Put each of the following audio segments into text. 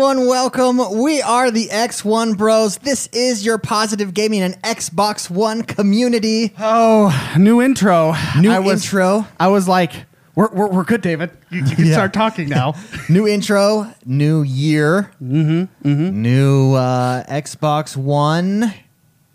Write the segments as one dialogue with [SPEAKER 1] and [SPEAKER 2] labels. [SPEAKER 1] welcome. We are the X1 Bros. This is your positive gaming and Xbox One community.
[SPEAKER 2] Oh, new intro.
[SPEAKER 1] New
[SPEAKER 2] I was,
[SPEAKER 1] intro.
[SPEAKER 2] I was like, we're, we're, we're good, David. You, you can start talking now.
[SPEAKER 1] New intro, new year, mm-hmm, new uh, Xbox One.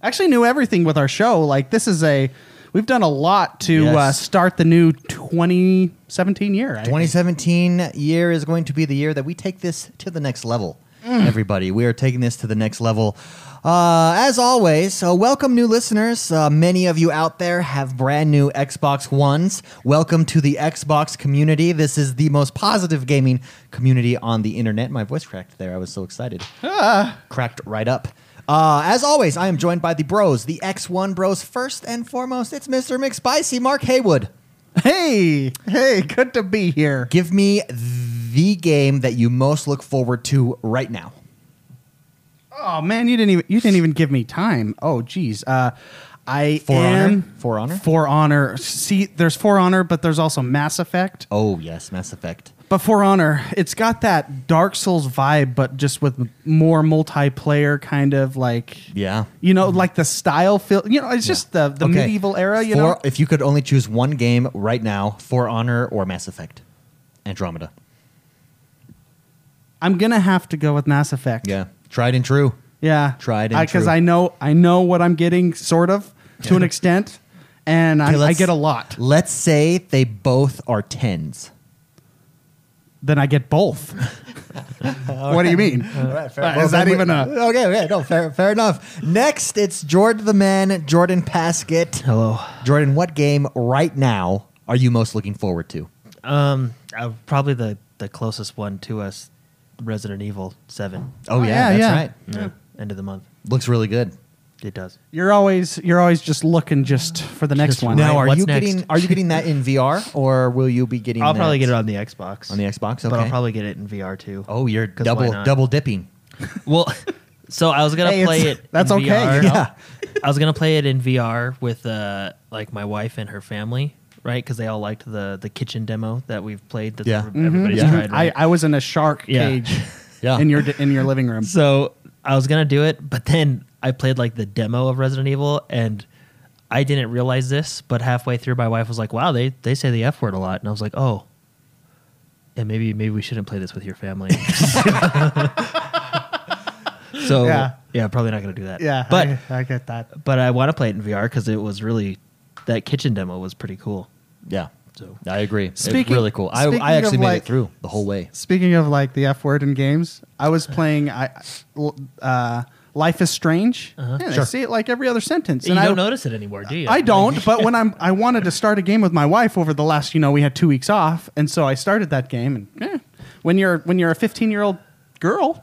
[SPEAKER 2] Actually, knew everything with our show. Like, this is a, we've done a lot to
[SPEAKER 1] Yes.
[SPEAKER 2] uh, start the new 2017 year. I-
[SPEAKER 1] 2017 year is going to be the year that we take this to the next level. Everybody, we are taking this to the next level. Uh, as always, uh, welcome new listeners. Uh, many of you out there have brand new Xbox Ones. Welcome to the Xbox community. This is the most positive gaming community on the internet. My voice cracked there. I was so excited. Cracked right up. Uh, as always, I am joined by the bros, the X1 bros. First and foremost, it's Mr. McSpicy, Mark Haywood.
[SPEAKER 2] Hey, hey, good to be here.
[SPEAKER 1] Give me the game that you most look forward to right now.
[SPEAKER 2] Oh man, you didn't even you didn't even give me time. Oh geez, uh, I
[SPEAKER 1] For
[SPEAKER 2] am
[SPEAKER 1] Honor? For Honor?
[SPEAKER 2] For Honor. See, there's For Honor, but there's also Mass Effect.
[SPEAKER 1] Oh yes, Mass Effect.
[SPEAKER 2] But For Honor, it's got that Dark Souls vibe, but just with more multiplayer kind of like
[SPEAKER 1] Yeah.
[SPEAKER 2] you know, like the style feel. You know, it's just the the
[SPEAKER 1] Okay.
[SPEAKER 2] medieval era. You
[SPEAKER 1] For-
[SPEAKER 2] know,
[SPEAKER 1] if you could only choose one game right now, For Honor or Mass Effect, Andromeda.
[SPEAKER 2] I'm gonna have to go with Mass Effect.
[SPEAKER 1] Yeah, tried and true.
[SPEAKER 2] yeah,
[SPEAKER 1] Tried and
[SPEAKER 2] because
[SPEAKER 1] true.
[SPEAKER 2] I know I know what I'm getting, sort of to an extent, and I,
[SPEAKER 1] Okay,
[SPEAKER 2] I
[SPEAKER 1] let's-
[SPEAKER 2] get a lot.
[SPEAKER 1] Let's say they both are tens.
[SPEAKER 2] Then I get both. what do you mean? Uh,
[SPEAKER 1] Well,
[SPEAKER 2] Is that
[SPEAKER 1] then we-
[SPEAKER 2] even a
[SPEAKER 1] okay? Okay, no, fair, fair enough. Next, it's Jordan the man, Jordan Paskett.
[SPEAKER 3] Hello.
[SPEAKER 1] Jordan, what game right now are you most looking forward to?
[SPEAKER 3] Um, uh, probably the the closest one to us, Resident Evil Seven.
[SPEAKER 1] Oh,
[SPEAKER 2] Oh,
[SPEAKER 1] yeah,
[SPEAKER 2] yeah,
[SPEAKER 1] that's
[SPEAKER 2] yeah.
[SPEAKER 1] right.
[SPEAKER 3] Yeah, End of the month.
[SPEAKER 1] Looks really good.
[SPEAKER 3] It does.
[SPEAKER 2] You're always you're always just looking just for the next one.
[SPEAKER 1] Now,
[SPEAKER 3] Right,
[SPEAKER 1] are
[SPEAKER 3] what's
[SPEAKER 1] you
[SPEAKER 3] next?
[SPEAKER 1] getting are you getting that in VR or will you be getting?
[SPEAKER 3] I'll probably
[SPEAKER 1] that
[SPEAKER 3] get it on the Xbox.
[SPEAKER 1] on the Xbox. Okay.
[SPEAKER 3] But I'll probably get it in VR too.
[SPEAKER 1] oh, you're
[SPEAKER 3] 'cause
[SPEAKER 1] double
[SPEAKER 3] why not?
[SPEAKER 1] double dipping.
[SPEAKER 3] Well, so I was gonna
[SPEAKER 2] Hey,
[SPEAKER 3] play
[SPEAKER 2] it's-
[SPEAKER 3] it.
[SPEAKER 2] that's
[SPEAKER 3] in
[SPEAKER 2] okay,
[SPEAKER 3] VR.
[SPEAKER 2] you
[SPEAKER 1] know?
[SPEAKER 3] I was gonna play it in VR with uh like my wife and her family, right? Because they all liked the the kitchen demo that we've played. That
[SPEAKER 1] Yeah. Mhm,
[SPEAKER 3] everybody's
[SPEAKER 1] yeah.
[SPEAKER 3] tried. Right?
[SPEAKER 2] I, I was in a shark
[SPEAKER 3] Yeah.
[SPEAKER 2] cage
[SPEAKER 1] Yeah.
[SPEAKER 2] in your in your living room.
[SPEAKER 3] So I was gonna do it, but then I played like the demo of Resident Evil, and I didn't realize this. But halfway through, my wife was like, "Wow, they they say the f word a lot," and I was like, "Oh, and maybe maybe we shouldn't play this with your family." so
[SPEAKER 2] Yeah.
[SPEAKER 3] yeah. probably not gonna do that.
[SPEAKER 2] Yeah,
[SPEAKER 3] but
[SPEAKER 2] I, I get that.
[SPEAKER 3] but I want to play it in VR because it was really that kitchen demo was pretty cool.
[SPEAKER 1] Yeah.
[SPEAKER 3] So
[SPEAKER 1] I agree. it's
[SPEAKER 2] Speaking-
[SPEAKER 1] really cool. I,
[SPEAKER 2] speaking
[SPEAKER 1] I
[SPEAKER 2] of,
[SPEAKER 1] actually made
[SPEAKER 2] like-
[SPEAKER 1] it through the whole way.
[SPEAKER 2] Speaking of like the F word in games, I was playing I, uh, Life is Strange. Yeah,
[SPEAKER 1] Sure.
[SPEAKER 2] I see it like every other sentence.
[SPEAKER 3] Uh-huh. you
[SPEAKER 2] I
[SPEAKER 3] don't notice it anymore, do you?
[SPEAKER 2] I don't, but when I'm I wanted to start a game with my wife over the last, you know, we had 2 weeks off, and so I started that game and eh, when you're when you're a 15-year-old girl,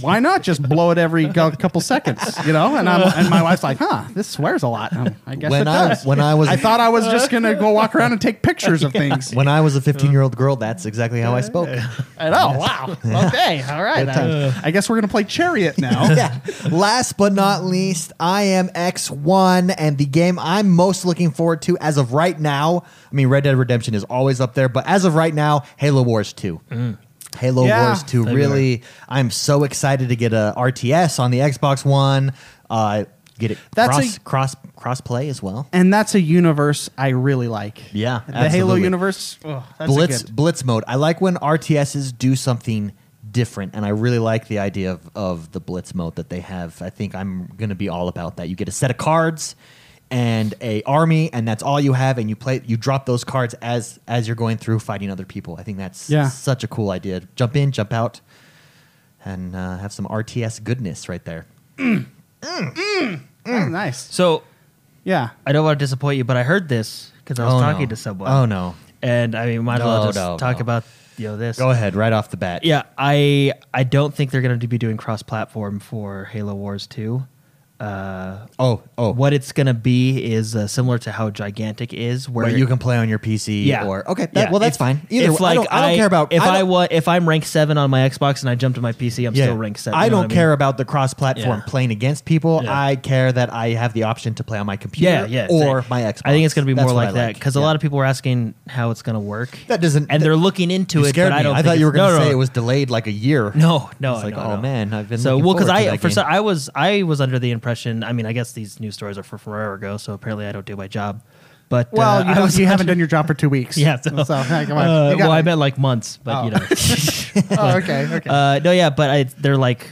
[SPEAKER 2] why not just blow it every go- couple seconds, you know? And I'm and my wife's like, "Huh, this swears a lot." Um, I guess
[SPEAKER 1] When
[SPEAKER 2] it
[SPEAKER 1] I-
[SPEAKER 2] does.
[SPEAKER 1] when I was-
[SPEAKER 2] I thought I was just going to go walk around and take pictures of things.
[SPEAKER 1] When I was a 15 year old girl, that's exactly how I spoke.
[SPEAKER 2] I know. Wow. Okay. All right. Uh. I, I guess we're gonna play Chariot now.
[SPEAKER 1] yeah. Last but not least, I am X1, and the game I'm most looking forward to as of right now. I mean, Red Dead Redemption is always up there, but as of right now, Halo Wars 2. Halo
[SPEAKER 2] Mm. Yeah.
[SPEAKER 1] Wars 2 really, I'm so excited to get a RTS on the Xbox One. Uh, get it
[SPEAKER 2] That's
[SPEAKER 1] cross,
[SPEAKER 2] a-
[SPEAKER 1] cross cross play as well.
[SPEAKER 2] And that's a universe I really like.
[SPEAKER 1] Yeah,
[SPEAKER 2] The Halo
[SPEAKER 1] absolutely.
[SPEAKER 2] universe. Oh, that's a
[SPEAKER 1] blitz
[SPEAKER 2] good-
[SPEAKER 1] blitz mode. I like when RTSs do something different, and I really like the idea of, of the blitz mode that they have. I think I'm gonna be all about that. You get a set of cards and a army, and that's all you have, and you play you drop those cards as as you're going through fighting other people. I think that's
[SPEAKER 2] Yeah.
[SPEAKER 1] such a cool idea. Jump in, jump out, and uh, have some RTS goodness right there.
[SPEAKER 2] Oh, nice.
[SPEAKER 3] So
[SPEAKER 2] Yeah.
[SPEAKER 3] I don't want to disappoint you, but I heard this because I was
[SPEAKER 1] Oh,
[SPEAKER 3] talking
[SPEAKER 1] no.
[SPEAKER 3] to someone.
[SPEAKER 1] Oh no.
[SPEAKER 3] and I mean, might as
[SPEAKER 1] No,
[SPEAKER 3] well just
[SPEAKER 1] no,
[SPEAKER 3] talk
[SPEAKER 1] no.
[SPEAKER 3] about you know this.
[SPEAKER 1] Go ahead, right off the bat.
[SPEAKER 3] Yeah, I I don't think they're going to be doing cross-platform for Halo Wars 2.
[SPEAKER 1] Oh, oh.
[SPEAKER 3] What it's gonna be is uh, similar to how gigantic is, where
[SPEAKER 1] where you can play on your PC
[SPEAKER 3] yeah.
[SPEAKER 1] or okay, that,
[SPEAKER 3] Yeah.
[SPEAKER 1] well that's
[SPEAKER 3] If-
[SPEAKER 1] fine. Either
[SPEAKER 3] if,
[SPEAKER 1] way, I, don't, I don't care about
[SPEAKER 3] if
[SPEAKER 1] don't-
[SPEAKER 3] I, wa- if I'm rank seven on my Xbox and I jump to my PC, I'm
[SPEAKER 1] yeah.
[SPEAKER 3] still rank seven.
[SPEAKER 1] I
[SPEAKER 3] you know
[SPEAKER 1] don't
[SPEAKER 3] what mean?
[SPEAKER 1] care about the cross-platform
[SPEAKER 3] Yeah.
[SPEAKER 1] playing against people.
[SPEAKER 3] Yeah.
[SPEAKER 1] I care that I have the option to play on my
[SPEAKER 3] Yeah,
[SPEAKER 1] computer
[SPEAKER 3] yeah.
[SPEAKER 1] or
[SPEAKER 3] exact-
[SPEAKER 1] my Xbox.
[SPEAKER 3] I think it's gonna be
[SPEAKER 1] That's
[SPEAKER 3] more
[SPEAKER 1] what
[SPEAKER 3] like
[SPEAKER 1] I
[SPEAKER 3] that because a
[SPEAKER 1] Yeah.
[SPEAKER 3] lot of people were asking how it's gonna work.
[SPEAKER 1] that doesn't
[SPEAKER 3] and they're looking into
[SPEAKER 1] you
[SPEAKER 3] it.
[SPEAKER 1] scared
[SPEAKER 3] but
[SPEAKER 1] me.
[SPEAKER 3] I don't. think
[SPEAKER 1] thought you were
[SPEAKER 3] it's-
[SPEAKER 1] going to
[SPEAKER 3] no, no,
[SPEAKER 1] say
[SPEAKER 3] no.
[SPEAKER 1] it was delayed like a year.
[SPEAKER 3] No, no,
[SPEAKER 1] It's like,
[SPEAKER 3] no,
[SPEAKER 1] "Oh,
[SPEAKER 3] no."
[SPEAKER 1] man, I've been
[SPEAKER 3] so
[SPEAKER 1] looking
[SPEAKER 3] well because
[SPEAKER 1] forward to
[SPEAKER 3] I
[SPEAKER 1] that
[SPEAKER 3] for
[SPEAKER 1] game.
[SPEAKER 3] so- I was I was under the impression. I mean, I guess these news stories are for forever ago, so apparently I don't do my job. But
[SPEAKER 2] Well,
[SPEAKER 3] uh,
[SPEAKER 2] you,
[SPEAKER 3] I
[SPEAKER 2] don't,
[SPEAKER 3] was
[SPEAKER 2] you
[SPEAKER 3] under-
[SPEAKER 2] haven't done your job for two weeks.
[SPEAKER 3] Yeah, so,
[SPEAKER 2] hey, come on.
[SPEAKER 3] uh,
[SPEAKER 2] You got
[SPEAKER 3] well, I
[SPEAKER 2] me.
[SPEAKER 3] meant like months, but you
[SPEAKER 2] Oh.
[SPEAKER 3] know.
[SPEAKER 2] Oh, okay, okay.
[SPEAKER 3] Uh, no, yeah, but I, they're like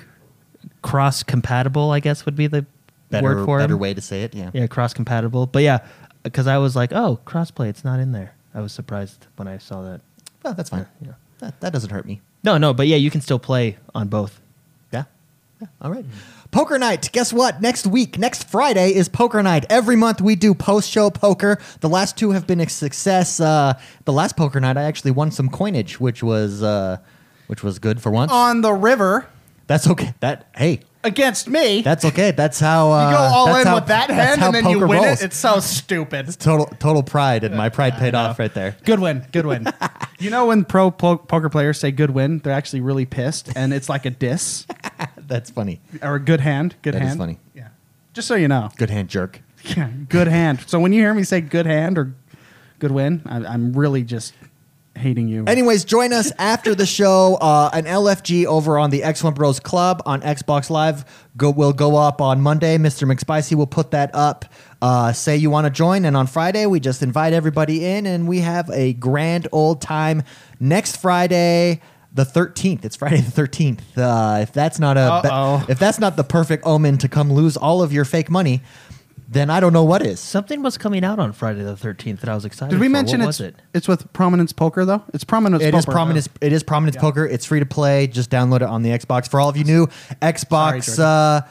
[SPEAKER 3] cross compatible. I guess would be the
[SPEAKER 1] Better,
[SPEAKER 3] word for
[SPEAKER 1] better
[SPEAKER 3] it.
[SPEAKER 1] way to say it. Yeah.
[SPEAKER 3] Yeah, cross compatible. But yeah, because I was like, oh, crossplay, it's not in there. I was surprised when I saw that.
[SPEAKER 1] Well, that's fine.
[SPEAKER 3] Yeah.
[SPEAKER 1] That, that doesn't hurt me.
[SPEAKER 3] No, no, but yeah, you can still play on both.
[SPEAKER 1] Yeah. Yeah. All right. Poker night. Guess what? Next week, next Friday is poker night. Every month we do post show poker. The last two have been a success. Uh, the last poker night, I actually won some coinage, which was uh, which was good for once.
[SPEAKER 2] on the river
[SPEAKER 1] That's okay. That hey,
[SPEAKER 2] against me.
[SPEAKER 1] that's okay. That's how uh,
[SPEAKER 2] you go all
[SPEAKER 1] that's
[SPEAKER 2] in
[SPEAKER 1] how-
[SPEAKER 2] with that
[SPEAKER 1] that's
[SPEAKER 2] hand,
[SPEAKER 1] how
[SPEAKER 2] and then you
[SPEAKER 1] poker
[SPEAKER 2] win
[SPEAKER 1] rolls.
[SPEAKER 2] it. It's so stupid.
[SPEAKER 1] total total pride, and my pride paid off right there.
[SPEAKER 2] Good win. Good win. you know when pro po- poker players say good win, they're actually really pissed, and it's like a diss
[SPEAKER 1] That's funny.
[SPEAKER 2] or a good hand. Good
[SPEAKER 1] That is
[SPEAKER 2] hand.
[SPEAKER 1] funny.
[SPEAKER 2] Yeah. Just so you know.
[SPEAKER 1] Good hand jerk.
[SPEAKER 2] Yeah, good hand. So when you hear me say good hand or good win, I, I'm really just hating you.
[SPEAKER 1] Anyways, join us after the show. Uh, an LFG over on the Excellent Bros Club on Xbox Live go, will go up on Monday. Mr. McSpicy will put that up. Uh, say you want to join, and on Friday we just invite everybody in, and we have a grand old time next Friday. The thirteenth. It's Friday the thirteenth. Uh, if that's not a
[SPEAKER 2] Uh-oh.
[SPEAKER 1] if that's not the perfect omen to come lose all of your fake money, then I don't know what is.
[SPEAKER 3] Something was coming out on Friday the 13th that I was excited
[SPEAKER 2] Did we
[SPEAKER 3] for.
[SPEAKER 2] mention
[SPEAKER 3] what
[SPEAKER 2] it's
[SPEAKER 3] was it?
[SPEAKER 2] it's with Prominence Poker though? It's Prominence.
[SPEAKER 1] It
[SPEAKER 2] poker.
[SPEAKER 1] is prominence. It is prominence poker. It's free to play. Just download it on the Xbox. For all of you new Xbox uh,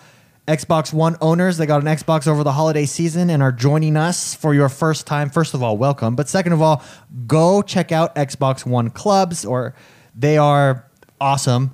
[SPEAKER 1] Xbox One owners that got an Xbox over the holiday season and are joining us for your first time, first of all, welcome. But second of all, go check out Xbox One clubs, or they are awesome.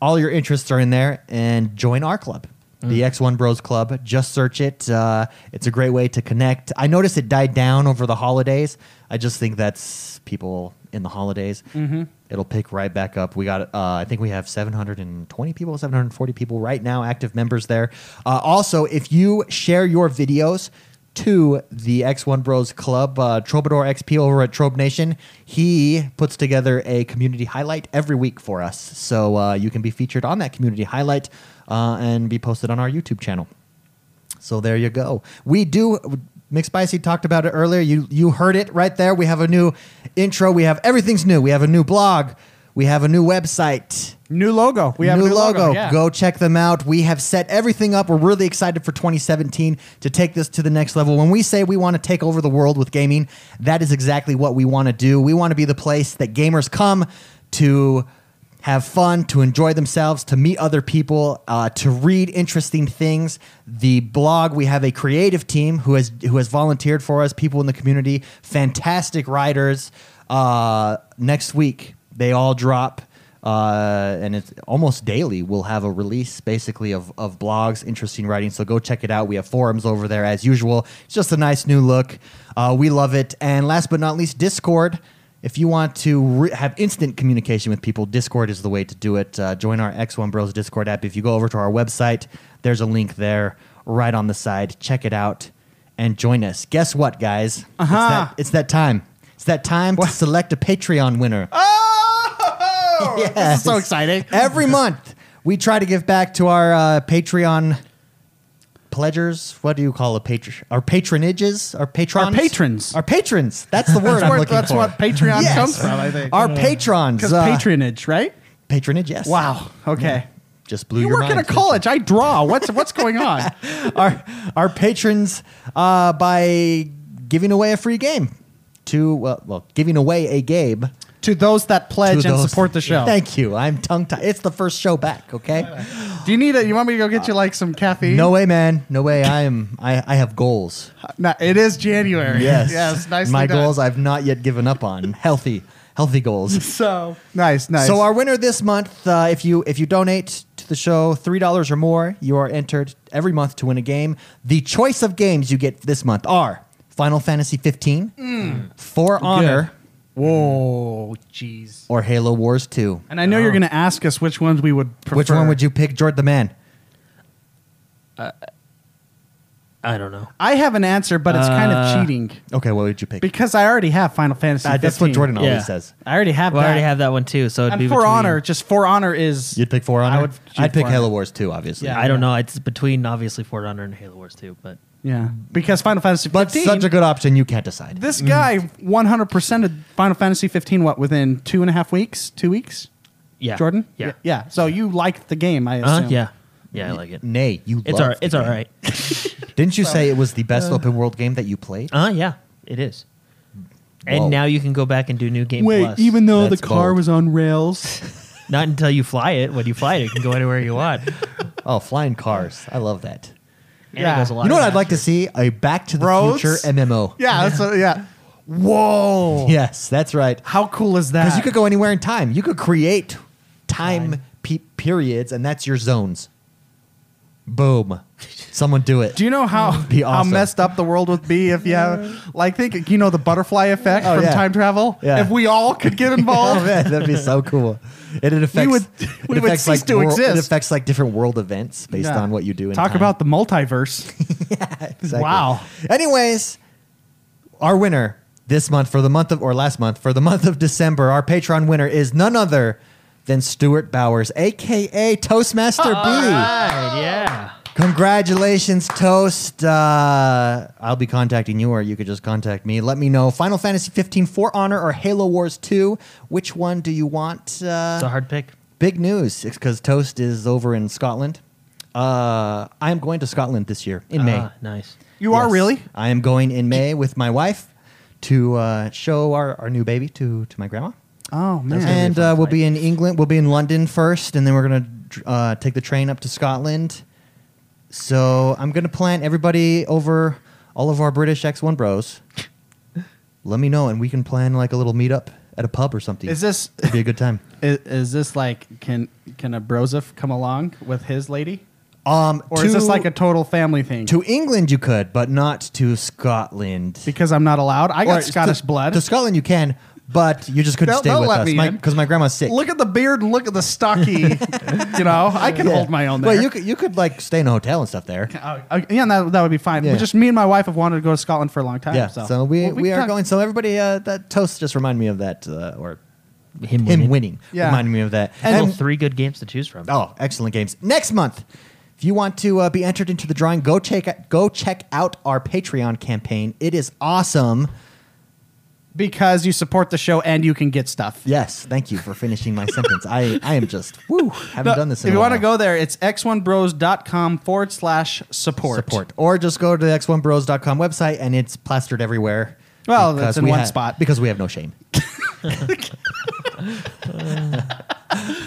[SPEAKER 1] All your interests are in there, and join our club. The X1 Bros Club. Just search it. Uh, it's a great way to connect. I noticed it died down over the holidays. I just think that's people in the holidays. It'll pick right back up. We got, uh, I think we have 720 people, 740 people right now, active members there. Uh, also, if you share your videos to the X1 Bros Club, uh, Troubadour XP over at Trobe Nation, he puts together a community highlight every week for us. So uh, you can be featured on that community highlight uh, and be posted on our YouTube channel. So there you go. We do. McSpicy talked about it earlier. You you heard it right there. We have a new intro. We have everything's new. We have a new blog. We have a new website.
[SPEAKER 2] New logo. We have a new logo. yeah.
[SPEAKER 1] Go check them out. We have set everything up. We're really excited for 2017 to take this to the next level. When we say we want to take over the world with gaming, that is exactly what we want to do. We want to be the place that gamers come to have fun, to enjoy themselves, to meet other people, uh, to read interesting things. The blog, we have a creative team who has who has volunteered for us, people in the community, fantastic writers. Uh, next week, they all drop uh, and it's almost daily. We'll have a release basically of, of blogs, interesting writing. So go check it out. We have forums over there as usual. It's just a nice new look. Uh, we love it. And last but not least, Discord. If you want to re- have instant communication with people, Discord is the way to do it. Uh, join our X1 Bros Discord app. If you go over to our website, there's a link there right on the side. Check it out and join us. Guess what, guys? It's,
[SPEAKER 2] Uh-huh.
[SPEAKER 1] that, it's that time. It's that time to select a Patreon winner.
[SPEAKER 2] Oh, this is so
[SPEAKER 1] Yes.
[SPEAKER 2] exciting.
[SPEAKER 1] Every month, we try to give back to our uh, Patreon pledgers. What do you call a patron? Our patronages? Our patrons?
[SPEAKER 2] Our patrons.
[SPEAKER 1] Our patrons. That's the word
[SPEAKER 2] That's,
[SPEAKER 1] I'm
[SPEAKER 2] where,
[SPEAKER 1] looking
[SPEAKER 2] that's
[SPEAKER 1] for.
[SPEAKER 2] what Patreon
[SPEAKER 1] Yes.
[SPEAKER 2] comes from, I think.
[SPEAKER 1] our patrons.
[SPEAKER 2] Because
[SPEAKER 1] uh,
[SPEAKER 2] patronage, right?
[SPEAKER 1] patronage, yes.
[SPEAKER 2] Wow. Okay.
[SPEAKER 1] Just blew
[SPEAKER 2] You
[SPEAKER 1] your
[SPEAKER 2] work
[SPEAKER 1] mind.
[SPEAKER 2] at a college. I draw. What's what's going on?
[SPEAKER 1] our our patrons uh, by giving away a free game to well, well giving away a game
[SPEAKER 2] to those that
[SPEAKER 1] to
[SPEAKER 2] pledge and
[SPEAKER 1] those-
[SPEAKER 2] support the show.
[SPEAKER 1] Thank you. I'm tongue tied. It's the first show back. Okay.
[SPEAKER 2] Do you need it? You want me to go get you like some caffeine?
[SPEAKER 1] No way, man. No way. I am. I, I have goals.
[SPEAKER 2] No, it is January.
[SPEAKER 1] Yes.
[SPEAKER 2] yes. Nice.
[SPEAKER 1] My goals I've not yet given up on. Healthy, healthy goals.
[SPEAKER 2] So nice. Nice.
[SPEAKER 1] So our winner this month, uh, if you if you donate to the show, $3 or more, you are entered every month to win a game. The choice of games you get this month are Final Fantasy 15,
[SPEAKER 2] Mm.
[SPEAKER 1] For Honor,
[SPEAKER 2] Whoa, jeez.
[SPEAKER 1] or Halo Wars 2.
[SPEAKER 2] And I know you're going to ask us which ones we would prefer.
[SPEAKER 1] Oh. Which one would you pick, George the Man?
[SPEAKER 3] I don't know.
[SPEAKER 2] I have an answer, but it's kind
[SPEAKER 1] Uh,
[SPEAKER 2] of cheating
[SPEAKER 1] Okay, what would you pick?
[SPEAKER 2] because I already have Final Fantasy.
[SPEAKER 1] Uh, that's what
[SPEAKER 2] 15.
[SPEAKER 1] Jordan always
[SPEAKER 3] Yeah.
[SPEAKER 1] says.
[SPEAKER 2] I already have.
[SPEAKER 3] Well,
[SPEAKER 2] that.
[SPEAKER 3] I already have that one too. So it'd be
[SPEAKER 2] And for
[SPEAKER 3] between-
[SPEAKER 2] honor, just for honor is
[SPEAKER 1] You'd pick For
[SPEAKER 2] I
[SPEAKER 1] Honor?
[SPEAKER 2] would choose
[SPEAKER 1] I'd pick
[SPEAKER 2] For Honor.
[SPEAKER 1] Halo Wars 2, obviously.
[SPEAKER 3] Yeah, I don't know. It's between obviously Fort Honor and Halo Wars too. But
[SPEAKER 2] yeah because Final Fantasy.
[SPEAKER 1] But
[SPEAKER 2] 15,
[SPEAKER 1] such a good option, you can't decide.
[SPEAKER 2] This guy 100 percent of Final Fantasy 15. What within two and a half weeks? Two weeks?
[SPEAKER 3] yeah,
[SPEAKER 2] Jordan?
[SPEAKER 3] Yeah,
[SPEAKER 2] yeah. So you liked the game? I
[SPEAKER 3] Uh,
[SPEAKER 1] Uh-huh.
[SPEAKER 2] assume.
[SPEAKER 3] yeah, yeah. I like it.
[SPEAKER 1] Nay, you
[SPEAKER 3] It's
[SPEAKER 1] loved
[SPEAKER 3] all.
[SPEAKER 1] the
[SPEAKER 3] It's all
[SPEAKER 1] game.
[SPEAKER 3] right.
[SPEAKER 1] Didn't you say it was the
[SPEAKER 2] uh,
[SPEAKER 1] best open world game that you played?
[SPEAKER 3] Uh yeah, it is.
[SPEAKER 1] Whoa.
[SPEAKER 3] And now you can go back and do new game.
[SPEAKER 2] Wait,
[SPEAKER 3] plus.
[SPEAKER 2] even though
[SPEAKER 1] That's
[SPEAKER 2] the car
[SPEAKER 1] bold.
[SPEAKER 2] was on rails,
[SPEAKER 3] not until you fly it. When you fly it, it can go anywhere you want.
[SPEAKER 1] Oh, flying cars. I love that.
[SPEAKER 3] And
[SPEAKER 2] Yeah.
[SPEAKER 3] it goes a lot
[SPEAKER 1] You know what I'd
[SPEAKER 3] faster.
[SPEAKER 1] like to see? A Back to the
[SPEAKER 2] Roads?
[SPEAKER 1] Future MMO.
[SPEAKER 2] yeah, that's what, yeah. Whoa!
[SPEAKER 1] Yes, that's right.
[SPEAKER 2] How cool is that?
[SPEAKER 1] Because you could go anywhere in time. You could create time pe- periods, and that's your zones. Boom. Someone do it.
[SPEAKER 2] Do you know how
[SPEAKER 1] Be
[SPEAKER 2] how
[SPEAKER 1] awesome.
[SPEAKER 2] messed up the world would be if you have like think you know the butterfly effect
[SPEAKER 1] Oh,
[SPEAKER 2] from
[SPEAKER 1] yeah.
[SPEAKER 2] time travel?
[SPEAKER 1] Yeah.
[SPEAKER 2] If we all could get
[SPEAKER 1] Oh
[SPEAKER 2] involved,
[SPEAKER 1] man, that'd be so cool. And it affects.
[SPEAKER 2] would-
[SPEAKER 1] it
[SPEAKER 2] we would
[SPEAKER 1] affects,
[SPEAKER 2] cease
[SPEAKER 1] like,
[SPEAKER 2] to
[SPEAKER 1] wor- It
[SPEAKER 2] exist.
[SPEAKER 1] affects like different world events based
[SPEAKER 2] Yeah.
[SPEAKER 1] on what you do. In
[SPEAKER 2] talk
[SPEAKER 1] time.
[SPEAKER 2] about the multiverse.
[SPEAKER 1] Exactly.
[SPEAKER 2] Wow.
[SPEAKER 1] Anyways, our winner this month for the month of or last month for the month of December, our Patreon winner is none other than Stuart Bowers, aka Toastmaster B.
[SPEAKER 3] Right, yeah.
[SPEAKER 1] Congratulations, Toast. Uh, I'll be contacting you, or you could just contact me. Let me know Final Fantasy 15 for Honor or Halo Wars 2. Which one do you want? Uh,
[SPEAKER 3] It's a hard pick.
[SPEAKER 1] Big news. It's because Toast is over in Scotland. Uh, I am going to Scotland this year in May.
[SPEAKER 3] Ah, nice.
[SPEAKER 2] You are
[SPEAKER 1] Yes.
[SPEAKER 2] really?
[SPEAKER 1] I am going in May with my wife to uh, show our, our new baby to, to my grandma.
[SPEAKER 2] Oh man.
[SPEAKER 1] And uh, we'll be in England. We'll be in London first, and then we're going to uh, take the train up to Scotland. So I'm going to plan everybody over, all of our British X1 bros. Let me know, and we can plan like a little meetup at a pub or something.
[SPEAKER 2] Is this
[SPEAKER 1] It'd be a good time.
[SPEAKER 2] is, is this like can can a Brozif come along with his lady?
[SPEAKER 1] Um,
[SPEAKER 2] Or is this
[SPEAKER 1] to-
[SPEAKER 2] like a total family thing?
[SPEAKER 1] To England, you could, but not to Scotland.
[SPEAKER 2] because I'm not allowed. I got
[SPEAKER 1] Or
[SPEAKER 2] Scottish
[SPEAKER 1] to,
[SPEAKER 2] blood.
[SPEAKER 1] To Scotland, you can, but you just couldn't
[SPEAKER 2] They'll-
[SPEAKER 1] stay
[SPEAKER 2] they'll
[SPEAKER 1] with
[SPEAKER 2] let
[SPEAKER 1] us
[SPEAKER 2] me in.
[SPEAKER 1] because my, grandma's sick.
[SPEAKER 2] look at the beard and look at the stocky. you know, I can
[SPEAKER 1] Yeah.
[SPEAKER 2] hold my own. There.
[SPEAKER 1] Well, you could you could like stay in a hotel and stuff there.
[SPEAKER 2] Oh, okay. yeah, that, that would be fine.
[SPEAKER 1] Yeah.
[SPEAKER 2] Just me and my wife have wanted to go to Scotland for a long time.
[SPEAKER 1] Yeah,
[SPEAKER 2] so,
[SPEAKER 1] so, we,
[SPEAKER 2] Well,
[SPEAKER 1] we,
[SPEAKER 2] can
[SPEAKER 1] are
[SPEAKER 2] talk-
[SPEAKER 1] going. So everybody, uh, that toast just remind me of that, uh, or
[SPEAKER 3] Him,
[SPEAKER 1] him
[SPEAKER 3] winning.
[SPEAKER 1] winning
[SPEAKER 2] Yeah.
[SPEAKER 1] reminded me of that.
[SPEAKER 3] Still
[SPEAKER 1] And,
[SPEAKER 3] three good games to choose from.
[SPEAKER 1] oh, excellent games. Next month, if you want to uh, be entered into the drawing, go check go check out our Patreon campaign. It is awesome.
[SPEAKER 2] because you support the show and you can get stuff.
[SPEAKER 1] Yes, thank you for finishing my sentence. I I am just woo. Haven't
[SPEAKER 2] No,
[SPEAKER 1] done this. In
[SPEAKER 2] if
[SPEAKER 1] a
[SPEAKER 2] you want to
[SPEAKER 1] while.
[SPEAKER 2] go there, it's x1bros.com forward slash support.
[SPEAKER 1] Or just go to the x1bros.com website and it's plastered everywhere.
[SPEAKER 2] Well, that's
[SPEAKER 1] Because
[SPEAKER 2] in
[SPEAKER 1] we
[SPEAKER 2] one
[SPEAKER 1] ha-
[SPEAKER 2] spot.
[SPEAKER 1] Because we have no shame.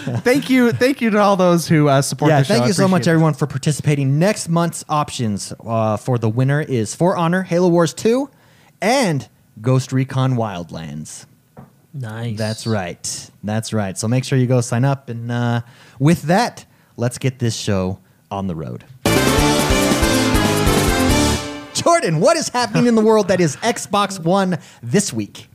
[SPEAKER 2] Thank you, thank you to all those who uh, support.
[SPEAKER 1] yeah,
[SPEAKER 2] the show.
[SPEAKER 1] thank
[SPEAKER 2] I
[SPEAKER 1] you so
[SPEAKER 2] appreciate
[SPEAKER 1] much,
[SPEAKER 2] it.
[SPEAKER 1] everyone, for participating. Next month's options uh, for the winner is For Honor, Halo Wars 2, and Ghost Recon Wildlands.
[SPEAKER 3] Nice.
[SPEAKER 1] That's right. That's right. So make sure you go sign up. And uh, with that, let's get this show on the road. Jordan, what is happening in the world that is Xbox One this week?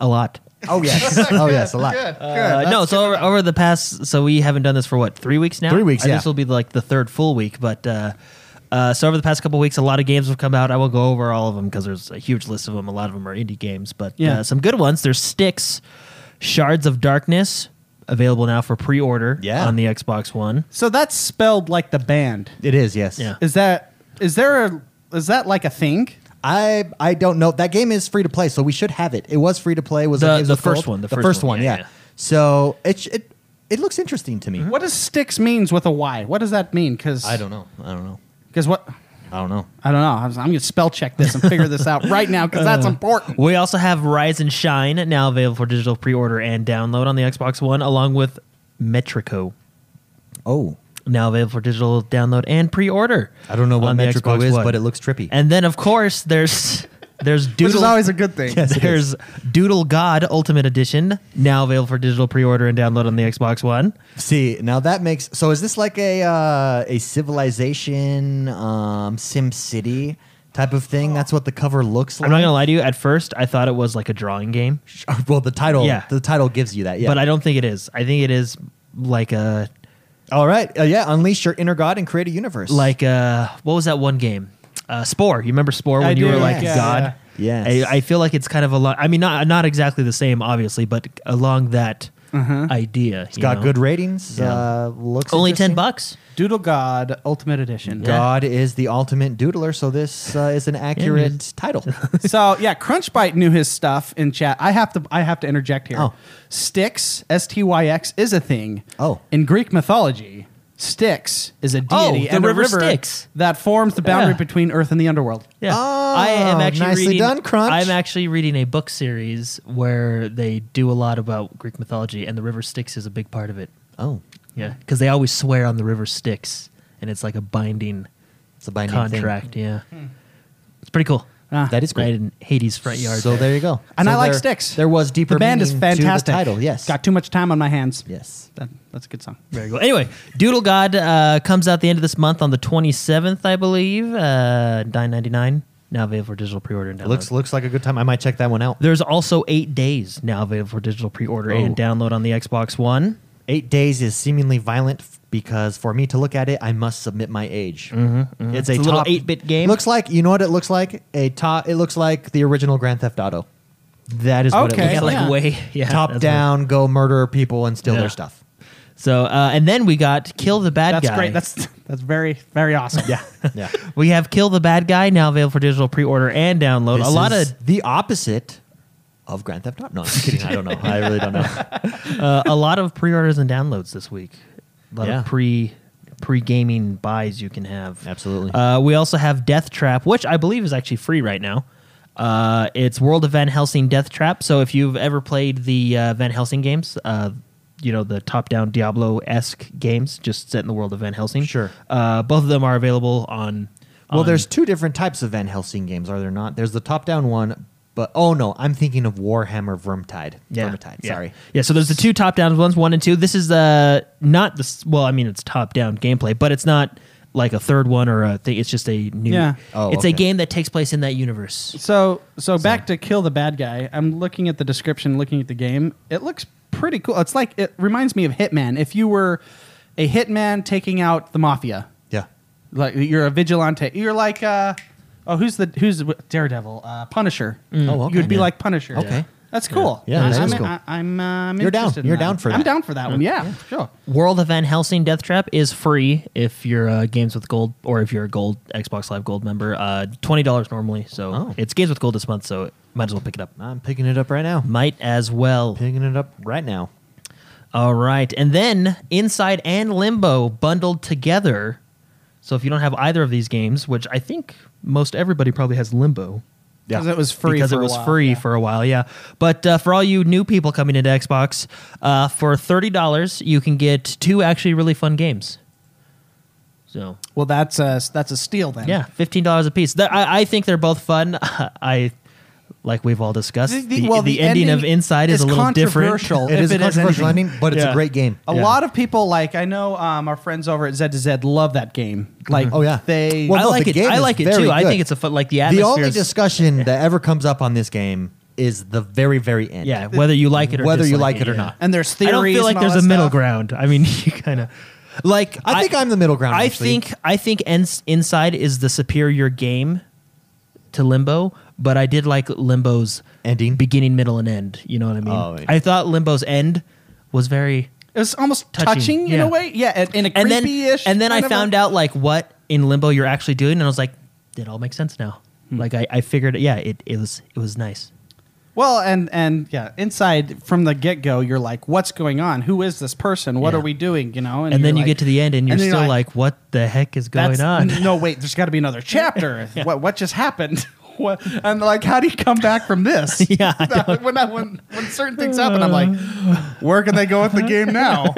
[SPEAKER 3] A lot.
[SPEAKER 1] Oh yes, oh yes, a lot.
[SPEAKER 2] Good, good.
[SPEAKER 3] Uh, no, so over, over the past, so we haven't done this for what three weeks now.
[SPEAKER 1] Three weeks,
[SPEAKER 3] Uh,
[SPEAKER 1] yeah.
[SPEAKER 3] This will be like the third full week, but uh, uh, so over the past couple weeks, a lot of games have come out. I will go over all of them because there's a huge list of them. A lot of them are indie games, but
[SPEAKER 2] Yeah.
[SPEAKER 3] uh, some good ones. There's Sticks, Shards of Darkness, available now for pre-order
[SPEAKER 1] Yeah.
[SPEAKER 3] on the Xbox One.
[SPEAKER 2] so that's spelled like the band.
[SPEAKER 1] It is, yes.
[SPEAKER 3] Yeah.
[SPEAKER 2] Is that is there a is that like a thing?
[SPEAKER 1] I I don't know. That game is free to play, so we should have it. It was free to play. Was
[SPEAKER 3] The-
[SPEAKER 1] on Games
[SPEAKER 3] the
[SPEAKER 1] of
[SPEAKER 3] first
[SPEAKER 1] Gold.
[SPEAKER 3] one, the
[SPEAKER 1] The
[SPEAKER 3] first
[SPEAKER 1] first one.
[SPEAKER 3] one, yeah,
[SPEAKER 1] Yeah.
[SPEAKER 3] yeah. Mm-hmm.
[SPEAKER 1] So it sh- it it looks interesting to me.
[SPEAKER 2] What does sticks means with a Y? What does that mean? Because
[SPEAKER 1] I don't know. I don't know.
[SPEAKER 2] Because what?
[SPEAKER 1] I don't know.
[SPEAKER 2] I don't know. I'm, I'm gonna spell check this and figure this out right now because
[SPEAKER 1] Uh.
[SPEAKER 2] that's important.
[SPEAKER 3] We also have Rise and Shine now available for digital pre-order and download on the Xbox One, along with Metrico
[SPEAKER 1] Oh,
[SPEAKER 3] now available for digital download and pre-order.
[SPEAKER 1] I don't know what
[SPEAKER 3] on the
[SPEAKER 1] Metrico
[SPEAKER 3] Xbox
[SPEAKER 1] is,
[SPEAKER 3] One.
[SPEAKER 1] but it looks trippy.
[SPEAKER 3] And then, of course, there's There's Doodle.
[SPEAKER 2] Which is always a good thing.
[SPEAKER 1] Yes, it
[SPEAKER 3] There's Doodle God Ultimate Edition now available for digital pre-order and download on the Xbox One.
[SPEAKER 1] See, now that makes so is this like a uh, a civilization um Sim City type of thing? That's what the cover looks like.
[SPEAKER 3] I'm not gonna lie to you. At first, I thought it was like a drawing game,
[SPEAKER 1] gonna well the title
[SPEAKER 3] Yeah.
[SPEAKER 1] the title gives you that, yeah.
[SPEAKER 3] but I don't think it is. I think it is like a
[SPEAKER 1] All right. Uh, yeah, unleash your inner god and create a universe.
[SPEAKER 3] like uh what was that one game? Uh, Spore. You remember Spore when
[SPEAKER 2] I
[SPEAKER 3] you
[SPEAKER 2] do,
[SPEAKER 3] were like
[SPEAKER 2] yeah,
[SPEAKER 3] God?
[SPEAKER 1] yeah.
[SPEAKER 3] I,
[SPEAKER 1] Yes.
[SPEAKER 3] I feel like it's kind of along. I mean, not not exactly the same, obviously, but along that idea.
[SPEAKER 1] it's got good ratings.
[SPEAKER 3] Yeah.
[SPEAKER 1] Uh looks
[SPEAKER 3] Only ten
[SPEAKER 1] interesting.
[SPEAKER 3] bucks.
[SPEAKER 2] Doodle God Ultimate Edition.
[SPEAKER 3] Yeah.
[SPEAKER 1] God is the ultimate doodler, so this uh, is an accurate title.
[SPEAKER 2] so yeah, Crunchbite knew his stuff in chat. I have to I have to interject here.
[SPEAKER 1] Oh.
[SPEAKER 2] Styx, S T Y X, is a thing.
[SPEAKER 1] Oh.
[SPEAKER 2] In Greek mythology, Styx is a
[SPEAKER 3] Oh,
[SPEAKER 2] deity
[SPEAKER 3] the
[SPEAKER 2] and
[SPEAKER 3] river
[SPEAKER 2] a river
[SPEAKER 3] Styx.
[SPEAKER 2] that forms the boundary
[SPEAKER 3] Yeah.
[SPEAKER 2] between Earth and the underworld.
[SPEAKER 3] Yeah,
[SPEAKER 1] Oh,
[SPEAKER 3] I am actually
[SPEAKER 1] nicely
[SPEAKER 3] reading,
[SPEAKER 1] done, Crunch.
[SPEAKER 3] I'm actually reading a book series where they do a lot about Greek mythology, and the River Styx is a big part of it.
[SPEAKER 1] Oh,
[SPEAKER 3] Yeah, because they always swear on the River Styx, and it's like a binding,
[SPEAKER 1] it's a binding thing.
[SPEAKER 3] contract. Yeah, it's pretty cool.
[SPEAKER 2] Ah.
[SPEAKER 1] That is
[SPEAKER 3] right
[SPEAKER 1] great.
[SPEAKER 3] in Hades' front yard.
[SPEAKER 1] So there you go.
[SPEAKER 2] And
[SPEAKER 1] So
[SPEAKER 2] I like
[SPEAKER 1] there-
[SPEAKER 2] Styx.
[SPEAKER 1] There was deeper.
[SPEAKER 2] The band is
[SPEAKER 1] meaning to
[SPEAKER 2] fantastic.
[SPEAKER 1] title, yes.
[SPEAKER 2] Got too much time on my hands.
[SPEAKER 1] yes.
[SPEAKER 2] That, that's a good song.
[SPEAKER 3] Very cool. Anyway, Doodle God uh, comes out the end of this month on the 27th, I believe. Uh, 9.99 now available for digital pre-order and download.
[SPEAKER 1] Looks looks like a good time. I might check that one out.
[SPEAKER 3] There's also eight days now available for digital pre-order
[SPEAKER 1] Oh.
[SPEAKER 3] and download on the Xbox One.
[SPEAKER 1] Eight days is seemingly violent f- because for me to look at it, I must submit my age. It's,
[SPEAKER 3] Mm-hmm, It's a little
[SPEAKER 1] top-
[SPEAKER 3] 8-bit game.
[SPEAKER 1] Looks like you know what it looks like. A top. It looks like the original Grand Theft Auto. That is what
[SPEAKER 2] Okay.
[SPEAKER 1] it
[SPEAKER 3] Yeah,
[SPEAKER 1] looks
[SPEAKER 3] like
[SPEAKER 1] like.
[SPEAKER 2] Yeah.
[SPEAKER 3] way yeah,
[SPEAKER 1] top
[SPEAKER 3] that's
[SPEAKER 1] down, go murder people and steal
[SPEAKER 3] Yeah.
[SPEAKER 1] their stuff.
[SPEAKER 3] what- So uh, and then we got Kill the Bad
[SPEAKER 2] That's
[SPEAKER 3] Guy.
[SPEAKER 2] great. That's that's very very awesome. Yeah.
[SPEAKER 1] Yeah.
[SPEAKER 3] we have Kill the Bad Guy now available for digital pre-order and download.
[SPEAKER 1] This
[SPEAKER 3] a lot
[SPEAKER 1] is
[SPEAKER 3] of
[SPEAKER 1] the opposite of Grand Theft Auto. No, I'm just kidding. I don't know. I really don't know.
[SPEAKER 3] uh, a lot of pre-orders and downloads this week. A lot
[SPEAKER 1] Yeah.
[SPEAKER 3] of pre pre gaming buys you can have.
[SPEAKER 1] Absolutely.
[SPEAKER 3] Uh, we also have Death Trap, which I believe is actually free right now. Uh, it's World of Van Helsing Death Trap. So if you've ever played the uh, Van Helsing games, uh, you know the top-down Diablo-esque games, just set in the world of Van Helsing.
[SPEAKER 1] Sure.
[SPEAKER 3] Uh, both of them are available on.
[SPEAKER 1] Well,
[SPEAKER 3] on-
[SPEAKER 1] there's two different types of Van Helsing games, are there not? There's the top-down one, but oh no, I'm thinking of Warhammer Vermtide. Vermintide,
[SPEAKER 3] yeah.
[SPEAKER 1] sorry.
[SPEAKER 3] Yeah, so there's the two top down ones, one and two. This is uh not this well, I mean it's top down gameplay, but it's not like a third one or a thing. It's just a new
[SPEAKER 2] Yeah.
[SPEAKER 1] Oh,
[SPEAKER 3] it's
[SPEAKER 1] okay.
[SPEAKER 3] a game that takes place in that universe.
[SPEAKER 2] So so back to kill the bad guy. I'm looking at the description, looking at the game. It looks pretty cool. It's like it reminds me of Hitman. If you were a hitman taking out the mafia,
[SPEAKER 1] Yeah.
[SPEAKER 2] like you're a vigilante. You're like uh oh who's the who's the- Daredevil? Uh, Punisher.
[SPEAKER 1] Oh, okay.
[SPEAKER 2] You'd be
[SPEAKER 1] Yeah.
[SPEAKER 2] like Punisher.
[SPEAKER 1] Okay.
[SPEAKER 2] That's cool.
[SPEAKER 1] Yeah, that
[SPEAKER 2] I'm,
[SPEAKER 1] is cool.
[SPEAKER 2] I, am um,
[SPEAKER 1] You're down.
[SPEAKER 2] interested in
[SPEAKER 1] You're
[SPEAKER 2] that.
[SPEAKER 1] down for
[SPEAKER 2] I'm
[SPEAKER 1] that.
[SPEAKER 2] down for that one. Yeah, sure.
[SPEAKER 3] World of Van Helsing Death Trap is free if you're uh, Games with Gold or if you're a Gold Xbox Live Gold member. Uh, twenty dollars normally, so
[SPEAKER 1] Oh.
[SPEAKER 3] it's Games with Gold this month, so might as well pick it up.
[SPEAKER 1] I'm picking it up right now.
[SPEAKER 3] Might as well.
[SPEAKER 1] Picking it up right now.
[SPEAKER 3] All right. And then Inside and Limbo bundled together. So if you don't have either of these games, which I think most everybody probably has Limbo.
[SPEAKER 1] Yeah.
[SPEAKER 2] Because it was free.
[SPEAKER 3] because
[SPEAKER 2] for
[SPEAKER 3] it
[SPEAKER 2] a
[SPEAKER 3] was
[SPEAKER 2] while,
[SPEAKER 3] free
[SPEAKER 2] yeah.
[SPEAKER 3] for a while, yeah. But uh, for all you new people coming into Xbox, uh, for thirty dollars you can get two actually really fun games. So
[SPEAKER 2] Well, that's a that's a steal then.
[SPEAKER 3] yeah, fifteen dollars a piece. Th- I, I think they're both fun. I like we've all discussed. The, the ending, of Inside is, a little different.
[SPEAKER 2] controversial,
[SPEAKER 1] it
[SPEAKER 2] if
[SPEAKER 1] is a
[SPEAKER 2] it is
[SPEAKER 1] controversial
[SPEAKER 2] anything.
[SPEAKER 1] ending, but it's
[SPEAKER 3] Yeah.
[SPEAKER 1] a great game.
[SPEAKER 2] A
[SPEAKER 3] Yeah.
[SPEAKER 2] lot of people like I know um, our friends over at Z to Z love that game. Like,
[SPEAKER 1] Oh, yeah.
[SPEAKER 2] they
[SPEAKER 1] Well,
[SPEAKER 3] I
[SPEAKER 1] no,
[SPEAKER 3] like
[SPEAKER 1] the
[SPEAKER 3] it.
[SPEAKER 1] game
[SPEAKER 3] I
[SPEAKER 1] is
[SPEAKER 3] like it too.
[SPEAKER 1] very
[SPEAKER 3] I
[SPEAKER 1] good.
[SPEAKER 3] think it's a fun. Like the
[SPEAKER 1] the
[SPEAKER 3] atmosphere.
[SPEAKER 1] only
[SPEAKER 3] is-
[SPEAKER 1] discussion that ever comes up on this game is the very, very end.
[SPEAKER 3] yeah, whether you like it or
[SPEAKER 1] Whether you
[SPEAKER 3] dislike
[SPEAKER 1] like it or
[SPEAKER 3] yeah.
[SPEAKER 1] not.
[SPEAKER 2] and there's
[SPEAKER 3] I
[SPEAKER 2] theories.
[SPEAKER 3] don't feel like
[SPEAKER 2] and all
[SPEAKER 3] there's a
[SPEAKER 2] that
[SPEAKER 3] middle
[SPEAKER 2] stuff.
[SPEAKER 3] ground. I mean, you kind of like.
[SPEAKER 1] I think I'm the middle ground.
[SPEAKER 3] I
[SPEAKER 1] actually.
[SPEAKER 3] think I think Ens- Inside is the superior game to Limbo, but I did like Limbo's
[SPEAKER 1] Ending?
[SPEAKER 3] beginning, middle, and end. You know what I mean?
[SPEAKER 1] Oh, yeah.
[SPEAKER 3] I thought Limbo's end was very
[SPEAKER 2] It was almost
[SPEAKER 3] Touching,
[SPEAKER 2] touching, in
[SPEAKER 3] yeah.
[SPEAKER 2] a way. Yeah, in- in a
[SPEAKER 3] and then
[SPEAKER 2] creepy-ish.
[SPEAKER 3] and then I
[SPEAKER 2] kind of
[SPEAKER 3] found
[SPEAKER 2] a-
[SPEAKER 3] out like what in Limbo you're actually doing, and I was like, it all makes sense now.
[SPEAKER 2] Hmm.
[SPEAKER 3] Like I, I figured, yeah, it, it was it was nice.
[SPEAKER 2] Well, and and yeah, inside from the get go, you're like, what's going on? Who is this person? What
[SPEAKER 3] Yeah.
[SPEAKER 2] are we doing? You know,
[SPEAKER 3] and then
[SPEAKER 2] you're
[SPEAKER 3] you
[SPEAKER 2] like-
[SPEAKER 3] get to the end and you're
[SPEAKER 2] and then
[SPEAKER 3] still
[SPEAKER 2] you're
[SPEAKER 3] like,
[SPEAKER 2] like,
[SPEAKER 3] what the heck is going
[SPEAKER 2] that's-
[SPEAKER 3] on
[SPEAKER 2] No, wait. There's got to be another chapter. What what just happened? what? And like, how do you come back from this?
[SPEAKER 3] Yeah, I
[SPEAKER 2] when, I, when when certain things happen, I'm like, where can they go with the game now?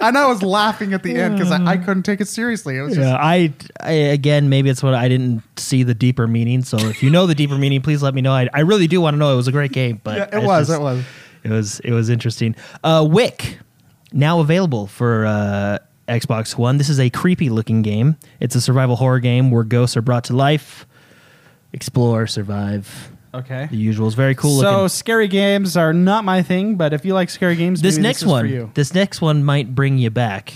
[SPEAKER 2] and I was laughing at the end because I, I couldn't take it seriously. It was
[SPEAKER 3] Yeah, I, I again, maybe it's what I didn't see the deeper meaning. So if you know the deeper meaning, please let me know. I, I really do want to know. It was a great game, but
[SPEAKER 2] just, yeah, it
[SPEAKER 3] it's
[SPEAKER 2] was,
[SPEAKER 3] just-
[SPEAKER 2] it was.
[SPEAKER 3] it was, it was interesting. Uh, Wick now available for uh, Xbox One. This is a creepy looking game. It's a survival horror game where ghosts are brought to life, explore, survive.
[SPEAKER 2] Okay.
[SPEAKER 3] The usual is very cool.
[SPEAKER 2] so
[SPEAKER 3] looking.
[SPEAKER 2] scary games are not my thing, but if you like scary games,
[SPEAKER 3] this
[SPEAKER 2] maybe
[SPEAKER 3] next
[SPEAKER 2] this is
[SPEAKER 3] one,
[SPEAKER 2] for you.
[SPEAKER 3] this next one might bring you back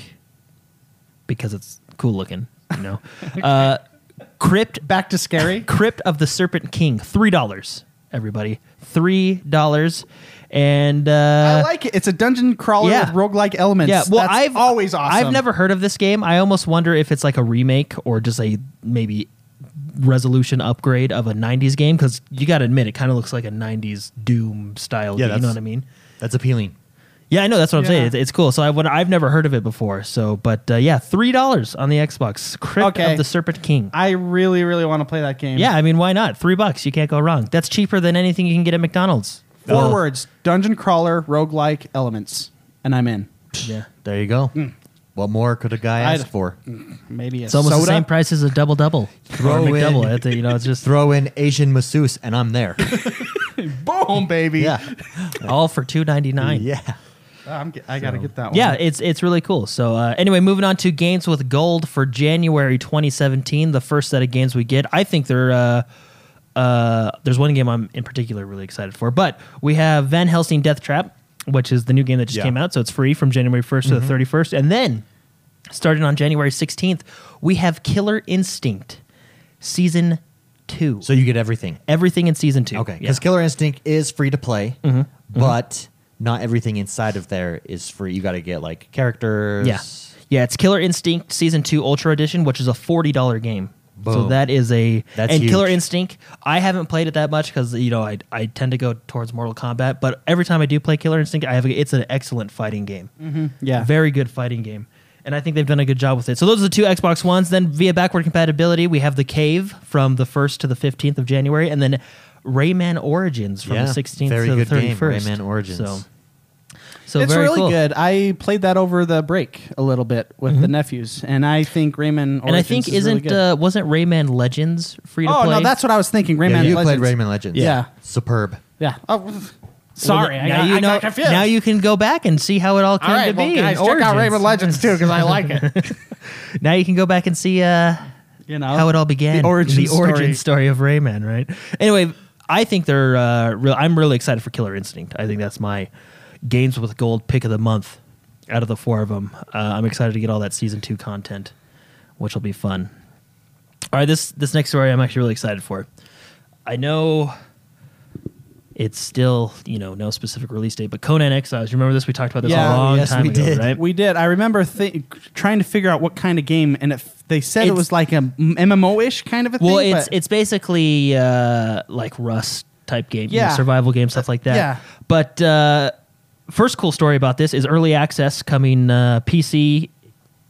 [SPEAKER 3] because it's cool looking. You know, uh, Crypt
[SPEAKER 2] Back to scary.
[SPEAKER 3] Crypt of the Serpent King, three dollars. Everybody, three dollars, and uh,
[SPEAKER 2] I like it. It's a dungeon crawler
[SPEAKER 3] yeah.
[SPEAKER 2] with roguelike elements.
[SPEAKER 3] yeah. Well,
[SPEAKER 2] That's
[SPEAKER 3] I've
[SPEAKER 2] always awesome.
[SPEAKER 3] I've never heard of this game. I almost wonder if it's like a remake or just a maybe resolution upgrade of a '90s game because you got to admit it kind of looks like a '90s Doom style.
[SPEAKER 1] Yeah,
[SPEAKER 3] game, you know
[SPEAKER 1] that's-
[SPEAKER 3] what I mean?
[SPEAKER 1] That's appealing.
[SPEAKER 3] Yeah, I know. That's what I'm
[SPEAKER 2] Yeah.
[SPEAKER 3] saying. It's, it's cool. So I, would- I've never heard of it before. So, but uh, yeah, three dollars on the Xbox. Crypt
[SPEAKER 2] Okay.
[SPEAKER 3] of the Serpent King.
[SPEAKER 2] I really, really want to play that game.
[SPEAKER 3] yeah, I mean, why not? Three bucks. You can't go wrong. That's cheaper than anything you can get at McDonald's.
[SPEAKER 2] Four
[SPEAKER 3] Uh,
[SPEAKER 2] words: dungeon crawler, roguelike elements, and I'm in.
[SPEAKER 3] Yeah.
[SPEAKER 1] There you go. What more could a guy
[SPEAKER 2] I'd-
[SPEAKER 1] ask for?
[SPEAKER 2] Maybe a
[SPEAKER 3] It's almost
[SPEAKER 2] soda.
[SPEAKER 3] the same price as a double double.
[SPEAKER 1] Throw in-
[SPEAKER 3] double. You know, it's just
[SPEAKER 1] Throw in Asian masseuse, and I'm there.
[SPEAKER 2] Boom, baby.
[SPEAKER 1] yeah,
[SPEAKER 3] all for two ninety nine. Yeah.
[SPEAKER 1] yeah.
[SPEAKER 2] Uh, I'm, ge- I gotta get that one.
[SPEAKER 3] yeah, it's it's really cool. So uh, anyway, moving on to games with gold for January 2017, the first set of games we get. I think they're uh, uh, there's one game I'm in particular really excited for, but we have Van Helsing Death Trap, which is the new game that just
[SPEAKER 1] Yeah. Mm-hmm.
[SPEAKER 3] came out, so it's free from January 1st to the 31st, and then starting on January 16th, we have Killer Instinct season two.
[SPEAKER 1] So you get everything.
[SPEAKER 3] everything in season two.
[SPEAKER 1] Okay,
[SPEAKER 3] Yeah. Mm-hmm.
[SPEAKER 1] because Killer Instinct is free to play, but not everything inside of there is free. You got to get like characters.
[SPEAKER 3] Yeah. Yeah, it's Killer Instinct Season 2 Ultra Edition, which is a $40 game. So
[SPEAKER 1] Boom.
[SPEAKER 3] that is a
[SPEAKER 1] That's
[SPEAKER 3] and Killer
[SPEAKER 1] huge.
[SPEAKER 3] Instinct. I haven't played it that much because you know I, I tend to go towards Mortal Kombat, but every time I do play Killer Instinct, I have a, it's an excellent fighting game,
[SPEAKER 1] Mm-hmm.
[SPEAKER 2] yeah.
[SPEAKER 3] very good fighting game, and I think they've done a good job with it. So those are the two Xbox ones. Then via backward compatibility, we have the Cave from the first to the fifteenth of January, and then Rayman Origins from
[SPEAKER 1] Yeah,
[SPEAKER 3] the sixteenth
[SPEAKER 1] very
[SPEAKER 3] to the
[SPEAKER 1] good
[SPEAKER 3] thirty
[SPEAKER 1] game,
[SPEAKER 3] first.
[SPEAKER 1] Rayman Origins.
[SPEAKER 3] So, so
[SPEAKER 2] it's
[SPEAKER 3] very
[SPEAKER 2] really
[SPEAKER 3] cool. Mm-hmm.
[SPEAKER 2] good. I played that over the break a little bit with the nephews, and I think Rayman. Origins
[SPEAKER 3] and I think
[SPEAKER 2] is really
[SPEAKER 3] isn't
[SPEAKER 2] good.
[SPEAKER 3] uh, wasn't Rayman Legends free to
[SPEAKER 2] oh
[SPEAKER 3] play?
[SPEAKER 2] no, that's what I was thinking. Rayman.
[SPEAKER 1] Yeah, you
[SPEAKER 2] Legends.
[SPEAKER 1] played Rayman Legends.
[SPEAKER 2] Yeah. Yeah.
[SPEAKER 1] superb.
[SPEAKER 2] Yeah. Oh, sorry, I,
[SPEAKER 3] now
[SPEAKER 2] got,
[SPEAKER 3] you
[SPEAKER 2] I
[SPEAKER 3] know.
[SPEAKER 2] got confused.
[SPEAKER 3] Now you can go back and see how it all came
[SPEAKER 2] All right,
[SPEAKER 3] to
[SPEAKER 2] well,
[SPEAKER 3] be.
[SPEAKER 2] guys,
[SPEAKER 3] and
[SPEAKER 2] check out
[SPEAKER 3] origins.
[SPEAKER 2] Rayman Legends too because I like it.
[SPEAKER 3] Now you can go back and see uh,
[SPEAKER 2] You know
[SPEAKER 3] how it all began.
[SPEAKER 2] The origin,
[SPEAKER 3] the
[SPEAKER 2] story.
[SPEAKER 3] origin story of Rayman, right? Anyway, I think they're. Uh, real, I'm really excited for Killer Instinct. I think that's my games with gold pick of the month out of the four of them. Uh, I'm excited to get all that season two content, which will be fun. All right, this this next story I'm actually really excited for. I know it's still you know no specific release date, but Conan Exiles. Remember this? We talked about this
[SPEAKER 2] Yeah,
[SPEAKER 3] a long
[SPEAKER 2] yes,
[SPEAKER 3] time
[SPEAKER 1] we
[SPEAKER 3] ago,
[SPEAKER 1] did.
[SPEAKER 3] right?
[SPEAKER 2] We did. I remember th- trying to figure out what kind of game, and it, f- they said it
[SPEAKER 3] It's-
[SPEAKER 2] was like a MMO ish kind of a
[SPEAKER 3] well,
[SPEAKER 2] thing.
[SPEAKER 3] it's
[SPEAKER 2] but-
[SPEAKER 3] it's basically uh, like Rust type game, you know,
[SPEAKER 2] Yeah.
[SPEAKER 3] survival game stuff like that.
[SPEAKER 2] Yeah.
[SPEAKER 3] But uh, first cool story about this is early access coming uh, PC.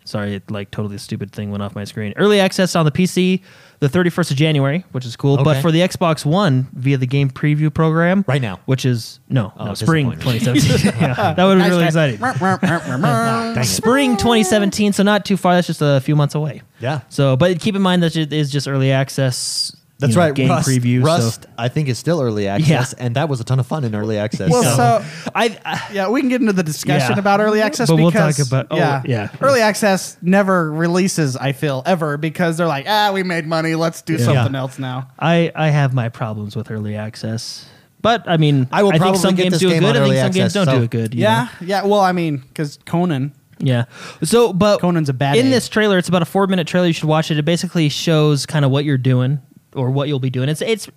[SPEAKER 3] Sorry, it, like totally stupid thing went off my screen. Early access on the PC, the thirty first of January, which is cool. But
[SPEAKER 1] Okay.
[SPEAKER 3] for the Xbox One via the game preview program,
[SPEAKER 1] Right now.
[SPEAKER 3] which is no,
[SPEAKER 1] Oh,
[SPEAKER 3] no spring twenty
[SPEAKER 1] disappointing.
[SPEAKER 3] seventeen. yeah, that would be
[SPEAKER 2] Nice
[SPEAKER 3] really
[SPEAKER 2] guy.
[SPEAKER 3] exciting.
[SPEAKER 1] Dang it.
[SPEAKER 3] Spring 2017, so not too far. That's just a few months away.
[SPEAKER 1] Yeah.
[SPEAKER 3] So, but keep in mind that it is just early access.
[SPEAKER 1] That's
[SPEAKER 3] you know,
[SPEAKER 1] right.
[SPEAKER 3] Game
[SPEAKER 1] Rust,
[SPEAKER 3] preview.
[SPEAKER 1] Rust,
[SPEAKER 3] So.
[SPEAKER 1] I think, is still early access, and that was a ton of fun in early access.
[SPEAKER 2] Well,
[SPEAKER 1] so-
[SPEAKER 2] so-
[SPEAKER 3] I, I
[SPEAKER 2] yeah, we can get into the discussion
[SPEAKER 3] Yeah.
[SPEAKER 2] about early access,
[SPEAKER 3] But we'll
[SPEAKER 2] because,
[SPEAKER 3] talk about- oh,
[SPEAKER 2] yeah,
[SPEAKER 3] yeah.
[SPEAKER 2] Early access never releases. I feel ever because they're like, ah, we made money, let's do something
[SPEAKER 1] Yeah.
[SPEAKER 2] else now.
[SPEAKER 3] I I have my problems with early access, but I mean,
[SPEAKER 1] I will
[SPEAKER 3] think
[SPEAKER 1] probably
[SPEAKER 3] some
[SPEAKER 1] get
[SPEAKER 3] games
[SPEAKER 1] this
[SPEAKER 3] do it
[SPEAKER 1] game
[SPEAKER 3] good.
[SPEAKER 1] on
[SPEAKER 3] I think
[SPEAKER 1] early
[SPEAKER 3] some games
[SPEAKER 1] access,
[SPEAKER 3] don't
[SPEAKER 1] so-
[SPEAKER 3] do it good. you know?
[SPEAKER 2] Yeah, yeah. Well, I mean, because Conan,
[SPEAKER 3] Yeah. So, but
[SPEAKER 2] Conan's a bad
[SPEAKER 3] In
[SPEAKER 2] egg.
[SPEAKER 3] this trailer, it's about a four minute trailer. You should watch it. It basically shows kind of what you're doing or what you'll be doing. It's it's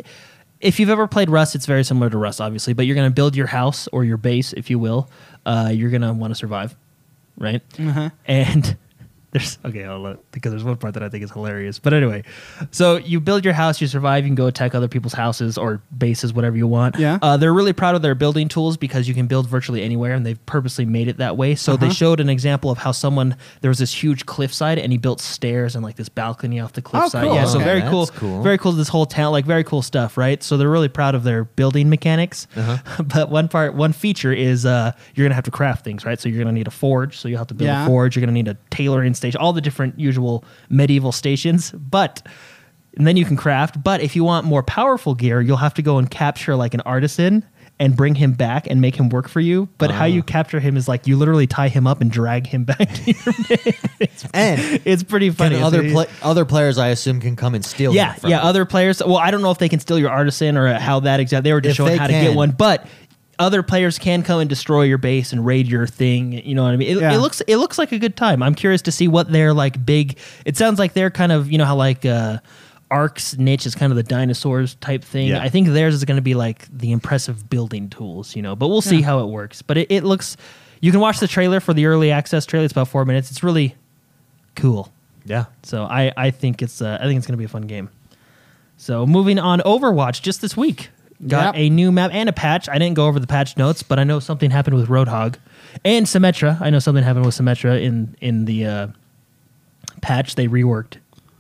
[SPEAKER 3] if you've ever played Rust, it's very similar to Rust, obviously. But you're going to build your house or
[SPEAKER 2] Uh-huh.
[SPEAKER 3] your base, if you will. Uh, you're going to want to survive, right? And There's okay, I'll let, because there's one part that I think is hilarious. But anyway, so you build your house, you survive, you can go attack other people's houses or bases, whatever you want.
[SPEAKER 2] Yeah.
[SPEAKER 3] Uh, they're really proud of their building tools because you can build virtually anywhere, and they've purposely made it that way. So they showed an example of how someone there was this huge cliffside, and he built stairs and like this balcony off the cliffside.
[SPEAKER 2] cool.
[SPEAKER 3] Yeah, so
[SPEAKER 2] Okay.
[SPEAKER 3] very
[SPEAKER 1] That's
[SPEAKER 3] cool,
[SPEAKER 1] cool.
[SPEAKER 3] very cool. This whole town, like very cool stuff, right? So they're really proud of their building mechanics.
[SPEAKER 1] Uh-huh.
[SPEAKER 3] but one part, one feature is uh, you're gonna have to craft things, right? So you're gonna need a forge, so you will have to build
[SPEAKER 2] Yeah.
[SPEAKER 3] a forge. You're gonna need a tailoring station, all the different usual medieval stations, but. And then you can craft, but if you want more powerful gear, you'll have to go and capture like an artisan and bring him back and make him work for you. But how
[SPEAKER 1] Ah.
[SPEAKER 3] you capture him is like you literally tie him up and drag him back. to your
[SPEAKER 1] And
[SPEAKER 3] It's pretty funny.
[SPEAKER 1] can
[SPEAKER 3] It's
[SPEAKER 1] other
[SPEAKER 3] pretty-
[SPEAKER 1] pla- other players, I assume, can come and steal.
[SPEAKER 3] yeah,
[SPEAKER 1] them from
[SPEAKER 3] yeah.
[SPEAKER 1] you.
[SPEAKER 3] Other players. Well, I don't know if they can steal your artisan or how that exactly. They were just
[SPEAKER 1] If
[SPEAKER 3] showing
[SPEAKER 1] they
[SPEAKER 3] how to
[SPEAKER 1] can.
[SPEAKER 3] get one, but other players can come and destroy your base and raid your thing. You know what I mean? It,
[SPEAKER 2] Yeah.
[SPEAKER 3] it looks it looks like a good time. I'm curious to see what their like big. It sounds like they're kind of you know how like. uh Arc's niche is kind of the dinosaurs type thing.
[SPEAKER 4] Yeah.
[SPEAKER 3] I think theirs is going to be like the impressive building tools, you know. But we'll see how it works. But it, it looks, you can watch the trailer for the early access trailer. It's about four minutes. It's really cool.
[SPEAKER 1] yeah.
[SPEAKER 3] So I, I think it's uh, I think it's gonna be a fun game. So moving on, Overwatch just this week
[SPEAKER 2] Yep.
[SPEAKER 3] got a new map and a patch. I didn't go over the patch notes, but I know something happened with Roadhog and Symmetra. I know something happened with Symmetra in in the uh, patch. They reworked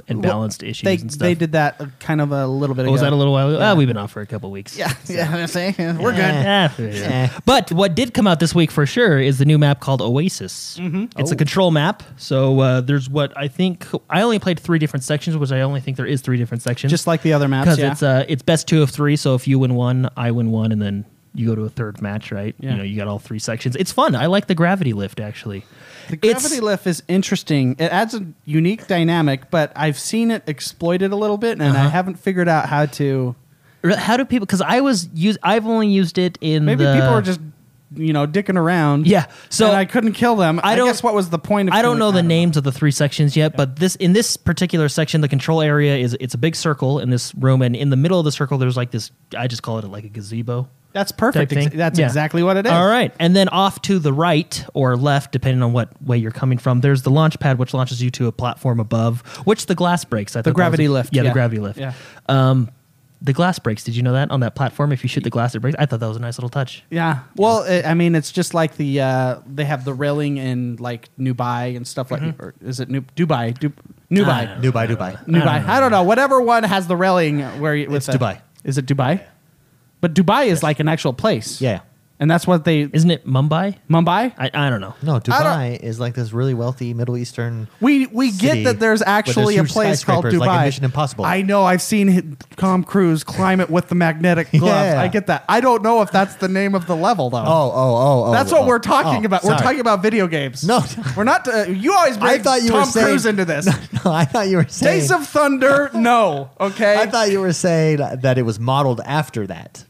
[SPEAKER 3] and
[SPEAKER 2] Well,
[SPEAKER 3] balanced issues
[SPEAKER 2] They,
[SPEAKER 3] and stuff.
[SPEAKER 2] they did that uh, kind of a little bit
[SPEAKER 3] Oh,
[SPEAKER 2] ago.
[SPEAKER 3] was that a little while ago? Ah, we've been off for a couple weeks.
[SPEAKER 2] Yeah, yeah. I'm saying, yeah, We're good.
[SPEAKER 3] Yeah. But what did come out this week for sure is the new map called Oasis.
[SPEAKER 2] Mm-hmm.
[SPEAKER 3] It's a
[SPEAKER 2] Oh.
[SPEAKER 3] control map. So uh, there's what I think I only played three different sections, which I only think there is three different sections.
[SPEAKER 2] Just like the other maps,
[SPEAKER 3] because
[SPEAKER 2] yeah.
[SPEAKER 3] it's uh, it's best two of three. So if you win one, I win one, and then you go to a third match, right?
[SPEAKER 2] Yeah.
[SPEAKER 3] You know, you got all three sections. It's fun. I like the gravity lift actually.
[SPEAKER 2] The
[SPEAKER 3] It's-
[SPEAKER 2] gravity lift is interesting. It adds a unique dynamic, but I've seen it exploited a little bit, and I
[SPEAKER 3] Uh-huh.
[SPEAKER 2] haven't figured out how to.
[SPEAKER 3] Re- How do people? Because I was use. I've only used it in
[SPEAKER 2] Maybe
[SPEAKER 3] the-
[SPEAKER 2] people are just you know dicking around.
[SPEAKER 3] Yeah, so-
[SPEAKER 2] and I couldn't kill them. I,
[SPEAKER 3] I don't-
[SPEAKER 2] guess what was the point? of
[SPEAKER 3] I don't
[SPEAKER 2] doing-
[SPEAKER 3] know the names of the three sections yet, but this in this particular section, the control area is it's a big circle in this room, and in the middle of the circle, there's like this. I just call it like a gazebo.
[SPEAKER 2] That's
[SPEAKER 3] type
[SPEAKER 2] perfect. Ex-
[SPEAKER 3] thing.
[SPEAKER 2] That's
[SPEAKER 3] Yeah.
[SPEAKER 2] exactly what it is.
[SPEAKER 3] All right, and then off to the right or left, depending on what way you're coming from. There's the launch pad, which launches you to a platform above, which the glass breaks. I thought that was
[SPEAKER 2] gravity
[SPEAKER 3] a-
[SPEAKER 2] lift,
[SPEAKER 3] Yeah,
[SPEAKER 2] yeah.
[SPEAKER 3] the gravity lift.
[SPEAKER 2] Yeah.
[SPEAKER 3] Um, the glass breaks. Did you know that on that platform? If you shoot the glass, it breaks. I thought that was a nice little touch.
[SPEAKER 2] Yeah. Well, i I mean, it's just like the uh, they have the railing in like Dubai and stuff
[SPEAKER 3] Mm-hmm.
[SPEAKER 2] like. Or is it New- Dubai? Du- Dubai.
[SPEAKER 3] Ah.
[SPEAKER 1] Dubai, Dubai.
[SPEAKER 2] Dubai. I don't, know. Whatever one has the railing where you, with
[SPEAKER 1] It's
[SPEAKER 2] the-
[SPEAKER 1] Dubai.
[SPEAKER 2] Is it Dubai? But Dubai is like an actual place.
[SPEAKER 1] Yeah.
[SPEAKER 2] And that's what they
[SPEAKER 3] Isn't it Mumbai?
[SPEAKER 2] Mumbai.
[SPEAKER 3] I, I don't know.
[SPEAKER 1] No,
[SPEAKER 2] don't-
[SPEAKER 1] Dubai is like this really wealthy Middle Eastern.
[SPEAKER 2] we we get
[SPEAKER 1] City
[SPEAKER 2] that there's
[SPEAKER 1] with
[SPEAKER 2] actually
[SPEAKER 1] those
[SPEAKER 2] a
[SPEAKER 1] huge
[SPEAKER 2] place called
[SPEAKER 1] skyscrapers,
[SPEAKER 2] Dubai.
[SPEAKER 1] like in Mission Impossible.
[SPEAKER 2] I know. I've seen hi- Tom Cruise climb it with the magnetic glove.
[SPEAKER 1] Yeah.
[SPEAKER 2] I get that. I don't know if that's the name of the level though.
[SPEAKER 1] Oh, oh, oh, oh.
[SPEAKER 2] That's what
[SPEAKER 1] oh,
[SPEAKER 2] we're talking
[SPEAKER 1] oh,
[SPEAKER 2] about. We're
[SPEAKER 1] sorry.
[SPEAKER 2] talking about video games.
[SPEAKER 1] No.
[SPEAKER 2] we're not. Uh, you always
[SPEAKER 1] I
[SPEAKER 2] bring
[SPEAKER 1] thought you
[SPEAKER 2] Tom
[SPEAKER 1] were saying
[SPEAKER 2] Cruise into this.
[SPEAKER 1] No, I thought you were saying.
[SPEAKER 2] Days of Thunder. No. Okay.
[SPEAKER 1] I thought you were saying that it was modeled after that.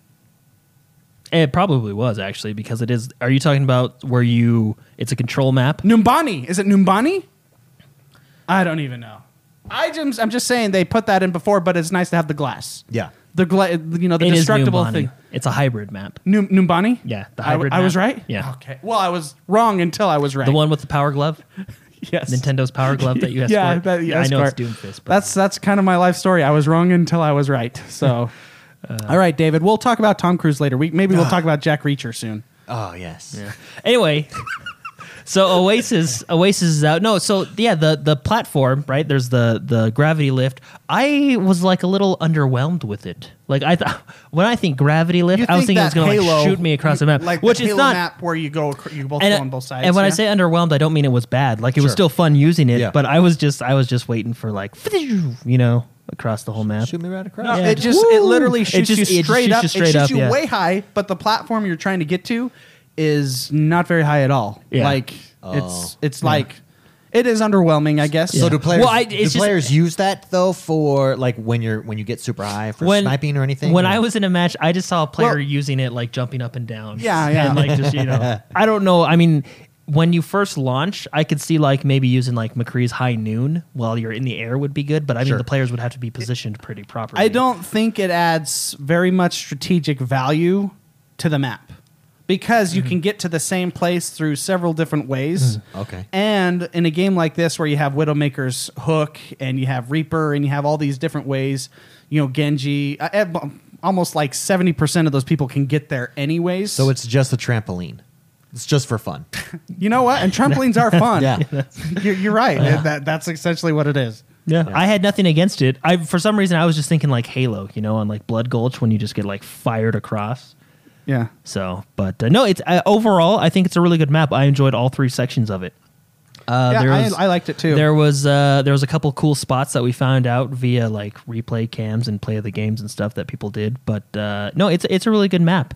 [SPEAKER 3] It probably was actually because it is. Are you talking about where you? It's a control map.
[SPEAKER 2] Numbani. Is it Numbani? I don't even know. I just, I'm just saying they put that in before, but it's nice to have the glass.
[SPEAKER 1] Yeah.
[SPEAKER 2] The gla- you know the
[SPEAKER 3] It is
[SPEAKER 2] destructible
[SPEAKER 3] Numbani.
[SPEAKER 2] thing.
[SPEAKER 3] It's a hybrid map.
[SPEAKER 2] Num- Numbani.
[SPEAKER 3] Yeah, the
[SPEAKER 2] I-
[SPEAKER 3] hybrid
[SPEAKER 2] I, was
[SPEAKER 3] map.
[SPEAKER 2] right.
[SPEAKER 3] Yeah.
[SPEAKER 2] Okay. Well, I was wrong until I was right.
[SPEAKER 3] The one with the power glove,
[SPEAKER 2] Yes.
[SPEAKER 3] Nintendo's power glove that you escort.
[SPEAKER 2] Yeah, that you
[SPEAKER 3] I know it's
[SPEAKER 2] escort.
[SPEAKER 3] Doomfist. But
[SPEAKER 2] That's that's kind of my life story. I was wrong until I was right. So, all right, David. We'll talk about Tom Cruise later. We maybe we'll talk about Jack Reacher soon.
[SPEAKER 1] Oh yes.
[SPEAKER 3] anyway. So Oasis, Oasis is out. No, so yeah, the the platform, right? There's the the gravity lift. I was like a little underwhelmed with it. Like I thought when I think gravity lift,
[SPEAKER 2] You
[SPEAKER 3] I was
[SPEAKER 2] think
[SPEAKER 3] thinking it was
[SPEAKER 2] that
[SPEAKER 3] going to
[SPEAKER 2] Halo-
[SPEAKER 3] like shoot me across the map,
[SPEAKER 2] like
[SPEAKER 3] which
[SPEAKER 2] the
[SPEAKER 3] is
[SPEAKER 2] Halo
[SPEAKER 3] not
[SPEAKER 2] map where you go acr- you both
[SPEAKER 3] and,
[SPEAKER 2] go on both sides.
[SPEAKER 3] and when I
[SPEAKER 2] yeah?
[SPEAKER 3] say underwhelmed, I don't mean it was bad. Like it was
[SPEAKER 1] Sure.
[SPEAKER 3] still fun using it,
[SPEAKER 1] Yeah.
[SPEAKER 3] but I was just I was just waiting for like you know across the whole map.
[SPEAKER 1] Shoot me right across.
[SPEAKER 2] No,
[SPEAKER 3] Yeah.
[SPEAKER 2] it just it
[SPEAKER 3] Woo!
[SPEAKER 2] literally
[SPEAKER 3] It
[SPEAKER 2] shoots
[SPEAKER 3] just- it
[SPEAKER 2] you
[SPEAKER 3] just
[SPEAKER 2] straight
[SPEAKER 3] shoots
[SPEAKER 2] up.
[SPEAKER 3] you straight
[SPEAKER 2] it shoots
[SPEAKER 3] up,
[SPEAKER 2] you
[SPEAKER 3] yeah.
[SPEAKER 2] way high, but the platform you're trying to get to is not very high at all.
[SPEAKER 3] Yeah.
[SPEAKER 2] Like it's it's like it is underwhelming, I guess.
[SPEAKER 1] So
[SPEAKER 3] Yeah.
[SPEAKER 1] do players?
[SPEAKER 3] Well, I-
[SPEAKER 1] do
[SPEAKER 3] it's just-
[SPEAKER 1] players use that though for like when you're when you get super high for sniping or anything?
[SPEAKER 3] When
[SPEAKER 1] Or-
[SPEAKER 3] I was in a match, I just saw a player
[SPEAKER 2] Well-
[SPEAKER 3] using it like jumping up and down.
[SPEAKER 2] Yeah, yeah.
[SPEAKER 3] And like just you know, I don't know. I mean, when you first launch, I could see like maybe using like McCree's High Noon while you're in the air would be good, but I mean
[SPEAKER 1] Sure.
[SPEAKER 3] the players would have to be positioned pretty properly.
[SPEAKER 2] I don't think it adds very much strategic value to the map. because you can get to the same place through several different ways.
[SPEAKER 1] Okay.
[SPEAKER 2] And in a game like this, where you have Widowmaker's hook and you have Reaper and you have all these different ways, you know, Genji, uh, eh, b- almost like 70% of those people can get there anyways.
[SPEAKER 1] So it's just a trampoline. It's just for fun.
[SPEAKER 2] you know what? And trampolines are fun.
[SPEAKER 1] Yeah.
[SPEAKER 2] you're, you're right. That, that's essentially what it is.
[SPEAKER 3] Yeah, I had nothing against it. I for some reason I was just thinking like Halo, you know, on like Blood Gulch when you just get like fired across.
[SPEAKER 2] Yeah.
[SPEAKER 3] So, but uh, no, it's uh, overall I think it's a really good map. I enjoyed all three sections of it. Uh,
[SPEAKER 2] yeah,
[SPEAKER 3] there
[SPEAKER 2] I,
[SPEAKER 3] was-
[SPEAKER 2] I liked it too.
[SPEAKER 3] There was uh, there was a couple cool spots that we found out via like replay cams and play of the games and stuff that people did. But uh, no, it's it's a really good map.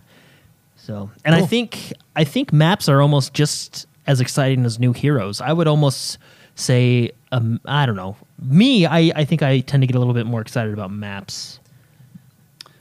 [SPEAKER 3] So, and I
[SPEAKER 1] Cool.
[SPEAKER 3] think I think maps are almost just as exciting as new heroes. I would almost say um, I don't know. Me, I, I think I tend to get a little bit more excited about maps.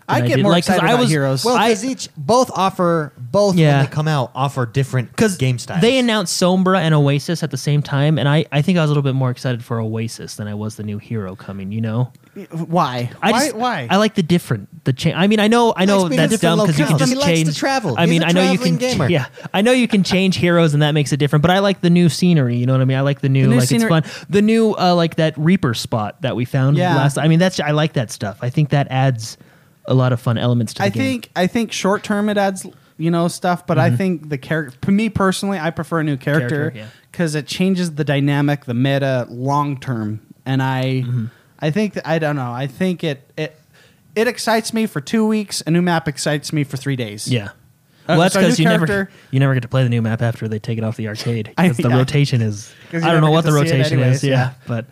[SPEAKER 2] I
[SPEAKER 3] than I
[SPEAKER 2] get
[SPEAKER 3] did.
[SPEAKER 2] more
[SPEAKER 3] Like, 'cause
[SPEAKER 2] excited
[SPEAKER 3] I
[SPEAKER 2] about
[SPEAKER 3] was-
[SPEAKER 2] heroes.
[SPEAKER 3] Well,
[SPEAKER 1] Well,
[SPEAKER 3] I-
[SPEAKER 1] because each both offer both
[SPEAKER 3] Yeah.
[SPEAKER 1] when they come out offer different
[SPEAKER 3] Because
[SPEAKER 1] game styles.
[SPEAKER 3] they announced Sombra and Oasis at the same time, and I, I think I was a little bit more excited for Oasis than I was the new hero coming. You know,
[SPEAKER 2] why?
[SPEAKER 3] I
[SPEAKER 2] why?
[SPEAKER 3] just,
[SPEAKER 2] why?
[SPEAKER 3] I like the different the change. I mean, I know I know
[SPEAKER 1] likes being in
[SPEAKER 3] that's dumb
[SPEAKER 1] different
[SPEAKER 3] because you can
[SPEAKER 1] locales.
[SPEAKER 3] just
[SPEAKER 1] He likes
[SPEAKER 3] change
[SPEAKER 1] to travel.
[SPEAKER 3] I
[SPEAKER 1] He's
[SPEAKER 3] mean,
[SPEAKER 1] a
[SPEAKER 3] I know you can
[SPEAKER 1] traveling gamer.
[SPEAKER 3] yeah, I know you can change heroes and that makes it different. But I like the new scenery. You know what I mean? I like the new,
[SPEAKER 2] new
[SPEAKER 3] like
[SPEAKER 2] scenery-
[SPEAKER 3] it's fun. The new uh, like that Reaper spot that we found
[SPEAKER 2] Yeah.
[SPEAKER 3] last. I mean, that's I like that stuff. I think that adds a lot of fun elements to the
[SPEAKER 2] I
[SPEAKER 3] game. Mm-hmm.
[SPEAKER 2] think I think short term it adds you know stuff, but I think the character. Me personally, I prefer a new character
[SPEAKER 3] Character, yeah.
[SPEAKER 2] because it changes the dynamic, the meta, long term. And I,
[SPEAKER 3] Mm-hmm.
[SPEAKER 2] I think that, I don't know. I think it it it excites me for two weeks. A new map excites me for three days.
[SPEAKER 3] yeah.
[SPEAKER 2] Uh,
[SPEAKER 3] Well, that's
[SPEAKER 2] so a new
[SPEAKER 3] because you never
[SPEAKER 2] character-
[SPEAKER 3] you never get to play the new map after they take it off the arcade.
[SPEAKER 2] I-
[SPEAKER 3] Because the
[SPEAKER 2] yeah.
[SPEAKER 3] rotation is
[SPEAKER 2] 'Cause you
[SPEAKER 3] I don't know
[SPEAKER 2] never
[SPEAKER 3] what
[SPEAKER 2] get
[SPEAKER 3] the
[SPEAKER 2] to see it
[SPEAKER 3] rotation
[SPEAKER 2] anyways,
[SPEAKER 3] is. Yeah,
[SPEAKER 2] yeah.
[SPEAKER 3] but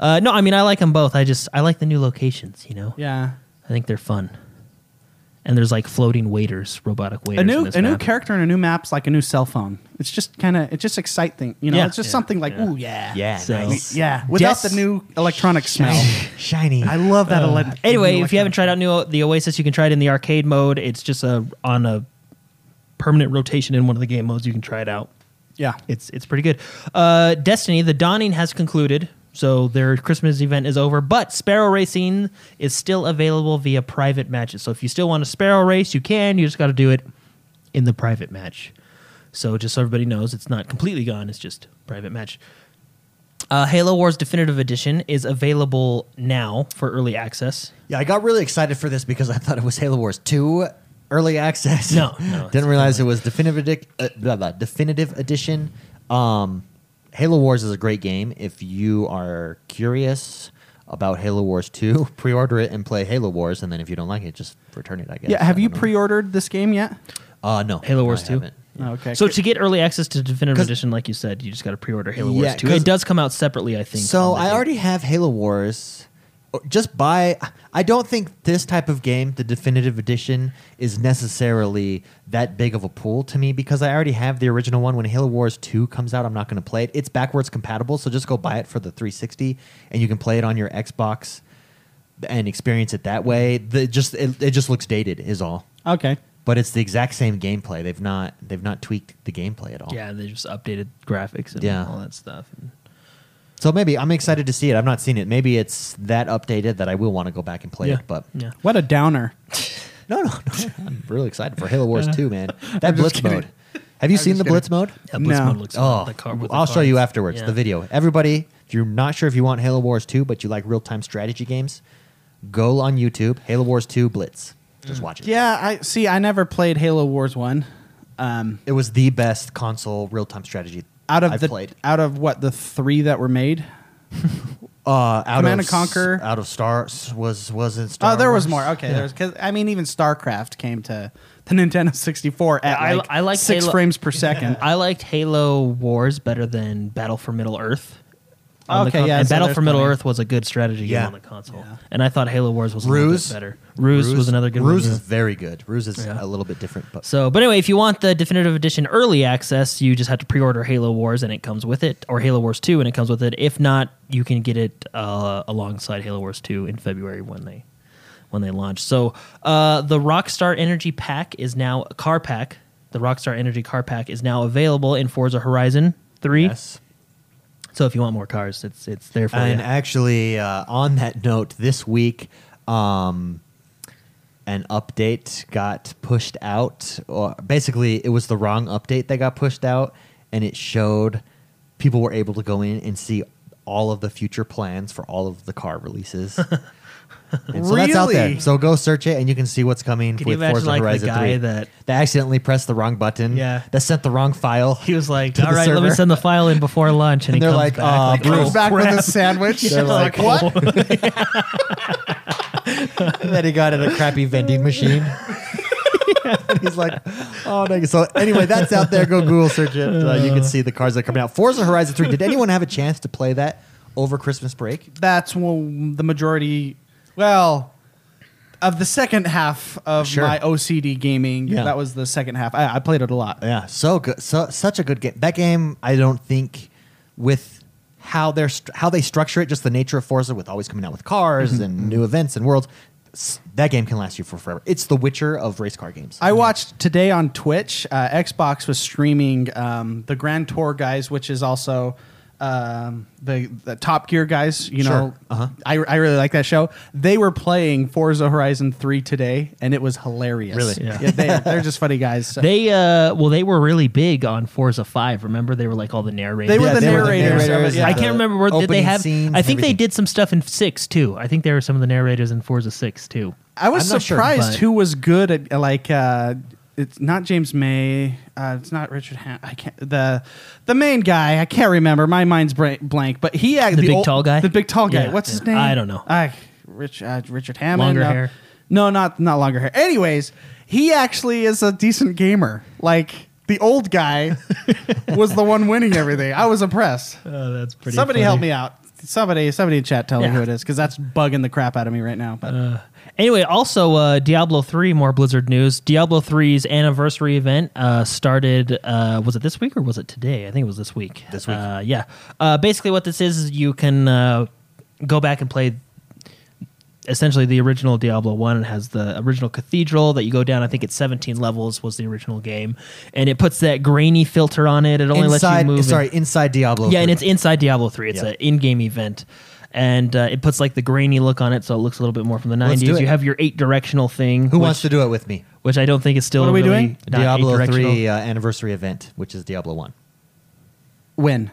[SPEAKER 3] uh, no, I mean I like them both. I just I like the new locations. You know.
[SPEAKER 2] yeah.
[SPEAKER 3] I think they're fun. And there's like floating waiters, robotic waiters.
[SPEAKER 2] A new
[SPEAKER 3] in this
[SPEAKER 2] a new
[SPEAKER 3] map.
[SPEAKER 2] character and a new map's like a new cell phone. It's just kind of it just exciting. You know,
[SPEAKER 3] Yeah.
[SPEAKER 2] it's just
[SPEAKER 3] Yeah.
[SPEAKER 2] something like
[SPEAKER 3] Yeah.
[SPEAKER 2] ooh yeah
[SPEAKER 1] yeah,
[SPEAKER 3] So-
[SPEAKER 1] nice.
[SPEAKER 2] yeah
[SPEAKER 1] Yes.
[SPEAKER 2] without the new electronic smell.
[SPEAKER 1] shiny.
[SPEAKER 2] I love that. ele-
[SPEAKER 3] Uh, Anyway,
[SPEAKER 2] new
[SPEAKER 3] if you haven't tried out new the Oasis, you can try it in the arcade mode. It's just a on a permanent rotation in one of the game modes. You can try it out.
[SPEAKER 2] yeah,
[SPEAKER 3] It's it's pretty good. Uh, Destiny, the dawning has concluded, so their Christmas event is over. But Sparrow Racing is still available via private matches. So if you still want to Sparrow race, you can. You just got to do it in the private match. So just so everybody knows, it's not completely gone. It's just private match. Uh, Halo Wars Definitive Edition is available now for early access.
[SPEAKER 1] Yeah, I got really excited for this because I thought it was Halo Wars 2 early access.
[SPEAKER 3] No, no, it's
[SPEAKER 1] Didn't realize it was definitive edic- uh, blah, blah, definitive edition. Um, Halo Wars is a great game. If you are curious about Halo Wars 2, pre-order it and play Halo Wars and then if you don't like it, just return it, I guess.
[SPEAKER 2] yeah. Have
[SPEAKER 1] I
[SPEAKER 2] you
[SPEAKER 1] don't know.
[SPEAKER 2] pre-ordered this game yet?
[SPEAKER 1] Uh no.
[SPEAKER 3] Halo
[SPEAKER 1] no,
[SPEAKER 3] Wars
[SPEAKER 1] I
[SPEAKER 3] 2?
[SPEAKER 1] haven't.
[SPEAKER 2] Okay.
[SPEAKER 3] So to get early access to Definitive
[SPEAKER 1] 'Cause-
[SPEAKER 3] Edition, like you said, you just got to pre-order Halo
[SPEAKER 1] Yeah,
[SPEAKER 3] Wars 2.
[SPEAKER 1] 'cause-
[SPEAKER 3] It does come out separately, I think.
[SPEAKER 1] So
[SPEAKER 3] on the
[SPEAKER 1] I
[SPEAKER 3] day.
[SPEAKER 1] already have Halo Wars. Or Just buy. I don't think this type of game, the definitive edition, is necessarily that big of a pull to me because I already have the original one. When Halo Wars 2 comes out, I'm not going to play it. It's backwards compatible, so just go buy it for the 360 and you can play it on your Xbox and experience it that way. The, just it, it just looks dated is all.
[SPEAKER 2] okay.
[SPEAKER 1] But it's the exact same gameplay. They've not they've not tweaked the gameplay at all.
[SPEAKER 3] Yeah, they just updated graphics and
[SPEAKER 1] Oh. Yeah.
[SPEAKER 3] all that stuff. And-
[SPEAKER 1] So maybe I'm excited to see it. I've not seen it. Maybe it's that updated that I will want to go back and play
[SPEAKER 3] yeah,
[SPEAKER 1] it. But
[SPEAKER 3] yeah.
[SPEAKER 2] What a downer.
[SPEAKER 1] no, no, no. I'm really excited for Halo Wars 2, man. That Blitz
[SPEAKER 2] kidding.
[SPEAKER 1] mode. Have you seen
[SPEAKER 2] just
[SPEAKER 1] the
[SPEAKER 2] kidding.
[SPEAKER 1] Blitz mode?
[SPEAKER 3] Yeah, Blitz
[SPEAKER 2] No.
[SPEAKER 3] mode looks
[SPEAKER 1] Oh,
[SPEAKER 3] fun, the car with the
[SPEAKER 1] I'll show you
[SPEAKER 3] cards.
[SPEAKER 1] afterwards
[SPEAKER 3] Yeah.
[SPEAKER 1] the video. Everybody, if you're not sure if you want Halo Wars 2, but you like real time strategy games, go on YouTube, Halo Wars 2 Blitz. Just
[SPEAKER 3] Mm.
[SPEAKER 1] watch it.
[SPEAKER 2] Yeah, I see. I never played Halo Wars one. Um,
[SPEAKER 1] It was the best console real time strategy
[SPEAKER 2] out of
[SPEAKER 1] I've
[SPEAKER 2] the
[SPEAKER 1] played.
[SPEAKER 2] out of what the three that were made.
[SPEAKER 1] Uh, out
[SPEAKER 2] Command
[SPEAKER 1] of
[SPEAKER 2] and Conquer.
[SPEAKER 1] S- out of Star was was in Star.
[SPEAKER 2] Oh, there was
[SPEAKER 1] Wars.
[SPEAKER 2] more. Okay,
[SPEAKER 1] Yeah.
[SPEAKER 2] there was because I mean, even StarCraft came to the Nintendo sixty four at
[SPEAKER 3] Yeah, I-
[SPEAKER 2] like,
[SPEAKER 3] I like
[SPEAKER 2] six
[SPEAKER 3] Halo-
[SPEAKER 2] frames per second.
[SPEAKER 3] I liked Halo Wars better than Battle for Middle Earth. on the
[SPEAKER 2] Okay,
[SPEAKER 3] con-
[SPEAKER 2] yeah,
[SPEAKER 3] And
[SPEAKER 2] so
[SPEAKER 3] Battle
[SPEAKER 2] there's
[SPEAKER 3] for Middle
[SPEAKER 2] plenty.
[SPEAKER 3] Earth was a good strategy
[SPEAKER 1] Yeah.
[SPEAKER 3] game on the console,
[SPEAKER 2] Yeah.
[SPEAKER 3] and I thought Halo Wars was a little
[SPEAKER 1] Ruse?
[SPEAKER 3] bit better. Ruse, was another good
[SPEAKER 1] Ruse
[SPEAKER 3] one.
[SPEAKER 1] is
[SPEAKER 3] yeah.
[SPEAKER 1] very good. Ruse is
[SPEAKER 3] Yeah.
[SPEAKER 1] a little bit different, but
[SPEAKER 3] So, but anyway, if you want the definitive edition early access, you just have to pre-order Halo Wars and it comes with it, or Halo Wars Two and it comes with it. If not, you can get it uh, alongside Halo Wars Two in February when they when they launch. So, uh, the Rockstar Energy Pack is now a car pack. The Rockstar Energy car pack is now available in Forza Horizon Three.
[SPEAKER 1] yes.
[SPEAKER 3] So, if you want more cars, it's it's there for
[SPEAKER 1] And
[SPEAKER 3] you.
[SPEAKER 1] actually, uh, on that note, this week, um, an update got pushed out, or basically it was the wrong update that got pushed out, and it showed people were able to go in and see all of the future plans for all of the car releases. And so that's out there.
[SPEAKER 2] Really?
[SPEAKER 1] So go search it, and you can see what's coming
[SPEAKER 3] Can you
[SPEAKER 1] with
[SPEAKER 3] imagine,
[SPEAKER 1] Forza
[SPEAKER 3] like, the
[SPEAKER 1] Horizon
[SPEAKER 3] guy
[SPEAKER 1] 3.
[SPEAKER 3] that-
[SPEAKER 1] that accidentally pressed the wrong button.
[SPEAKER 3] Yeah.
[SPEAKER 1] that sent the wrong file.
[SPEAKER 3] He was like,
[SPEAKER 1] To the
[SPEAKER 3] "All right, let me
[SPEAKER 1] server.
[SPEAKER 3] send the file in before lunch," and,
[SPEAKER 1] And
[SPEAKER 3] he
[SPEAKER 1] they're like,
[SPEAKER 3] comes back,
[SPEAKER 1] "Uh,
[SPEAKER 3] like, "Oh,
[SPEAKER 1] Bruce."
[SPEAKER 2] Comes back with a
[SPEAKER 3] crap.
[SPEAKER 2] sandwich.
[SPEAKER 1] They're like,
[SPEAKER 2] what?
[SPEAKER 1] that he got at a crappy vending machine. And He's like, oh, no. so anyway, that's out there. Go Google search it. Uh, you can see the cars that are coming out. Forza Horizon 3. Did anyone have a chance to play that over Christmas break?
[SPEAKER 2] That's when the majority. Well, of the second half of
[SPEAKER 1] Sure.
[SPEAKER 2] my OCD gaming,
[SPEAKER 1] Yeah.
[SPEAKER 2] that was the second half. I, I played it a lot.
[SPEAKER 1] Yeah, so good, so such a good game. That game, I don't think, with how they're st- how they structure it, just the nature of Forza, with always coming out with cars
[SPEAKER 3] Mm-hmm.
[SPEAKER 1] and new events and worlds, s- that game can last you for forever. It's the Witcher of race car games.
[SPEAKER 2] I watched today on Twitch. Uh, Xbox was streaming um, the Grand Tour guys, which is also um, the, the Top Gear guys. You
[SPEAKER 1] Sure.
[SPEAKER 2] know,
[SPEAKER 1] Uh-huh.
[SPEAKER 2] I, I really like that show. They were playing Forza Horizon Three today, and it was hilarious.
[SPEAKER 1] Really?
[SPEAKER 3] Yeah.
[SPEAKER 2] Yeah, they, they're just funny guys. So-
[SPEAKER 3] They uh well they were really big on Forza 5. Remember they were like all the narrators.
[SPEAKER 2] They were the
[SPEAKER 1] they were the
[SPEAKER 2] narrators. of it,
[SPEAKER 1] narrators,
[SPEAKER 2] yeah.
[SPEAKER 3] I
[SPEAKER 1] the
[SPEAKER 3] can't remember where did they
[SPEAKER 1] opening
[SPEAKER 3] have
[SPEAKER 1] scenes
[SPEAKER 3] I
[SPEAKER 1] and
[SPEAKER 3] think they
[SPEAKER 1] everything.
[SPEAKER 3] did some stuff in 6 too. I think there were some of the narrators in Forza 6 too.
[SPEAKER 2] I was
[SPEAKER 1] I'm not sure,
[SPEAKER 2] surprised
[SPEAKER 3] but-
[SPEAKER 2] who was good at uh, like uh, it's not James May, uh, it's not Richard. Han- I can't the the main guy. I can't remember. My mind's bra- blank. But he act-
[SPEAKER 3] The big tall guy?
[SPEAKER 2] The big tall guy.
[SPEAKER 3] Yeah,
[SPEAKER 2] What's
[SPEAKER 3] yeah.
[SPEAKER 2] his name?
[SPEAKER 3] I don't know.
[SPEAKER 2] I, Rich uh, Richard Hammond.
[SPEAKER 3] Longer
[SPEAKER 2] no.
[SPEAKER 3] hair.
[SPEAKER 2] No, not not longer hair. Anyways, he actually is a decent gamer. Like the old guy was the one winning everything. I was impressed.
[SPEAKER 3] Oh, that's pretty
[SPEAKER 2] Somebody help me out. Somebody, somebody in chat, tell
[SPEAKER 3] Yeah. Uh.
[SPEAKER 2] me who it is, because that's bugging the crap out of me right now. But
[SPEAKER 3] Anyway, also uh, Diablo 3 more Blizzard news. Diablo 3's anniversary event uh, started uh, was it this week or was it today? I think it was this week.
[SPEAKER 1] This week.
[SPEAKER 3] Uh, yeah. Uh, basically what this is is you can uh, go back and play essentially the original Diablo 1 It has the original cathedral that you go down I think it's 17 levels was the original game and it puts that grainy filter on it. It only lets you
[SPEAKER 1] inside,
[SPEAKER 3] move in-
[SPEAKER 1] sorry, inside Diablo.
[SPEAKER 3] yeah, and
[SPEAKER 1] 3.
[SPEAKER 3] it's inside Diablo 3. It's
[SPEAKER 1] Yeah.
[SPEAKER 3] an in-game event. And uh, it puts like the grainy look on it, so it looks a little bit more from the
[SPEAKER 1] Let's do
[SPEAKER 3] 90s.
[SPEAKER 1] it.
[SPEAKER 3] You have your eight directional thing,
[SPEAKER 1] Who
[SPEAKER 3] which,
[SPEAKER 1] wants to do it with me?
[SPEAKER 3] which I don't think is still.
[SPEAKER 2] What are we
[SPEAKER 3] really
[SPEAKER 2] doing?
[SPEAKER 3] not
[SPEAKER 1] Diablo
[SPEAKER 3] eight-directional.
[SPEAKER 1] three uh, anniversary event, which is Diablo one.
[SPEAKER 2] win.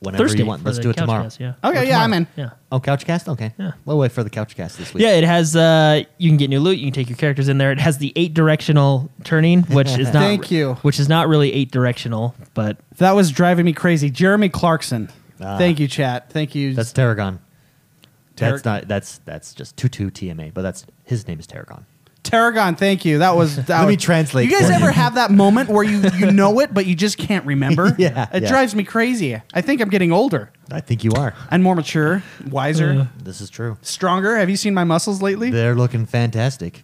[SPEAKER 1] Whenever
[SPEAKER 3] Thursday.
[SPEAKER 1] you want,
[SPEAKER 3] for
[SPEAKER 1] let's
[SPEAKER 3] the
[SPEAKER 1] do it
[SPEAKER 3] couch
[SPEAKER 1] tomorrow.
[SPEAKER 3] cast, yeah.
[SPEAKER 2] Okay,
[SPEAKER 3] Or
[SPEAKER 2] yeah, I'm
[SPEAKER 3] tomorrow.
[SPEAKER 2] in.
[SPEAKER 3] Yeah.
[SPEAKER 1] Oh, Couchcast. Okay.
[SPEAKER 3] Yeah.
[SPEAKER 1] We'll wait for the Couchcast this week.
[SPEAKER 3] Yeah, it has. Uh, you can get new loot. You can take your characters in there. It has the eight directional turning, which is not.
[SPEAKER 2] Thank you.
[SPEAKER 3] Which is not really eight directional, but
[SPEAKER 2] That was driving me crazy. Jeremy Clarkson.
[SPEAKER 1] Ah.
[SPEAKER 2] Thank you, chat. Thank you.
[SPEAKER 1] That's Tarragon.
[SPEAKER 2] Tarrag-
[SPEAKER 1] that's not. That's that's just tutu TMA. But that's his name is Tarragon.
[SPEAKER 2] Tarragon, thank you. That was. That
[SPEAKER 1] Let me
[SPEAKER 2] was-
[SPEAKER 1] translate
[SPEAKER 2] You guys
[SPEAKER 1] for
[SPEAKER 2] ever
[SPEAKER 1] you.
[SPEAKER 2] have that moment where you, you know it, but you just can't remember?
[SPEAKER 1] Yeah,
[SPEAKER 2] It
[SPEAKER 1] yeah.
[SPEAKER 2] drives me crazy. I think I'm getting older
[SPEAKER 1] I think you are.
[SPEAKER 2] and more mature, wiser,
[SPEAKER 1] This is true.
[SPEAKER 2] stronger. Have you seen my muscles lately?
[SPEAKER 1] They're looking fantastic.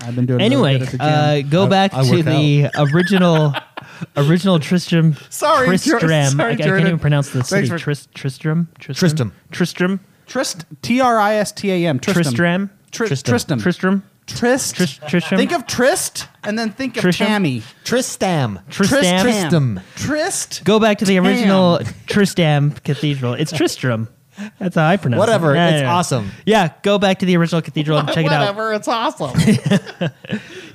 [SPEAKER 2] I've been doing really
[SPEAKER 3] anyway,
[SPEAKER 2] good at the gym.
[SPEAKER 3] uh, go
[SPEAKER 1] I-
[SPEAKER 3] back
[SPEAKER 1] I
[SPEAKER 3] to
[SPEAKER 1] work
[SPEAKER 3] the original, original Tristram.
[SPEAKER 2] Sorry, Jor-
[SPEAKER 3] Tristram.
[SPEAKER 2] sorry,
[SPEAKER 3] I, I can't
[SPEAKER 2] Jordan.
[SPEAKER 3] even pronounce the city.
[SPEAKER 2] Thanks for-
[SPEAKER 3] Tris- Tristram? Tristram.
[SPEAKER 1] Tristram.
[SPEAKER 3] Tristram.
[SPEAKER 2] Trist, T R I S T A M.
[SPEAKER 3] Tristram.
[SPEAKER 2] Tri-
[SPEAKER 1] Tristram.
[SPEAKER 2] Tristam.
[SPEAKER 3] Tristram.
[SPEAKER 2] Trist.
[SPEAKER 3] Tris- Tristram.
[SPEAKER 2] Think of Trist and then think of
[SPEAKER 3] Trisham?
[SPEAKER 2] Tammy.
[SPEAKER 1] Tristam.
[SPEAKER 3] Tristam.
[SPEAKER 1] Tristam.
[SPEAKER 2] Trist.
[SPEAKER 3] Go back to the original Tristram Cathedral. It's Tristram. That's how I pronounce it.
[SPEAKER 1] Whatever,
[SPEAKER 3] Yeah,
[SPEAKER 1] it's
[SPEAKER 3] yeah.
[SPEAKER 1] awesome.
[SPEAKER 3] Yeah, go back to the original cathedral and check it out.
[SPEAKER 2] Whatever, it's awesome.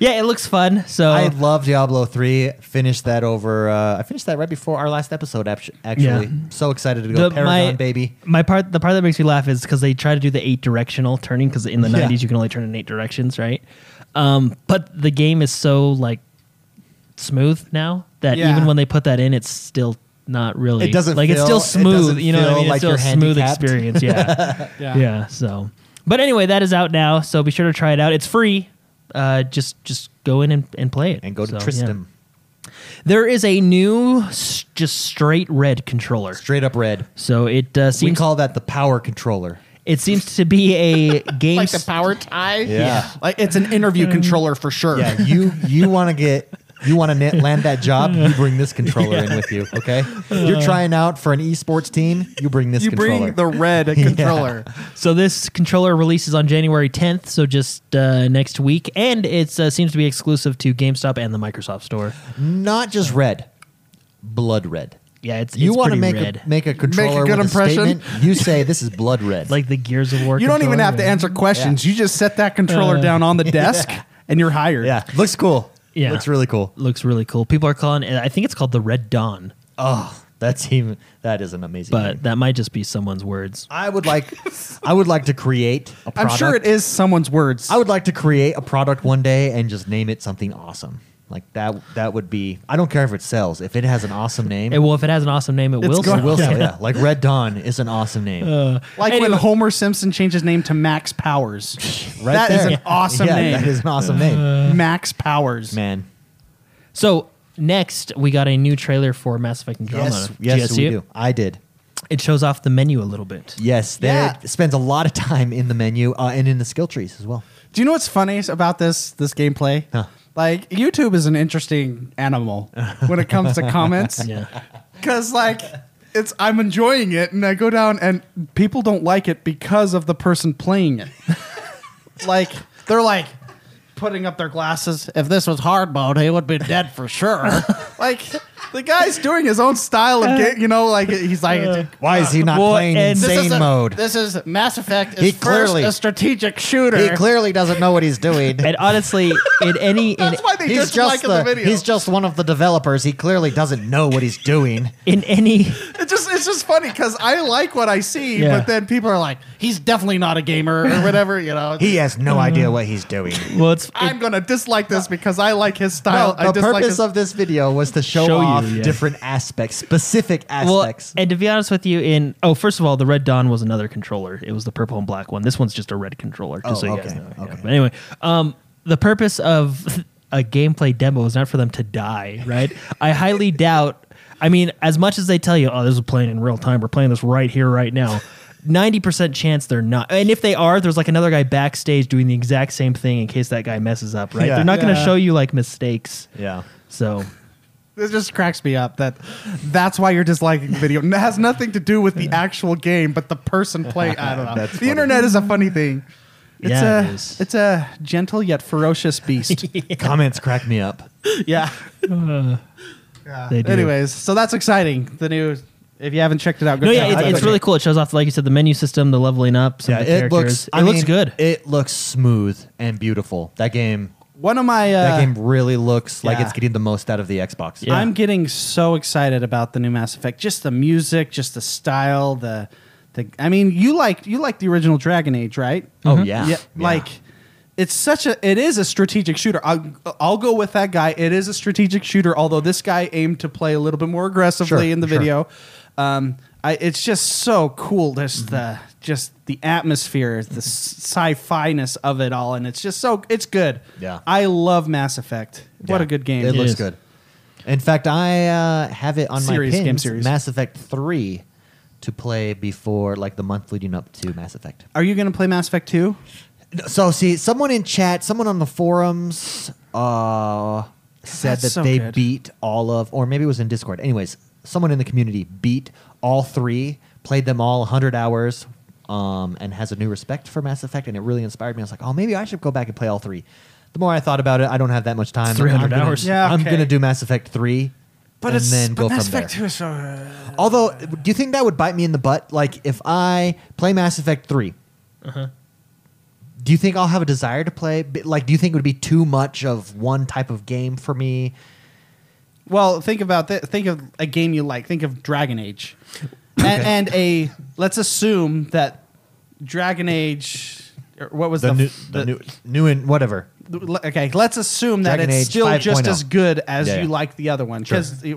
[SPEAKER 3] Yeah, it looks fun. So
[SPEAKER 1] I love Diablo 3. Finished that over. Uh, I finished that right before our last episode, actu- actually.
[SPEAKER 3] Yeah.
[SPEAKER 1] So excited to go. Paragon,
[SPEAKER 3] my,
[SPEAKER 1] baby.
[SPEAKER 3] My part, the part that makes me laugh is because they try to do the eight directional turning because in the
[SPEAKER 1] Yeah.
[SPEAKER 3] nineties you can only turn in eight directions, right? Um, but the game is so like smooth now that
[SPEAKER 2] Yeah.
[SPEAKER 3] even when they put that in, it's still not really.
[SPEAKER 1] It doesn't
[SPEAKER 3] like it's
[SPEAKER 1] feel-
[SPEAKER 3] still
[SPEAKER 1] it
[SPEAKER 3] smooth.
[SPEAKER 1] doesn't
[SPEAKER 3] you know what I
[SPEAKER 1] feel
[SPEAKER 3] mean?
[SPEAKER 1] like
[SPEAKER 3] it's still
[SPEAKER 1] you're
[SPEAKER 3] a smooth
[SPEAKER 1] handicapped.
[SPEAKER 3] experience. Yeah. yeah, So, but anyway, that is out now. So be sure to try it out. It's free. Uh, just just go in and, and play it
[SPEAKER 1] And go to
[SPEAKER 3] So, yeah.
[SPEAKER 1] Tristam.
[SPEAKER 3] There is a new s- just straight red controller.
[SPEAKER 1] Straight up red.
[SPEAKER 3] So it uh,
[SPEAKER 1] We
[SPEAKER 3] seems
[SPEAKER 1] call that the power controller.
[SPEAKER 3] it seems to be a game.
[SPEAKER 2] like the power tie. Mm.
[SPEAKER 1] Yeah.
[SPEAKER 2] Like it's an interview controller for sure.
[SPEAKER 1] Yeah, you you want to get you want to land that job, you bring this controller in with you. Okay,
[SPEAKER 3] Uh.
[SPEAKER 1] you're trying out for an esports team, you bring this
[SPEAKER 2] You
[SPEAKER 1] controller.
[SPEAKER 2] bring the red controller.
[SPEAKER 3] so this controller releases on January 10th, so just uh, next week, and it uh, seems to be exclusive to GameStop and the Microsoft Store.
[SPEAKER 1] Not just red, blood red.
[SPEAKER 3] yeah, it's
[SPEAKER 1] you
[SPEAKER 3] want to
[SPEAKER 1] make
[SPEAKER 3] red.
[SPEAKER 1] a make a controller
[SPEAKER 2] good
[SPEAKER 1] with
[SPEAKER 2] impression.
[SPEAKER 1] a statement. You say this is blood red.
[SPEAKER 3] like the Gears of War.
[SPEAKER 2] You don't even
[SPEAKER 3] controller
[SPEAKER 2] have to
[SPEAKER 3] red.
[SPEAKER 2] answer questions. You just set that controller down on the desk and you're hired.
[SPEAKER 1] yeah, looks cool.
[SPEAKER 3] Yeah.
[SPEAKER 1] looks really cool.
[SPEAKER 3] Looks really cool. People are calling it. I think it's called the Red Dawn,
[SPEAKER 1] Oh, that's even that is an amazing. name.
[SPEAKER 3] but that might just be someone's words.
[SPEAKER 1] I would like I would like to create a
[SPEAKER 2] I'm
[SPEAKER 1] product.
[SPEAKER 2] sure it is someone's words.
[SPEAKER 1] I would like to create a product one day and just name it something awesome. Like that that would be I don't care if it sells. If it has an awesome name,
[SPEAKER 3] Eh, well, if it has an awesome name, it
[SPEAKER 2] It's
[SPEAKER 3] will.
[SPEAKER 2] going-
[SPEAKER 3] sell. Uh,
[SPEAKER 1] will sell. Yeah. Like Red Dawn is an awesome name.
[SPEAKER 2] like when
[SPEAKER 3] Anyway.
[SPEAKER 2] Homer Simpson changed his name to Max Powers.
[SPEAKER 1] right
[SPEAKER 2] That is
[SPEAKER 1] there.
[SPEAKER 2] an awesome
[SPEAKER 1] yeah,
[SPEAKER 2] name.
[SPEAKER 1] That is an awesome
[SPEAKER 3] Uh,
[SPEAKER 1] name.
[SPEAKER 2] Max Powers.
[SPEAKER 1] Man.
[SPEAKER 3] So next, we got a new trailer for Mass Effect Andromeda.
[SPEAKER 1] Yes,
[SPEAKER 3] Did you guys
[SPEAKER 1] yes,
[SPEAKER 3] see
[SPEAKER 1] we
[SPEAKER 3] it?
[SPEAKER 1] do. I did.
[SPEAKER 3] It shows off the menu a little bit.
[SPEAKER 1] Yes, they
[SPEAKER 2] Yeah.
[SPEAKER 1] spends a lot of time in the menu uh, and in the skill trees as well.
[SPEAKER 2] Do you know what's funny about this this gameplay?
[SPEAKER 1] Huh.
[SPEAKER 2] Like YouTube is an interesting animal when it comes to comments.
[SPEAKER 3] Yeah.
[SPEAKER 2] Cause like it's I'm enjoying it and I go down and people don't like it because of the person playing it. like they're like putting up their glasses. If this was hard mode, he would be dead for sure. like the guy's doing his own style of game, you know, like he's like
[SPEAKER 1] Why is he not
[SPEAKER 3] Well,
[SPEAKER 1] playing
[SPEAKER 3] and this
[SPEAKER 1] insane
[SPEAKER 2] a-
[SPEAKER 1] Uh, mode?
[SPEAKER 2] This is Mass Effect is
[SPEAKER 1] He
[SPEAKER 2] first
[SPEAKER 1] clearly-
[SPEAKER 2] a strategic shooter.
[SPEAKER 1] he clearly doesn't know what he's doing.
[SPEAKER 3] And honestly, in any in,
[SPEAKER 2] That's why they
[SPEAKER 1] he's
[SPEAKER 2] dislike
[SPEAKER 1] just
[SPEAKER 2] just the,
[SPEAKER 1] the,
[SPEAKER 2] video.
[SPEAKER 1] he's just one of the developers. He clearly doesn't know what he's doing.
[SPEAKER 3] in any
[SPEAKER 2] It just it's just funny because I like what I see,
[SPEAKER 3] Yeah.
[SPEAKER 2] but then people are like, he's definitely not a gamer or whatever, you know.
[SPEAKER 1] He has no idea what he's doing.
[SPEAKER 3] well, it's
[SPEAKER 2] I'm gonna dislike this because I like his
[SPEAKER 1] Well,
[SPEAKER 2] style. I
[SPEAKER 1] the
[SPEAKER 2] dislike
[SPEAKER 1] purpose
[SPEAKER 2] his,
[SPEAKER 1] of this video was to show,
[SPEAKER 3] Show you,
[SPEAKER 1] off
[SPEAKER 3] yeah.
[SPEAKER 1] different aspects, specific
[SPEAKER 3] well,
[SPEAKER 1] aspects.
[SPEAKER 3] and to be honest with you, in oh, first of all, the Red Dawn was another controller. It was the purple and black one. This one's just a red controller. Just
[SPEAKER 1] Oh,
[SPEAKER 3] so you guys
[SPEAKER 1] okay,
[SPEAKER 3] know. Yeah.
[SPEAKER 1] okay.
[SPEAKER 3] But anyway, um, the purpose of a gameplay demo is not for them to die, right? I highly doubt. I mean, as much as they tell you, oh, this is playing in real time. We're playing this right here, right now. 90% chance they're not. And if they are, there's like another guy backstage doing the exact same thing in case that guy messes up, right?
[SPEAKER 1] Yeah.
[SPEAKER 3] They're not going to
[SPEAKER 2] Yeah.
[SPEAKER 3] show you like mistakes.
[SPEAKER 1] yeah.
[SPEAKER 3] So
[SPEAKER 2] it just cracks me up that that's why you're disliking the video. And It has nothing to do with the actual game, but the person playing. I don't know. the
[SPEAKER 1] funny.
[SPEAKER 2] internet is a funny thing. It's
[SPEAKER 3] Yeah,
[SPEAKER 2] a
[SPEAKER 3] it is.
[SPEAKER 2] it's a gentle yet ferocious beast.
[SPEAKER 1] Comments crack me up.
[SPEAKER 2] yeah.
[SPEAKER 3] they do.
[SPEAKER 2] Anyways, so that's exciting. The new. If you haven't checked it out, go
[SPEAKER 3] No,
[SPEAKER 2] check
[SPEAKER 3] yeah,
[SPEAKER 2] it out.
[SPEAKER 3] it's, it's really cool. It shows off, like you said, the menu system, the leveling up, some of the
[SPEAKER 1] it
[SPEAKER 3] characters.
[SPEAKER 1] looks.
[SPEAKER 3] It
[SPEAKER 1] I
[SPEAKER 3] looks
[SPEAKER 1] mean,
[SPEAKER 3] good.
[SPEAKER 1] It looks smooth and beautiful. That game.
[SPEAKER 2] One of my uh,
[SPEAKER 1] That game really looks like
[SPEAKER 2] yeah.
[SPEAKER 1] it's getting the most out of the Xbox.
[SPEAKER 3] Yeah.
[SPEAKER 2] I'm getting so excited about the new Mass Effect. Just the music, just the style, the the I mean, you like you like the original Dragon Age, right?
[SPEAKER 1] Oh,
[SPEAKER 3] Mm-hmm.
[SPEAKER 1] Mhm. yeah. Yeah.
[SPEAKER 2] Like it's such a it is a strategic shooter. I'll, I'll go with that guy. It is a strategic shooter, although this guy aimed to play a little bit more aggressively
[SPEAKER 1] Sure,
[SPEAKER 2] in the
[SPEAKER 1] sure.
[SPEAKER 2] video. Um I, it's just so cool. Just
[SPEAKER 1] Mm-hmm.
[SPEAKER 2] the just the atmosphere, the sci-fi ness of it all, and it's just so it's good.
[SPEAKER 1] Yeah.
[SPEAKER 2] I love Mass Effect. What
[SPEAKER 1] Yeah.
[SPEAKER 2] a good game!
[SPEAKER 1] It,
[SPEAKER 3] It
[SPEAKER 1] looks
[SPEAKER 3] is.
[SPEAKER 1] good. In fact, I uh, have it on
[SPEAKER 2] Series,
[SPEAKER 1] my pins,
[SPEAKER 2] game series.
[SPEAKER 1] Mass Effect Three, to play before like the month leading up to Mass Effect.
[SPEAKER 2] Are you going to play Mass Effect 2?
[SPEAKER 1] So see, someone in chat, someone on the forums, uh, said
[SPEAKER 2] That's
[SPEAKER 1] that
[SPEAKER 2] so
[SPEAKER 1] they
[SPEAKER 2] good.
[SPEAKER 1] beat all of, or maybe it was in Discord. Anyways, someone in the community beat all three, played them all 100 hours, um, and has a new respect for Mass Effect, and it really inspired me. I was like, oh, maybe I should go back and play all three. The more I thought about it, I don't have that much time.
[SPEAKER 3] 300
[SPEAKER 1] I'm gonna-
[SPEAKER 3] hours.
[SPEAKER 2] Yeah,
[SPEAKER 1] I'm
[SPEAKER 2] okay.
[SPEAKER 1] gonna do Mass Effect three, and then go from there.
[SPEAKER 2] is so. uh,
[SPEAKER 1] Although, do you think that would bite me in the butt? Like, if I play Mass Effect 3, do you think I'll have a desire to play? B- Like, do you think it would be too much of one type of game for me?
[SPEAKER 2] Well, think about that. Think of a game you like. Think of Dragon Age, and, and a let's assume that Dragon Age. or What was the, f- the-
[SPEAKER 1] new and whatever.
[SPEAKER 2] le- okay? Let's assume that
[SPEAKER 1] Dragon
[SPEAKER 2] it's
[SPEAKER 1] Age
[SPEAKER 2] still
[SPEAKER 1] 5.0.
[SPEAKER 2] just as good as
[SPEAKER 1] Yeah,
[SPEAKER 2] you
[SPEAKER 1] yeah.
[SPEAKER 2] like the other one because the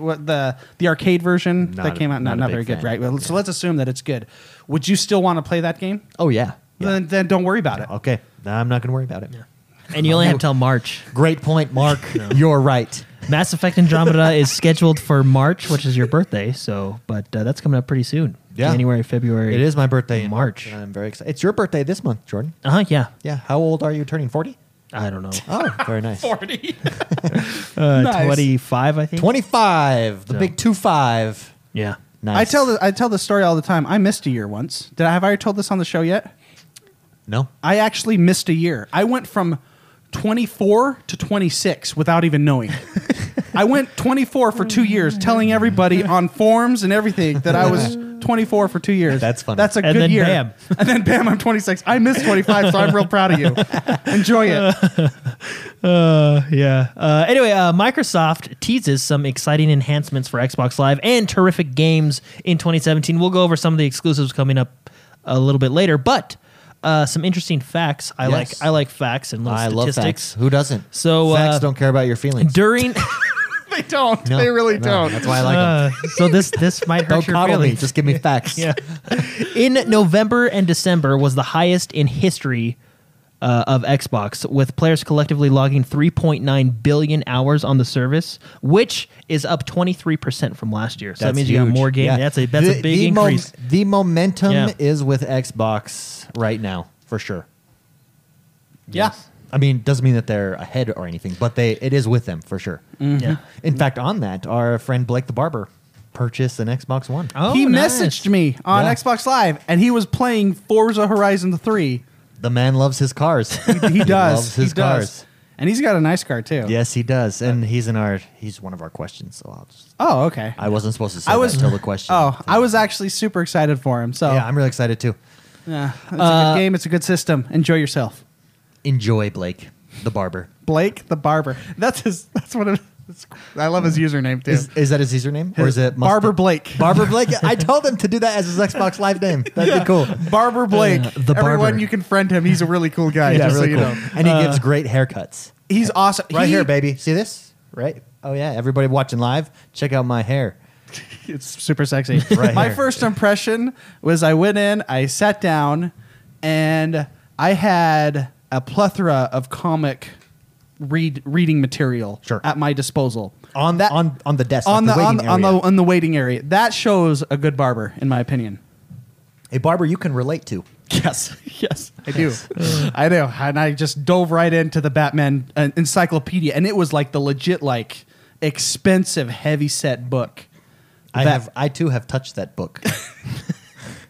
[SPEAKER 2] the arcade version
[SPEAKER 1] Not
[SPEAKER 2] that
[SPEAKER 1] a-
[SPEAKER 2] came out
[SPEAKER 1] not
[SPEAKER 2] not,
[SPEAKER 1] a
[SPEAKER 2] not
[SPEAKER 1] big
[SPEAKER 2] very good,
[SPEAKER 1] fan.
[SPEAKER 2] right? Well, So let's assume that it's good. Would you still want to play that game?
[SPEAKER 1] Oh, yeah. Yeah.
[SPEAKER 2] Then, then don't worry about it.
[SPEAKER 1] Okay. No, I'm not going to worry about it.
[SPEAKER 3] and you only have till March.
[SPEAKER 1] Great point, Mark. You're right.
[SPEAKER 3] Mass Effect Andromeda is scheduled for March, which is your birthday. So, but uh, that's coming up pretty soon.
[SPEAKER 1] Yeah.
[SPEAKER 3] January, February.
[SPEAKER 1] It is my birthday in
[SPEAKER 3] March.
[SPEAKER 1] and I'm very excited. It's your birthday this month, Jordan.
[SPEAKER 3] Uh huh. Yeah.
[SPEAKER 1] Yeah. How old are you turning 40?
[SPEAKER 3] I don't know.
[SPEAKER 1] Oh, very nice.
[SPEAKER 2] Forty.
[SPEAKER 3] Uh,
[SPEAKER 2] Nice.
[SPEAKER 3] 25, I think.
[SPEAKER 1] 25, the
[SPEAKER 3] So.
[SPEAKER 1] big 2 5.
[SPEAKER 3] Yeah.
[SPEAKER 1] Nice.
[SPEAKER 2] I tell the I tell the story all the time. I missed a year once. Did I have I already told this on the show yet?
[SPEAKER 1] No.
[SPEAKER 2] I actually missed a year. I went from 24 to 26 without even knowing. I went 24 for two years, telling everybody on forums and everything that I was 24 for two years.
[SPEAKER 1] That's funny.
[SPEAKER 2] That's a
[SPEAKER 3] And
[SPEAKER 2] good
[SPEAKER 3] then
[SPEAKER 2] year.
[SPEAKER 3] bam.
[SPEAKER 2] And then bam, I'm 26. I missed 25, so I'm real proud of you. Enjoy it.
[SPEAKER 3] Uh, yeah. Uh, anyway, uh, Microsoft teases some exciting enhancements for Xbox Live and terrific games in 2017. We'll go over some of the exclusives coming up a little bit later, but uh, some interesting facts. I
[SPEAKER 1] Yes.
[SPEAKER 3] like I like facts and little
[SPEAKER 1] I love facts.
[SPEAKER 3] statistics.
[SPEAKER 1] Who doesn't?
[SPEAKER 3] So,
[SPEAKER 1] facts
[SPEAKER 3] uh,
[SPEAKER 1] don't care about your feelings.
[SPEAKER 3] During
[SPEAKER 2] They don't.
[SPEAKER 1] No,
[SPEAKER 2] they really
[SPEAKER 1] no,
[SPEAKER 2] don't.
[SPEAKER 1] That's why I like them.
[SPEAKER 3] uh, so this this might hurt
[SPEAKER 1] Don't
[SPEAKER 3] your
[SPEAKER 1] coddle me.
[SPEAKER 3] feelings.
[SPEAKER 1] Just give me facts.
[SPEAKER 3] Yeah. in November and December was the highest in history uh, of Xbox, with players collectively logging 3.9 billion hours on the service, which is up 23% from last year. So that
[SPEAKER 1] That's
[SPEAKER 3] means you got
[SPEAKER 1] huge.
[SPEAKER 3] more games.
[SPEAKER 1] Yeah.
[SPEAKER 3] That's a that's
[SPEAKER 1] The-
[SPEAKER 3] a big
[SPEAKER 1] the mom-
[SPEAKER 3] increase.
[SPEAKER 1] the momentum
[SPEAKER 3] Yeah.
[SPEAKER 1] is with Xbox right now, for sure.
[SPEAKER 2] Yeah.
[SPEAKER 1] I mean, doesn't mean that they're ahead or anything, but they it is with them for sure.
[SPEAKER 3] Yeah.
[SPEAKER 1] In fact, on that, our friend Blake the barber purchased an Xbox One.
[SPEAKER 3] Oh,
[SPEAKER 2] he
[SPEAKER 3] nice.
[SPEAKER 2] messaged me on
[SPEAKER 1] Yeah.
[SPEAKER 2] Xbox Live, and he was playing Forza Horizon 3.
[SPEAKER 1] The man loves his cars.
[SPEAKER 2] He, does.
[SPEAKER 1] loves
[SPEAKER 2] he
[SPEAKER 1] his
[SPEAKER 2] does.
[SPEAKER 1] cars.
[SPEAKER 2] And he's got a nice car too.
[SPEAKER 1] Yes, he does, and he's in our he's one of our questions. So I'll just,
[SPEAKER 2] Oh, okay.
[SPEAKER 1] I wasn't supposed to say
[SPEAKER 2] I
[SPEAKER 1] I
[SPEAKER 2] was-
[SPEAKER 1] was, that until the question.
[SPEAKER 2] Oh, I was actually super excited for him. So
[SPEAKER 1] yeah, I'm really excited too.
[SPEAKER 2] Yeah, it's a good game. It's a good system. Enjoy yourself,
[SPEAKER 1] Enjoy Blake the barber.
[SPEAKER 2] Blake the Barber. That's his. That's what it, it's, I love his username too.
[SPEAKER 1] Is, is that his username or is it Musta-
[SPEAKER 2] Barber Blake?
[SPEAKER 1] Barber Blake. I told him to do that as his Xbox Live name. That'd be cool.
[SPEAKER 2] Barber Blake.
[SPEAKER 1] Uh, the
[SPEAKER 2] Everyone,
[SPEAKER 1] Barber.
[SPEAKER 2] you can friend him. He's a really cool guy.
[SPEAKER 1] Yeah,
[SPEAKER 2] just
[SPEAKER 1] really
[SPEAKER 2] so you
[SPEAKER 1] cool.
[SPEAKER 2] know.
[SPEAKER 1] And he gives great haircuts.
[SPEAKER 2] He's awesome.
[SPEAKER 1] Right
[SPEAKER 2] He-
[SPEAKER 1] here, baby. See this? Right? Oh yeah. Everybody watching live, check out my hair.
[SPEAKER 2] It's super sexy.
[SPEAKER 1] Right
[SPEAKER 2] My
[SPEAKER 1] here.
[SPEAKER 2] first impression was I went in, I sat down, and I had a plethora of comic read reading material
[SPEAKER 1] Sure.
[SPEAKER 2] at my disposal.
[SPEAKER 1] On that on on the desk.
[SPEAKER 2] on the,
[SPEAKER 1] like the,
[SPEAKER 2] on,
[SPEAKER 1] waiting
[SPEAKER 2] on the
[SPEAKER 1] area.
[SPEAKER 2] on the waiting area. That shows a good barber, in my opinion.
[SPEAKER 1] a barber you can relate to.
[SPEAKER 2] Yes, yes, I do. I do. And I just dove right into the Batman uh, encyclopedia, and it was like the legit, like expensive, heavy set book.
[SPEAKER 1] I
[SPEAKER 2] That-
[SPEAKER 1] have I too have touched that book.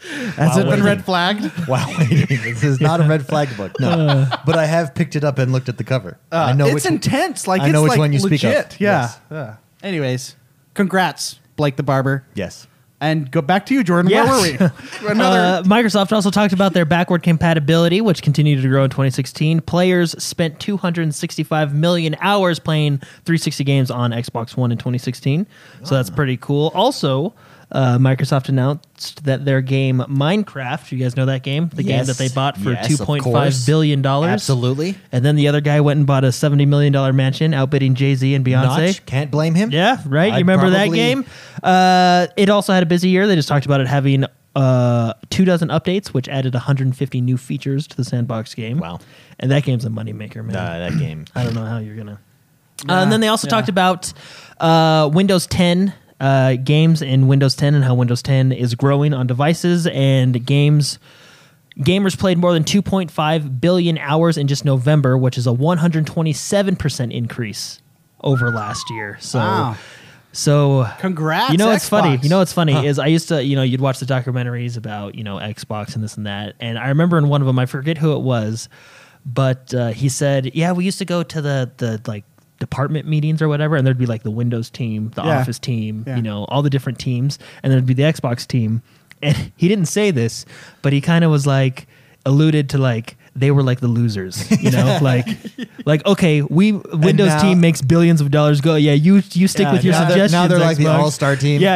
[SPEAKER 2] Has
[SPEAKER 1] Wow,
[SPEAKER 2] it been
[SPEAKER 1] waiting.
[SPEAKER 2] red flagged?
[SPEAKER 1] Wow, this is not a red flag book. No, but I have picked it up and looked at the cover. I know
[SPEAKER 2] Uh. it's
[SPEAKER 1] which-
[SPEAKER 2] intense. Like
[SPEAKER 1] I know
[SPEAKER 2] it's
[SPEAKER 1] which
[SPEAKER 2] like
[SPEAKER 1] one you
[SPEAKER 2] legit.
[SPEAKER 1] speak of.
[SPEAKER 2] Yeah.
[SPEAKER 1] Yes.
[SPEAKER 2] Yeah. Anyways, congrats, Blake the barber,
[SPEAKER 1] Yes.
[SPEAKER 2] and go back to you, Jordan.
[SPEAKER 3] Yes.
[SPEAKER 2] Where were we? Another.
[SPEAKER 3] Uh, Microsoft also talked about their backward compatibility, which continued to grow in 2016. Players spent 265 million hours playing 360 games on Xbox One in 2016, so that's pretty cool. Also, uh, Microsoft announced that their game Minecraft, you guys know that game, the game
[SPEAKER 1] Yes.
[SPEAKER 3] that they bought for
[SPEAKER 1] Yes, of
[SPEAKER 3] 2.5
[SPEAKER 1] course.
[SPEAKER 3] billion dollars,
[SPEAKER 1] Absolutely.
[SPEAKER 3] And then the other guy went and bought a 70 million dollar mansion, outbidding Jay Z and Beyonce.
[SPEAKER 1] Notch, can't blame him.
[SPEAKER 3] Yeah, right.
[SPEAKER 1] I'd
[SPEAKER 3] you remember that
[SPEAKER 1] probably-
[SPEAKER 3] game? Uh, it also had a busy year. They just talked about it having uh, two dozen updates, which added 150 new features to the sandbox game.
[SPEAKER 1] Wow.
[SPEAKER 3] And that game's a moneymaker, man.
[SPEAKER 1] Nah, that game.
[SPEAKER 3] I don't know how you're gonna.
[SPEAKER 2] Yeah,
[SPEAKER 3] Uh, and then they also
[SPEAKER 2] yeah.
[SPEAKER 3] talked about uh, Windows 10 uh, games in Windows 10 and how Windows 10 is growing on devices and games. Gamers played more than 2.5 billion hours in just November, which is a 127 percent increase over last year. So,
[SPEAKER 2] Wow.
[SPEAKER 3] so
[SPEAKER 2] Congrats,
[SPEAKER 3] You know what's funny?
[SPEAKER 2] Xbox.
[SPEAKER 3] You know what's funny is I used to, you know, you'd watch the documentaries about you know Xbox and this and that, and I remember in one of them, I forget who it was, but uh, he said, "Yeah, we used to go to the the like." Department meetings or whatever, and there'd be like the Windows team, the
[SPEAKER 2] Yeah.
[SPEAKER 3] Office team,
[SPEAKER 2] Yeah.
[SPEAKER 3] you know, all the different teams, and there'd be the Xbox team. And he didn't say this, but he kind of was like alluded to like they were like the losers, you know, like like okay, we Windows
[SPEAKER 1] now-
[SPEAKER 3] team makes billions of dollars. Go, yeah, you you stick
[SPEAKER 1] Yeah,
[SPEAKER 3] with your
[SPEAKER 1] now they're-
[SPEAKER 3] suggestions.
[SPEAKER 1] now they're like the
[SPEAKER 3] Xbox.
[SPEAKER 1] all-star team.
[SPEAKER 3] Yeah,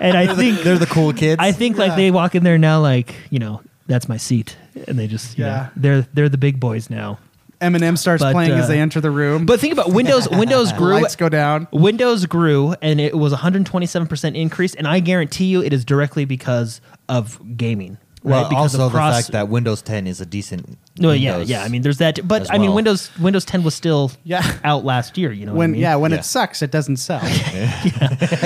[SPEAKER 3] and I think
[SPEAKER 1] They're the cool kids.
[SPEAKER 3] I think like they walk in there now, like you know, that's my seat, and they just you
[SPEAKER 2] Yeah.
[SPEAKER 3] know, they're they're the big boys now.
[SPEAKER 2] Eminem starts
[SPEAKER 3] But,
[SPEAKER 2] playing as
[SPEAKER 3] uh,
[SPEAKER 2] they enter the room.
[SPEAKER 3] But think about Windows. Windows grew.
[SPEAKER 2] lights go down.
[SPEAKER 3] Windows grew, and it was 127 percent increase. And I guarantee you, it is directly because of gaming.
[SPEAKER 1] Well,
[SPEAKER 3] right? Because
[SPEAKER 1] also
[SPEAKER 3] of cross-
[SPEAKER 1] the fact that Windows 10 is a decent.
[SPEAKER 3] No, yeah,
[SPEAKER 1] Windows.
[SPEAKER 3] yeah. I mean, there's that, t- but
[SPEAKER 1] as
[SPEAKER 3] I mean,
[SPEAKER 1] well.
[SPEAKER 3] Windows Windows 10 was still
[SPEAKER 2] Yeah.
[SPEAKER 3] out last year. You know, what I
[SPEAKER 2] when
[SPEAKER 3] mean?
[SPEAKER 2] yeah, when
[SPEAKER 1] Yeah.
[SPEAKER 2] it sucks, it doesn't sell.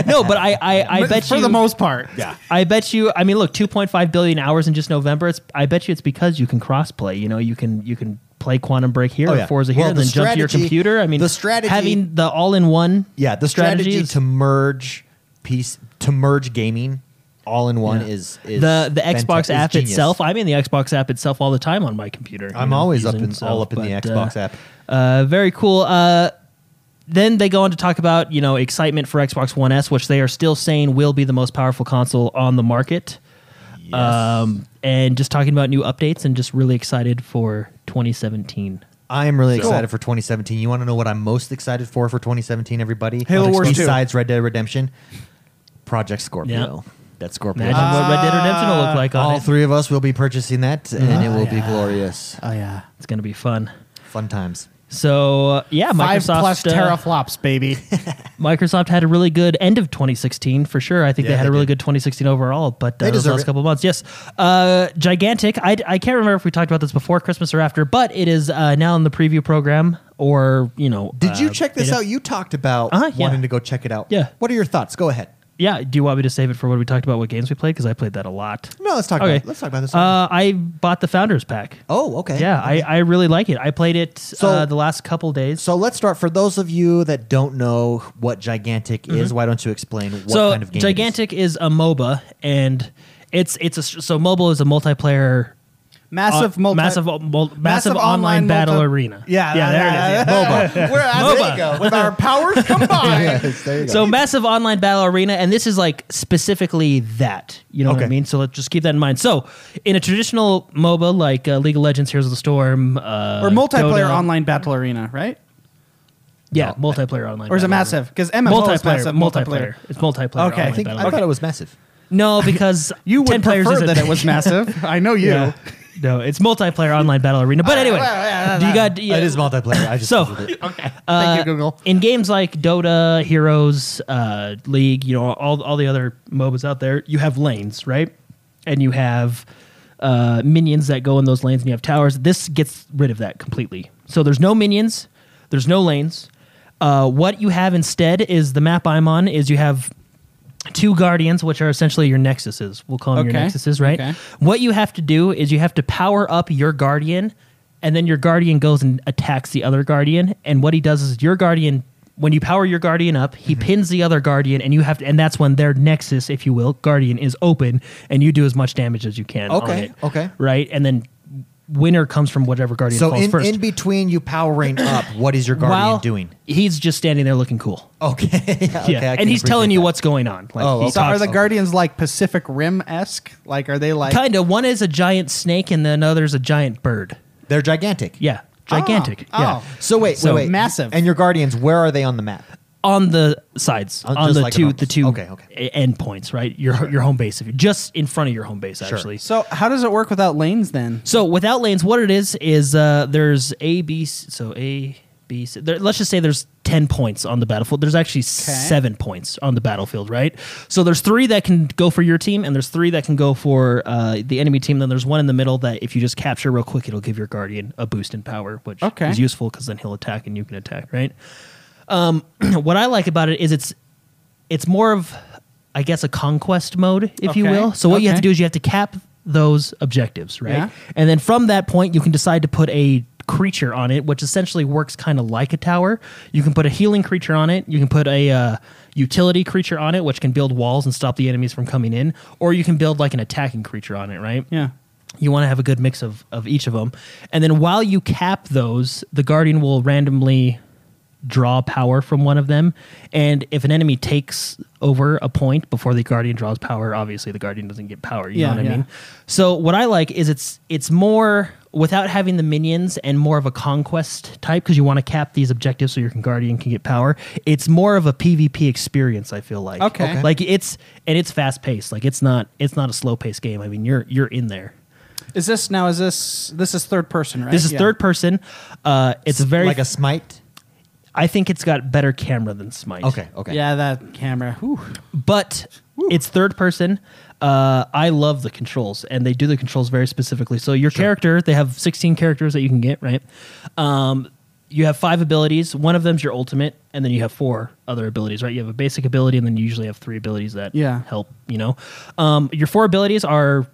[SPEAKER 3] no, but I I, I
[SPEAKER 2] But
[SPEAKER 3] bet
[SPEAKER 2] for
[SPEAKER 3] you
[SPEAKER 2] the most part.
[SPEAKER 1] Yeah.
[SPEAKER 3] I bet you. I mean, look, 2.5 billion hours in just November. It's. I bet you it's because you can crossplay. You know, you can you can play Quantum Break here,
[SPEAKER 1] Oh,
[SPEAKER 3] or
[SPEAKER 1] yeah.
[SPEAKER 3] Forza here,
[SPEAKER 1] Well,
[SPEAKER 3] and
[SPEAKER 1] the
[SPEAKER 3] then jump to your
[SPEAKER 1] strategy-
[SPEAKER 3] computer. I mean,
[SPEAKER 1] the strategy-
[SPEAKER 3] having the all in one.
[SPEAKER 1] Yeah, the strategy
[SPEAKER 3] strategies.
[SPEAKER 1] to merge piece to merge gaming all in one
[SPEAKER 3] Yeah.
[SPEAKER 1] is, is
[SPEAKER 3] the the
[SPEAKER 1] fanta-
[SPEAKER 3] Xbox
[SPEAKER 1] is
[SPEAKER 3] app
[SPEAKER 1] genius.
[SPEAKER 3] itself. I'm in the Xbox app itself all the time on my computer. you
[SPEAKER 1] I'm
[SPEAKER 3] know,
[SPEAKER 1] always up
[SPEAKER 3] using,
[SPEAKER 1] in all
[SPEAKER 3] so,
[SPEAKER 1] up in the
[SPEAKER 3] but,
[SPEAKER 1] Xbox
[SPEAKER 3] uh,
[SPEAKER 1] app.
[SPEAKER 3] Uh, very cool. Uh, then they go on to talk about you know excitement for Xbox One S, which they are still saying will be the most powerful console on the market. Um, and just talking about new updates and just really excited for 2017.
[SPEAKER 1] I am really
[SPEAKER 2] Cool.
[SPEAKER 1] excited for 2017. You want to know what I'm most excited for for 2017, everybody?
[SPEAKER 2] Halo Wars 2.
[SPEAKER 1] Besides Red Dead Redemption, Project Scorpio. That Scorpio.
[SPEAKER 3] Imagine what Red Dead Redemption will look like on
[SPEAKER 1] Ah, all
[SPEAKER 3] it. Mm-hmm.
[SPEAKER 1] three of us will be purchasing that, and it
[SPEAKER 2] Ah,
[SPEAKER 1] will be
[SPEAKER 2] yeah.
[SPEAKER 1] glorious.
[SPEAKER 2] Oh yeah,
[SPEAKER 3] It's gonna be fun.
[SPEAKER 1] Fun times.
[SPEAKER 3] So uh, yeah,
[SPEAKER 2] five
[SPEAKER 3] Microsoft
[SPEAKER 2] plus
[SPEAKER 3] uh,
[SPEAKER 2] teraflops, baby.
[SPEAKER 3] Microsoft had a really good end of 2016 for sure. I think
[SPEAKER 1] Yeah,
[SPEAKER 3] they had
[SPEAKER 1] they
[SPEAKER 3] a really
[SPEAKER 1] did.
[SPEAKER 3] good 2016 overall, but
[SPEAKER 1] They
[SPEAKER 3] uh, those
[SPEAKER 1] deserve
[SPEAKER 3] last
[SPEAKER 1] it.
[SPEAKER 3] couple months, yes, uh, gigantic. I, I can't remember if we talked about this before Christmas or after, but it is uh, now in the preview program or you know.
[SPEAKER 1] Did you
[SPEAKER 3] uh,
[SPEAKER 1] check this
[SPEAKER 3] beta-
[SPEAKER 1] out? You talked about
[SPEAKER 3] Uh-huh, yeah.
[SPEAKER 1] wanting to go check it out.
[SPEAKER 3] Yeah.
[SPEAKER 1] What are your thoughts? Go ahead.
[SPEAKER 3] Yeah. Do you want me to save it for when we talked about what games we played? Because I played that a lot.
[SPEAKER 1] No, let's talk.
[SPEAKER 3] Okay.
[SPEAKER 1] About, let's talk about this.
[SPEAKER 3] Uh, I bought the Founders Pack.
[SPEAKER 1] oh, okay.
[SPEAKER 3] Yeah, I, I really like it. I played it
[SPEAKER 1] So-
[SPEAKER 3] uh, the last couple days.
[SPEAKER 1] So let's start. For those of you that don't know what Gigantic is, why don't you explain what
[SPEAKER 3] Mm-hmm. so
[SPEAKER 1] kind of game it is?
[SPEAKER 3] gigantic is. a MOBA, and it's it's a so MOBA is a multiplayer.
[SPEAKER 2] massive,
[SPEAKER 3] uh,
[SPEAKER 2] multi-
[SPEAKER 3] massive, mul- massive, online,
[SPEAKER 2] online
[SPEAKER 3] battle
[SPEAKER 2] multi-
[SPEAKER 3] arena.
[SPEAKER 2] Yeah,
[SPEAKER 3] yeah, there it is. yeah.
[SPEAKER 1] MOBA.
[SPEAKER 2] We're at
[SPEAKER 3] MOBA.
[SPEAKER 2] Vega with our powers combined.
[SPEAKER 1] Yes, there you go.
[SPEAKER 3] So massive online battle arena, and this is like specifically that. You know what I
[SPEAKER 1] Okay.
[SPEAKER 3] mean? So let's just keep that in mind. So in a traditional MOBA like uh, League of Legends, Heroes of the Storm, uh,
[SPEAKER 2] Or multiplayer
[SPEAKER 3] Dota-
[SPEAKER 2] online battle arena, right?
[SPEAKER 3] yeah, multiplayer online,
[SPEAKER 2] Or is it
[SPEAKER 3] battle arena.
[SPEAKER 2] massive? Because MMO
[SPEAKER 3] Multiplayer,
[SPEAKER 2] is massive.
[SPEAKER 3] multiplayer.
[SPEAKER 2] Multiplayer.
[SPEAKER 3] It's multiplayer.
[SPEAKER 2] Okay, I
[SPEAKER 3] online
[SPEAKER 1] I think
[SPEAKER 3] battle
[SPEAKER 1] I
[SPEAKER 3] arena.
[SPEAKER 1] thought it was massive.
[SPEAKER 3] No, because
[SPEAKER 2] You would
[SPEAKER 3] ten players
[SPEAKER 2] prefer
[SPEAKER 3] isn't-
[SPEAKER 2] that it was massive. I know you.
[SPEAKER 3] Yeah. No, it's multiplayer online battle arena. But anyway, do you got yeah.
[SPEAKER 1] It is multiplayer. I just
[SPEAKER 3] So-
[SPEAKER 1] googled it.
[SPEAKER 3] Uh,
[SPEAKER 2] Thank you, Google.
[SPEAKER 3] in games like Dota, Heroes, uh, League, you know, all all the other MOBAs out there, you have lanes, right? And you have uh, minions that go in those lanes, and you have towers. This gets rid of that completely. So there's no minions, there's no lanes. Uh, what you have instead is the map I'm on is you have two guardians, which are essentially your nexuses. We'll call them
[SPEAKER 2] Okay.
[SPEAKER 3] your nexuses, right?
[SPEAKER 2] Okay.
[SPEAKER 3] What you have to do is you have to power up your guardian, and then your guardian goes and attacks the other guardian. And what he does is your guardian, when you power your guardian up,
[SPEAKER 1] Mm-hmm.
[SPEAKER 3] he pins the other guardian, and you have to, and that's when their nexus, if you will, guardian is open, and you do as much damage as you can. on
[SPEAKER 1] Okay,
[SPEAKER 3] it,
[SPEAKER 1] okay.
[SPEAKER 3] right, and then winner comes from whatever guardian
[SPEAKER 1] So
[SPEAKER 3] falls
[SPEAKER 1] in,
[SPEAKER 3] first.
[SPEAKER 1] in between you powering up, what is your guardian
[SPEAKER 3] While
[SPEAKER 1] doing?
[SPEAKER 3] he's just standing there looking cool.
[SPEAKER 1] Okay. yeah, okay, I
[SPEAKER 3] yeah,
[SPEAKER 1] can
[SPEAKER 3] and he's
[SPEAKER 1] appreciate
[SPEAKER 3] telling you
[SPEAKER 1] that.
[SPEAKER 3] what's going on. Like,
[SPEAKER 1] Oh,
[SPEAKER 3] he
[SPEAKER 1] okay.
[SPEAKER 2] So are
[SPEAKER 3] talks-
[SPEAKER 2] the Guardians like Pacific Rim esque? Like, are they like?
[SPEAKER 3] Kind of. One is a giant snake, and then other's a giant bird.
[SPEAKER 1] They're gigantic.
[SPEAKER 3] Yeah,
[SPEAKER 1] Ah,
[SPEAKER 3] gigantic.
[SPEAKER 2] Oh,
[SPEAKER 3] yeah,
[SPEAKER 2] oh.
[SPEAKER 1] So wait,
[SPEAKER 3] So-
[SPEAKER 1] wait, wait.
[SPEAKER 2] Massive.
[SPEAKER 1] And your guardians, where are they on the map?
[SPEAKER 3] on the sides,
[SPEAKER 1] Oh,
[SPEAKER 3] on
[SPEAKER 1] just
[SPEAKER 3] the
[SPEAKER 1] like a
[SPEAKER 3] two,
[SPEAKER 1] bonus.
[SPEAKER 3] the two
[SPEAKER 1] Okay, okay.
[SPEAKER 3] e- end points, right? Your your home base, if you just in front of your home base, actually.
[SPEAKER 2] So how does it work without lanes then?
[SPEAKER 3] So without lanes, what it is is uh, there's A B C- so A B. C- there, let's just say there's ten points on the battlefield. There's actually seven points on the battlefield, right? So there's three that can go for your team, and there's three that can go for uh, the enemy team. Then there's one in the middle that if you just capture real quick, it'll give your guardian a boost in power, which
[SPEAKER 2] Okay.
[SPEAKER 3] is useful because then he'll attack and you can attack, right? Um, what I like about it is it's it's more of I guess a conquest mode, if you
[SPEAKER 2] Okay.
[SPEAKER 3] will. So what you have to
[SPEAKER 2] Okay.
[SPEAKER 3] do is you have to cap those objectives, right?
[SPEAKER 2] Yeah.
[SPEAKER 3] And then from that point, you can decide to put a creature on it, which essentially works kind of like a tower. You can put a healing creature on it. You can put a uh, utility creature on it, which can build walls and stop the enemies from coming in. Or you can build like an attacking creature on it, right?
[SPEAKER 2] Yeah.
[SPEAKER 3] you want to have a good mix of, of each of them. And then while you cap those, the guardian will randomly draw power from one of them. And if an enemy takes over a point before the guardian draws power, obviously the guardian doesn't get power. You
[SPEAKER 2] Yeah,
[SPEAKER 3] know what
[SPEAKER 2] yeah.
[SPEAKER 3] I mean? So what I like is it's it's more without having the minions and more of a conquest type because you want to cap these objectives so your guardian can get power. It's more of a PvP experience. I feel like
[SPEAKER 2] Okay. Okay.
[SPEAKER 3] like it's and it's fast paced. Like it's not it's not a slow paced game. I mean you're you're in there.
[SPEAKER 2] Is this now? Is this this is third person, right?
[SPEAKER 3] This is
[SPEAKER 2] Yeah.
[SPEAKER 3] third person. Uh, it's very.
[SPEAKER 1] like
[SPEAKER 3] I
[SPEAKER 1] a smite?
[SPEAKER 3] think it's got better camera than Smite.
[SPEAKER 1] Okay, okay.
[SPEAKER 2] Yeah, that camera. Whew.
[SPEAKER 3] but it's third person. Uh, I love the controls, and they do the controls very specifically. So your character, they have 16 characters that you can get, right? Um, you have five abilities. One of them's your ultimate, and then you have four other abilities, right? You have a basic ability, and then you usually have three abilities that
[SPEAKER 2] Yeah.
[SPEAKER 3] help. You know, um, your four abilities are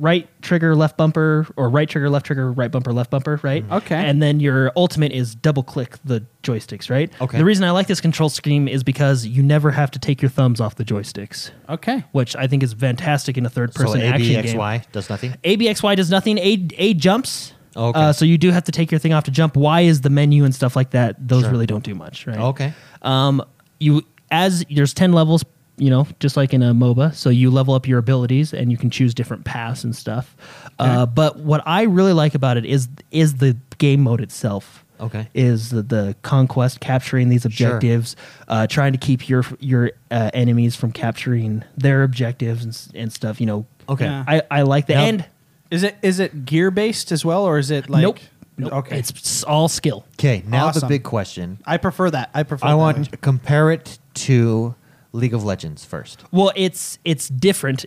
[SPEAKER 3] right trigger, left bumper, or right trigger, left trigger, right bumper, left bumper,
[SPEAKER 1] Mm-hmm.
[SPEAKER 3] right?
[SPEAKER 2] Okay.
[SPEAKER 3] And then your ultimate is double click the joysticks, right?
[SPEAKER 1] Okay.
[SPEAKER 3] The reason I like this control scheme is because you never have to take your thumbs off the joysticks,
[SPEAKER 2] Okay.
[SPEAKER 3] which I think is fantastic in a third person
[SPEAKER 1] so A,
[SPEAKER 3] action
[SPEAKER 1] B,
[SPEAKER 3] game.
[SPEAKER 1] X, Y does nothing.
[SPEAKER 3] ABXY does nothing. A A jumps.
[SPEAKER 1] Okay.
[SPEAKER 3] Uh, so you do have to take your thing off to jump. Y is the menu and stuff like that. Those
[SPEAKER 1] Sure.
[SPEAKER 3] really don't do much, right?
[SPEAKER 1] Okay.
[SPEAKER 3] Um, you as there's ten levels, you know, just like in a MOBA. So you level up your abilities and you can choose different paths and stuff. Uh, but what I really like about it is is the game mode itself.
[SPEAKER 1] Okay.
[SPEAKER 3] Is the, the conquest capturing these objectives, uh, trying to keep your your uh, enemies from capturing their objectives and, s- and stuff. You know.
[SPEAKER 1] Okay.
[SPEAKER 2] Yeah.
[SPEAKER 3] I, I like that.
[SPEAKER 1] Now-
[SPEAKER 3] And
[SPEAKER 2] Is it is it gear based as well, or is it like?
[SPEAKER 3] nope. Nope.
[SPEAKER 2] Okay.
[SPEAKER 3] It's s- all skill.
[SPEAKER 1] Okay, now the
[SPEAKER 2] Awesome.
[SPEAKER 1] big question.
[SPEAKER 2] I prefer that. I prefer.
[SPEAKER 1] I
[SPEAKER 2] that
[SPEAKER 1] want
[SPEAKER 2] way.
[SPEAKER 1] to compare it to League of Legends first.
[SPEAKER 3] Well, it's it's different,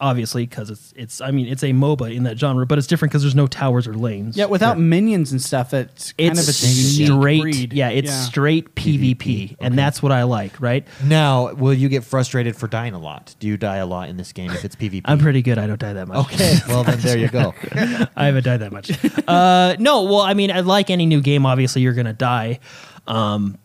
[SPEAKER 3] obviously, because it's it's. I mean, it's a MOBA in that genre, but it's different because there's no towers or lanes.
[SPEAKER 2] Yeah, without minions and stuff, it's kind
[SPEAKER 3] it's
[SPEAKER 2] of a unique
[SPEAKER 3] straight.
[SPEAKER 2] breed.
[SPEAKER 3] Yeah, it's straight PvP, and that's what I like. Right.
[SPEAKER 1] Now, will you get frustrated for dying a lot? Do you die a lot in this game if it's PvP?
[SPEAKER 3] I'm pretty good. I don't die that much.
[SPEAKER 1] okay, well then there you go.
[SPEAKER 3] I haven't died that much. Uh, no, well, I mean, I- like any new game, obviously you're gonna die, um,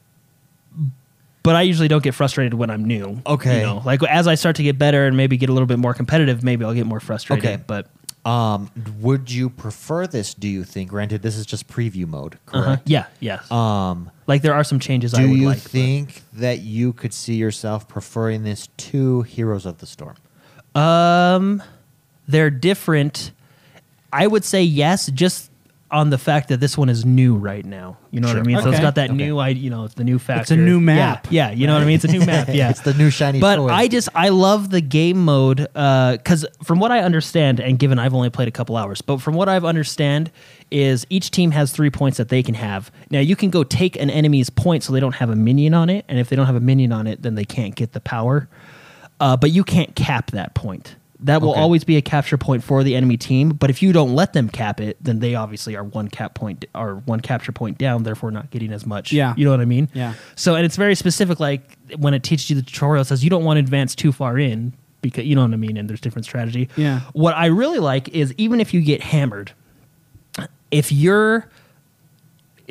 [SPEAKER 3] but I usually don't get frustrated when I'm new.
[SPEAKER 1] Okay.
[SPEAKER 3] you know, like as I start to get better and maybe get a little bit more competitive, maybe I'll get more frustrated.
[SPEAKER 1] Okay.
[SPEAKER 3] but
[SPEAKER 1] Um, would you prefer this? Do you think? Granted, this is just preview mode,
[SPEAKER 3] uh
[SPEAKER 1] correct?
[SPEAKER 3] yeah, yeah,
[SPEAKER 1] Um,
[SPEAKER 3] like there are some changes I
[SPEAKER 1] do
[SPEAKER 3] would
[SPEAKER 1] you
[SPEAKER 3] like. but-
[SPEAKER 1] think that you could see yourself preferring this to Heroes of the Storm?
[SPEAKER 3] Um, they're different. I would say yes, just on the fact that this one is new right now. You know
[SPEAKER 1] Sure.
[SPEAKER 3] what I mean? So it's
[SPEAKER 2] Okay.
[SPEAKER 3] got that
[SPEAKER 1] Okay.
[SPEAKER 3] new, I you know, it's the new factor.
[SPEAKER 2] new
[SPEAKER 3] Yeah.
[SPEAKER 2] map.
[SPEAKER 3] Yeah, you know what I mean. It's a new map. Yeah,
[SPEAKER 1] it's the new shiny
[SPEAKER 3] but
[SPEAKER 1] toy.
[SPEAKER 3] I just I love the game mode because from what I understand, and given I've only played a couple hours, but from what I've understand is each team has three points that they can have. Now you can go take an enemy's point so they don't have a minion on it, and if they don't have a minion on it, then they can't get the power. Uh, but you can't cap that point. That will
[SPEAKER 1] Okay.
[SPEAKER 3] always be a capture point for the enemy team. But if you don't let them cap it, then they obviously are one cap point are one capture point down, therefore not getting as much.
[SPEAKER 2] Yeah.
[SPEAKER 3] you know what I mean.
[SPEAKER 2] Yeah.
[SPEAKER 3] So and it's very specific. Like when it teaches you the tutorial, it says you don't want to advance too far in because you know what I mean. And there's different strategy.
[SPEAKER 2] Yeah.
[SPEAKER 3] What I really like is even if you get hammered, if you're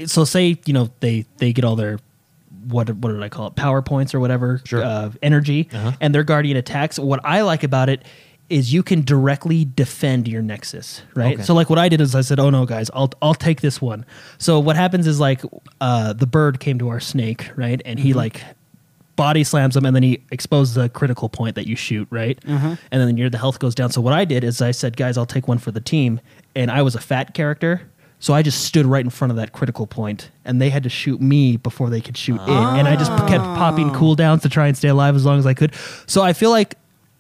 [SPEAKER 3] so say you know they they get all their what what did I call it powerpoints or whatever
[SPEAKER 1] Sure.
[SPEAKER 3] uh, energy and their guardian attacks. What I like about it is you can directly defend your nexus, right?
[SPEAKER 1] Okay.
[SPEAKER 3] So like what I did is I said, "Oh no, guys, I'll I'll take this one." So what happens is like uh, the bird came to our snake, right? And he like body slams him and then he exposes a critical point that you shoot, right? And then your the health goes down. So what I did is I said, guys, I'll take one for the team, and I was a fat character. So I just stood right in front of that critical point, and they had to shoot me before they could shoot in, and I just kept popping cooldowns to try and stay alive as long as I could. So I feel like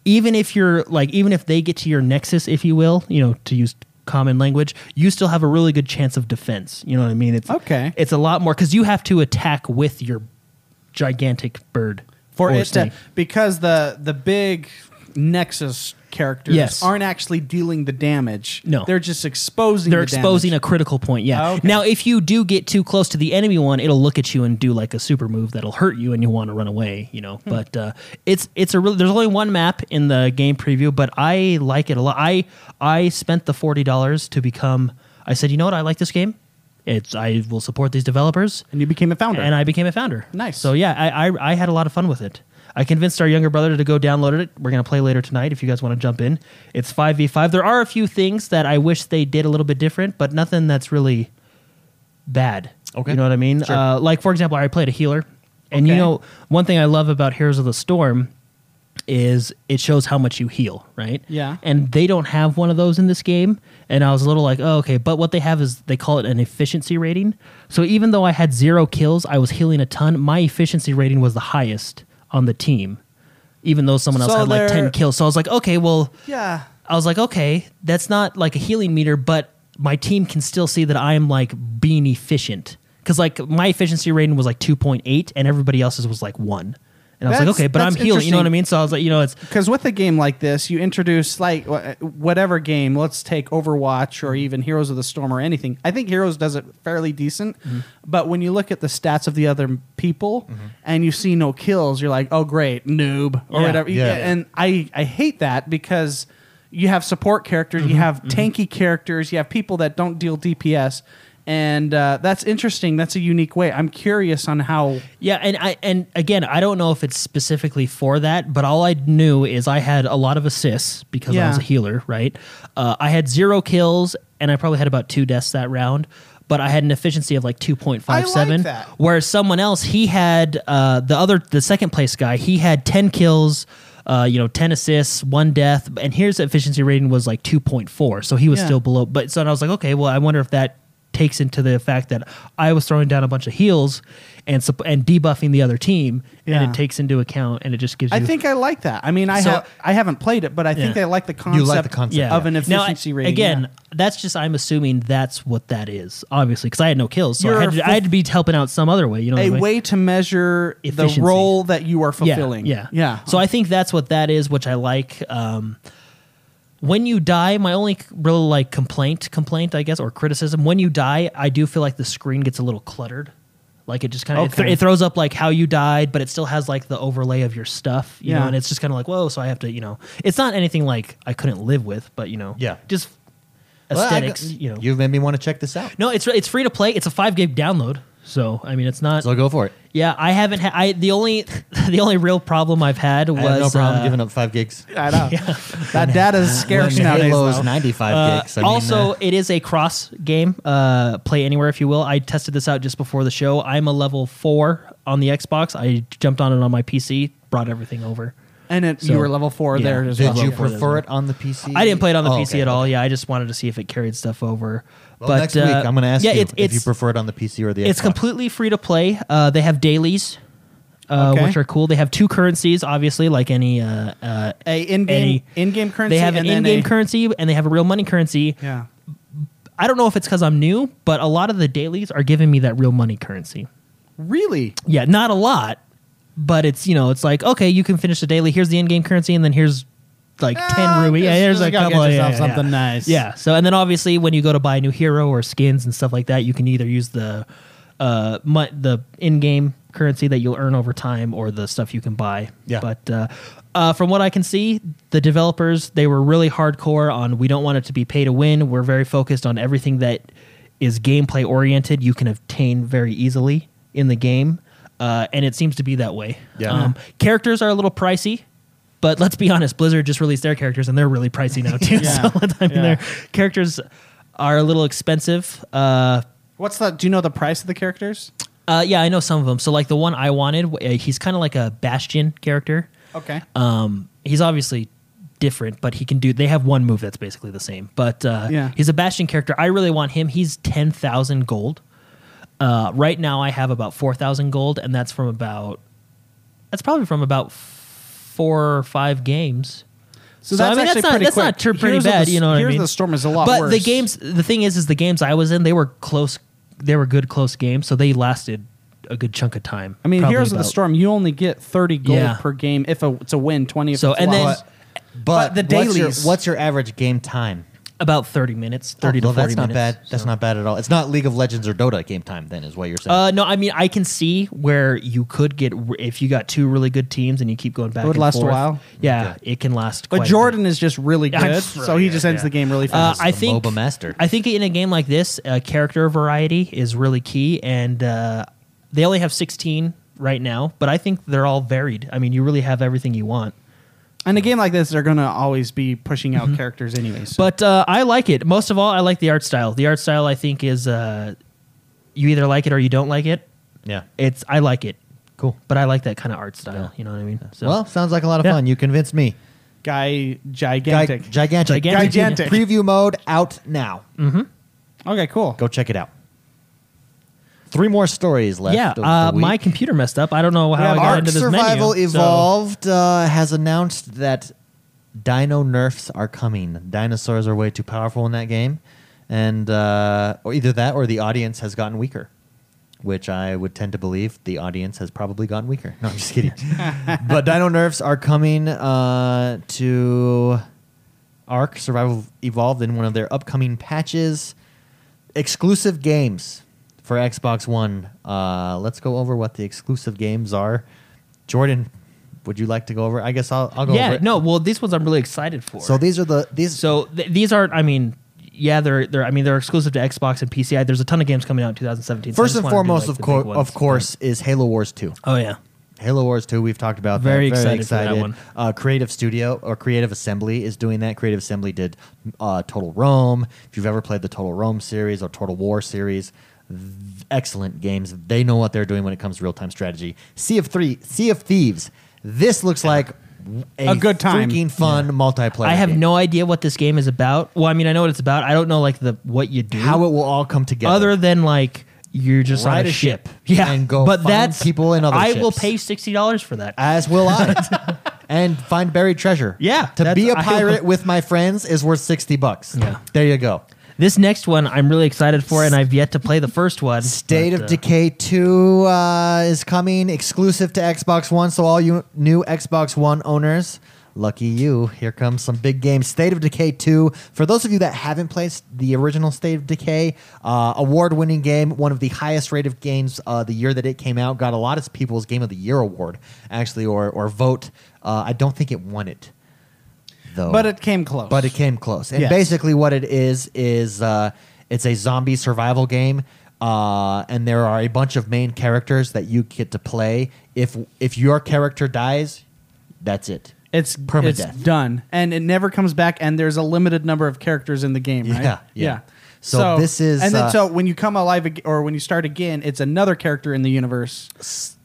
[SPEAKER 3] even if you're like even if they get to your nexus, if you will, you know, to use common language, you still have a really good chance of defense. You know what I mean? It's
[SPEAKER 2] Okay.
[SPEAKER 3] It's a lot more because you have to attack with your gigantic bird
[SPEAKER 2] for
[SPEAKER 3] or
[SPEAKER 2] it to,
[SPEAKER 3] snake.
[SPEAKER 2] because the the big Nexus characters
[SPEAKER 3] Yes.
[SPEAKER 2] aren't actually dealing the damage.
[SPEAKER 3] No.
[SPEAKER 2] they're just exposing.
[SPEAKER 3] They're
[SPEAKER 2] the
[SPEAKER 3] exposing
[SPEAKER 2] damage.
[SPEAKER 3] a critical point. Yeah.
[SPEAKER 2] Oh, okay.
[SPEAKER 3] Now, if you do get too close to the enemy one, it'll look at you and do like a super move that'll hurt you, and you want to run away. You know.
[SPEAKER 2] Hmm.
[SPEAKER 3] But uh, it's it's a really there's only one map in the game preview, but I like it a lot. I I spent the forty dollars to become. I said, you know what, I like this game. It's I will support these developers.
[SPEAKER 2] and you became a founder.
[SPEAKER 3] And I became a founder.
[SPEAKER 2] Nice.
[SPEAKER 3] So yeah, I, I I had a lot of fun with it. I convinced our younger brother to go download it. We're gonna play later tonight if you guys want to jump in. It's five v five. There are a few things that I wish they did a little bit different, but nothing that's really bad.
[SPEAKER 1] Okay.
[SPEAKER 3] You know what I mean?
[SPEAKER 1] Sure.
[SPEAKER 3] Uh, like for example, I played a healer, and you
[SPEAKER 2] Okay.
[SPEAKER 3] know one thing I love about Heroes of the Storm is it shows how much you heal, right?
[SPEAKER 2] Yeah.
[SPEAKER 3] And they don't have one of those in this game. And I was a little like, oh, okay. But what they have is they call it an efficiency rating. So even though I had zero kills, I was healing a ton. My efficiency rating was the highest on the team, even though someone else
[SPEAKER 2] So
[SPEAKER 3] had
[SPEAKER 2] they're-
[SPEAKER 3] like 10 kills. So I was like, okay, well,
[SPEAKER 2] yeah,
[SPEAKER 3] I was like, okay, that's not like a healing meter, but my team can still see that I am like being efficient. Cause like my efficiency rating was like 2.8 and everybody else's was like one. And I was like,
[SPEAKER 2] That's-
[SPEAKER 3] okay, but I'm
[SPEAKER 2] that's
[SPEAKER 3] healing. You know what I
[SPEAKER 2] interesting.
[SPEAKER 3] mean? So I was like, you know, it's,
[SPEAKER 2] because with a game like this, you introduce like wh- whatever game. Let's take Overwatch
[SPEAKER 3] Mm-hmm.
[SPEAKER 2] or even Heroes of the Storm or anything. I think Heroes does it fairly decent,
[SPEAKER 3] Mm-hmm.
[SPEAKER 2] but when you look at the stats of the other people and you see no kills, you're like, oh great, noob or
[SPEAKER 3] Yeah.
[SPEAKER 2] whatever.
[SPEAKER 1] Yeah.
[SPEAKER 2] And I I hate that because you have support characters,
[SPEAKER 3] Mm-hmm.
[SPEAKER 2] you have tanky characters, you have people that don't deal DPS, and uh, that's interesting. That's a unique way. I'm curious on how.
[SPEAKER 3] Yeah, and I and again, I don't know if it's specifically for that, but all I knew is I had a lot of assists because I was
[SPEAKER 2] Yeah.
[SPEAKER 3] a healer, right? Uh, I had zero kills, and I probably had about two deaths that round, but I had an efficiency of like two point five seven.
[SPEAKER 4] that.
[SPEAKER 3] Whereas someone else, he had uh, the other, the second place guy, he had ten kills. Uh, you know, ten assists, one death, and his efficiency rating was like two point four, so he was
[SPEAKER 2] Yeah.
[SPEAKER 3] still below. But so I was like, okay, well, I wonder if that takes into the fact that I was throwing down a bunch of heals and sup- and debuffing the other team, and
[SPEAKER 2] Yeah.
[SPEAKER 3] it takes into account, and it just gives you.
[SPEAKER 2] I think I like that. I mean, I
[SPEAKER 3] So-
[SPEAKER 2] ha- I haven't played it, but I think
[SPEAKER 3] Yeah.
[SPEAKER 2] I like the concept.
[SPEAKER 1] You like the concept,
[SPEAKER 2] of
[SPEAKER 1] yeah.
[SPEAKER 2] an
[SPEAKER 3] Now,
[SPEAKER 2] efficiency rating.
[SPEAKER 3] again,
[SPEAKER 2] yeah.
[SPEAKER 3] that's just I'm assuming that's what that is, obviously, because I had no kills, so
[SPEAKER 2] You're
[SPEAKER 3] I had, to, I had to be helping out some other way. You know, what
[SPEAKER 2] a
[SPEAKER 3] I mean?
[SPEAKER 2] way to measure
[SPEAKER 3] Efficiency.
[SPEAKER 2] the role that you are fulfilling.
[SPEAKER 3] Yeah, yeah,
[SPEAKER 2] yeah.
[SPEAKER 3] So I think that's what that is, which I like. Um, when you die, my only c- real like complaint, complaint, I guess, or criticism. When you die, I do feel like the screen gets a little cluttered. Like it just kind of it,
[SPEAKER 2] Okay.
[SPEAKER 3] th- it throws up like how you died, but it still has like the overlay of your stuff, you
[SPEAKER 2] Yeah.
[SPEAKER 3] know. And it's just kind of like whoa. So I have to, you know, it's not anything like I couldn't live with, but you know,
[SPEAKER 1] Yeah.
[SPEAKER 3] just
[SPEAKER 1] Well, I
[SPEAKER 3] aesthetics,
[SPEAKER 1] got-
[SPEAKER 3] you know.
[SPEAKER 1] You've made me want to check this out.
[SPEAKER 3] no, it's it's free to play. It's a five gig download, so I mean, it's not.
[SPEAKER 1] So go for it.
[SPEAKER 3] Yeah, I haven't. Ha- I the only the only real problem I've had was
[SPEAKER 1] I have no problem
[SPEAKER 3] uh,
[SPEAKER 1] giving up five gigs.
[SPEAKER 2] I know. That data is scarce
[SPEAKER 1] When
[SPEAKER 2] nowadays.
[SPEAKER 1] Halo's
[SPEAKER 2] though.
[SPEAKER 1] 95
[SPEAKER 3] uh,
[SPEAKER 1] gigs. I mean,
[SPEAKER 3] also,
[SPEAKER 1] uh,
[SPEAKER 3] it is a cross game, uh, play anywhere if you will. I tested this out just before the show. I'm a level four on the Xbox. I jumped on it on my PC, brought everything over.
[SPEAKER 2] and it,
[SPEAKER 3] So,
[SPEAKER 2] you were level four
[SPEAKER 3] yeah.
[SPEAKER 2] there as
[SPEAKER 1] did
[SPEAKER 2] well.
[SPEAKER 1] you
[SPEAKER 3] Yeah.
[SPEAKER 1] prefer it on the PC?
[SPEAKER 3] I didn't play it on the
[SPEAKER 1] Oh,
[SPEAKER 3] PC
[SPEAKER 1] okay,
[SPEAKER 3] at all.
[SPEAKER 1] okay.
[SPEAKER 3] Yeah, I just wanted to see if it carried stuff over.
[SPEAKER 1] Well,
[SPEAKER 3] but
[SPEAKER 1] next
[SPEAKER 3] uh,
[SPEAKER 1] week I'm going to ask
[SPEAKER 3] yeah,
[SPEAKER 1] you
[SPEAKER 3] it-
[SPEAKER 1] if you
[SPEAKER 3] it's
[SPEAKER 1] prefer it on the PC or the
[SPEAKER 3] it's
[SPEAKER 1] Xbox.
[SPEAKER 3] completely free to play. Uh, they have dailies, uh,
[SPEAKER 2] Okay.
[SPEAKER 3] which are cool. They have two currencies, obviously, like any uh, uh,
[SPEAKER 2] A in-game
[SPEAKER 3] any-
[SPEAKER 2] in-game currency.
[SPEAKER 3] They have an
[SPEAKER 2] and then
[SPEAKER 3] in-game
[SPEAKER 2] a-
[SPEAKER 3] currency and they have a real money currency.
[SPEAKER 2] Yeah.
[SPEAKER 3] I don't know if it's because I'm new, but a lot of the dailies are giving me that real money currency.
[SPEAKER 2] Really?
[SPEAKER 3] Yeah, not a lot, but it's you know it's like okay, you can finish the daily. Here's the in-game currency, and then here's like
[SPEAKER 4] Ah,
[SPEAKER 3] ten ruby.
[SPEAKER 4] just-
[SPEAKER 3] Yeah, here's
[SPEAKER 4] just
[SPEAKER 3] a
[SPEAKER 4] gotta
[SPEAKER 3] couple.
[SPEAKER 4] get
[SPEAKER 3] yeah,
[SPEAKER 4] yourself
[SPEAKER 3] yeah, yeah.
[SPEAKER 4] something nice.
[SPEAKER 3] Yeah. So and then obviously when you go to buy a new hero or skins and stuff like that, you can either use the uh mu- the in-game currency that you'll earn over time or the stuff you can buy.
[SPEAKER 1] Yeah.
[SPEAKER 3] But uh, uh, from what I can see, the developers they were really hardcore on we don't want it to be pay to win. We're very focused on everything that is gameplay oriented. You can obtain very easily in the game, uh, and it seems to be that way. Um,
[SPEAKER 1] Yeah.
[SPEAKER 3] characters are a little pricey. But let's be honest, Blizzard just released their characters and they're really pricey now too.
[SPEAKER 2] Yeah.
[SPEAKER 3] So I mean,
[SPEAKER 2] Yeah.
[SPEAKER 3] their characters are a little expensive. Uh,
[SPEAKER 2] What's the? Do you know the price of the characters?
[SPEAKER 3] uh, yeah, I know some of them. So like the one I wanted, w- uh, he's kind of like a Bastion character.
[SPEAKER 2] Okay.
[SPEAKER 3] Um, he's obviously different, but he can do. They have one move that's basically the same. But uh,
[SPEAKER 2] Yeah.
[SPEAKER 3] he's a Bastion character. I really want him. He's ten thousand gold. Uh, right now, I have about four thousand gold, and that's from about. That's probably from about f- four or five games.
[SPEAKER 2] so
[SPEAKER 3] so, I mean, that's not- that's not tr- pretty
[SPEAKER 2] Heroes of
[SPEAKER 3] bad,
[SPEAKER 2] the,
[SPEAKER 3] you know what I
[SPEAKER 2] Heroes of
[SPEAKER 3] mean?
[SPEAKER 2] the storm is a lot
[SPEAKER 3] but
[SPEAKER 2] worse.
[SPEAKER 3] the games, the thing is, is the games I was in, they were close. They were good, close games, so they lasted a good chunk of time.
[SPEAKER 2] I mean,
[SPEAKER 3] Probably
[SPEAKER 2] Heroes of the
[SPEAKER 3] about-
[SPEAKER 2] Storm, you only get thirty gold
[SPEAKER 3] Yeah.
[SPEAKER 2] per game if a, it's a win, twenty if
[SPEAKER 3] So,
[SPEAKER 2] it's a
[SPEAKER 3] and then-
[SPEAKER 2] loss.
[SPEAKER 1] But,
[SPEAKER 2] But the
[SPEAKER 1] what's your- What's
[SPEAKER 2] dailies-
[SPEAKER 1] your, average game time?
[SPEAKER 3] About thirty minutes, thirty
[SPEAKER 1] Thirty.
[SPEAKER 3] to forty
[SPEAKER 1] Oh, that's not
[SPEAKER 3] minutes,
[SPEAKER 1] bad. That's
[SPEAKER 3] so.
[SPEAKER 1] not bad at all. It's not League of Legends or Dota game time. Then is what you're saying.
[SPEAKER 3] Uh, no, I mean, I can see where you could get if you got two really good teams and you keep going back.
[SPEAKER 2] It would
[SPEAKER 3] and
[SPEAKER 2] last a
[SPEAKER 3] forth.
[SPEAKER 2] while.
[SPEAKER 3] Yeah, it can last.
[SPEAKER 2] but
[SPEAKER 3] quite a
[SPEAKER 2] Jordan
[SPEAKER 3] bit.
[SPEAKER 2] is just really
[SPEAKER 3] Yeah, I'm
[SPEAKER 2] good,
[SPEAKER 3] just
[SPEAKER 2] so
[SPEAKER 3] really
[SPEAKER 2] he just
[SPEAKER 3] good,
[SPEAKER 2] ends
[SPEAKER 3] yeah.
[SPEAKER 2] the game really
[SPEAKER 3] Uh,
[SPEAKER 2] fast.
[SPEAKER 3] I
[SPEAKER 1] the
[SPEAKER 3] think
[SPEAKER 1] MOBA master.
[SPEAKER 3] I think in a game like this, uh, character variety is really key, and uh, they only have sixteen right now. But I think they're all varied. I mean, you really have everything you want.
[SPEAKER 2] in a game like this, they're gonna always be pushing out characters anyways.
[SPEAKER 3] But uh, I like it. Most of all, I like the art style. The art style I think is uh, you either like it or you don't like it.
[SPEAKER 1] yeah.
[SPEAKER 3] It's I like it,
[SPEAKER 1] Cool.
[SPEAKER 3] but I like that kind of art style. You know what I mean? So.
[SPEAKER 1] Well, sounds like a lot of
[SPEAKER 3] Yeah.
[SPEAKER 1] fun. You convinced me.
[SPEAKER 2] guy
[SPEAKER 1] Gi-
[SPEAKER 2] gigantic.
[SPEAKER 1] gigantic.
[SPEAKER 3] Gigantic. Mm.
[SPEAKER 2] Gigantic.
[SPEAKER 1] Preview mode out now.
[SPEAKER 2] okay, cool.
[SPEAKER 1] Go check it out. Three more stories left.
[SPEAKER 3] yeah,
[SPEAKER 1] of the
[SPEAKER 3] uh,
[SPEAKER 1] week.
[SPEAKER 3] my computer messed up. I don't know how I
[SPEAKER 2] have
[SPEAKER 3] got
[SPEAKER 1] Ark
[SPEAKER 3] into this
[SPEAKER 1] Survival
[SPEAKER 3] menu. so-
[SPEAKER 1] Evolved uh, has announced that dino nerfs are coming. Dinosaurs are way too powerful in that game, and uh, or either that or the audience has gotten weaker, which I would tend to believe the audience has probably gotten weaker. No, I'm just kidding. but dino nerfs are coming uh, to Ark Survival Evolved in one of their upcoming patches. Exclusive games for Xbox One. Uh, let's go over what the exclusive games are. Jordan, Would you like to go over? it? I guess I'll, I'll go over.
[SPEAKER 3] yeah,
[SPEAKER 1] it.
[SPEAKER 3] no. Well, these ones I'm really excited for.
[SPEAKER 1] So these are the these.
[SPEAKER 3] So th- these aren't. I mean, yeah, they're they're. I mean, they're exclusive to Xbox and PCI. There's a ton of games coming out in 2017. so I
[SPEAKER 1] first and
[SPEAKER 3] just wanted to do,
[SPEAKER 1] foremost,
[SPEAKER 3] like,
[SPEAKER 1] of
[SPEAKER 3] the big
[SPEAKER 1] course,
[SPEAKER 3] ones.
[SPEAKER 1] of course, is Halo Wars two.
[SPEAKER 3] Oh yeah.
[SPEAKER 1] Halo Wars 2, we've talked about
[SPEAKER 3] Very
[SPEAKER 1] that.
[SPEAKER 3] excited for that one.
[SPEAKER 1] Uh, Creative Studio or Creative Assembly is doing that. Creative Assembly did uh, Total Rome. If you've ever played the Total Rome series or Total War series, th- excellent games. They know what they're doing when it comes to real time strategy. Sea of Three, Sea of Thieves. This looks like a,
[SPEAKER 2] A good time.
[SPEAKER 1] freaking fun multiplayer.
[SPEAKER 3] I have
[SPEAKER 1] game.
[SPEAKER 3] no idea what this game is about. Well, I mean, I know what it's about. I don't know like the what you do.
[SPEAKER 1] how it will all come together.
[SPEAKER 3] other than like you're just on
[SPEAKER 1] Ride
[SPEAKER 3] a,
[SPEAKER 1] a
[SPEAKER 3] ship.
[SPEAKER 1] ship
[SPEAKER 3] yeah,
[SPEAKER 1] and go
[SPEAKER 3] But
[SPEAKER 1] find
[SPEAKER 3] that's
[SPEAKER 1] people in other
[SPEAKER 3] I will
[SPEAKER 1] ships.
[SPEAKER 3] pay sixty dollars for that.
[SPEAKER 1] as will I. and find buried treasure.
[SPEAKER 3] Yeah,
[SPEAKER 1] To
[SPEAKER 3] that's-
[SPEAKER 1] be a
[SPEAKER 3] I will-
[SPEAKER 1] pirate with my friends is worth 60 bucks.
[SPEAKER 3] Yeah.
[SPEAKER 1] There you go.
[SPEAKER 3] this next one I'm really excited for, and I've yet to play the first one.
[SPEAKER 1] State
[SPEAKER 3] but,
[SPEAKER 1] of
[SPEAKER 3] uh,
[SPEAKER 1] Decay 2 uh, is coming exclusive to Xbox One. So, all you new Xbox One owners, lucky you. Here comes some big games. State of Decay 2. For those of you that haven't played the original State of Decay, uh, award winning game, one of the highest rated games uh, the year that it came out, got a lot of people's Game of the Year award, actually, or, or vote. Uh, I don't think it won it, though.
[SPEAKER 2] But it came close.
[SPEAKER 1] But it came close. And
[SPEAKER 2] Yes.
[SPEAKER 1] basically, what it is is uh, it's a zombie survival game, uh, and there are a bunch of main characters that you get to play. If if your character dies, that's it.
[SPEAKER 2] It's it's
[SPEAKER 1] Permadeath.
[SPEAKER 2] done, and it never comes back. And there's a limited number of characters in the game, right?
[SPEAKER 1] Yeah, yeah. So this is,
[SPEAKER 2] and then
[SPEAKER 1] uh,
[SPEAKER 2] so when you come alive ag- or when you start again, it's another character in the universe.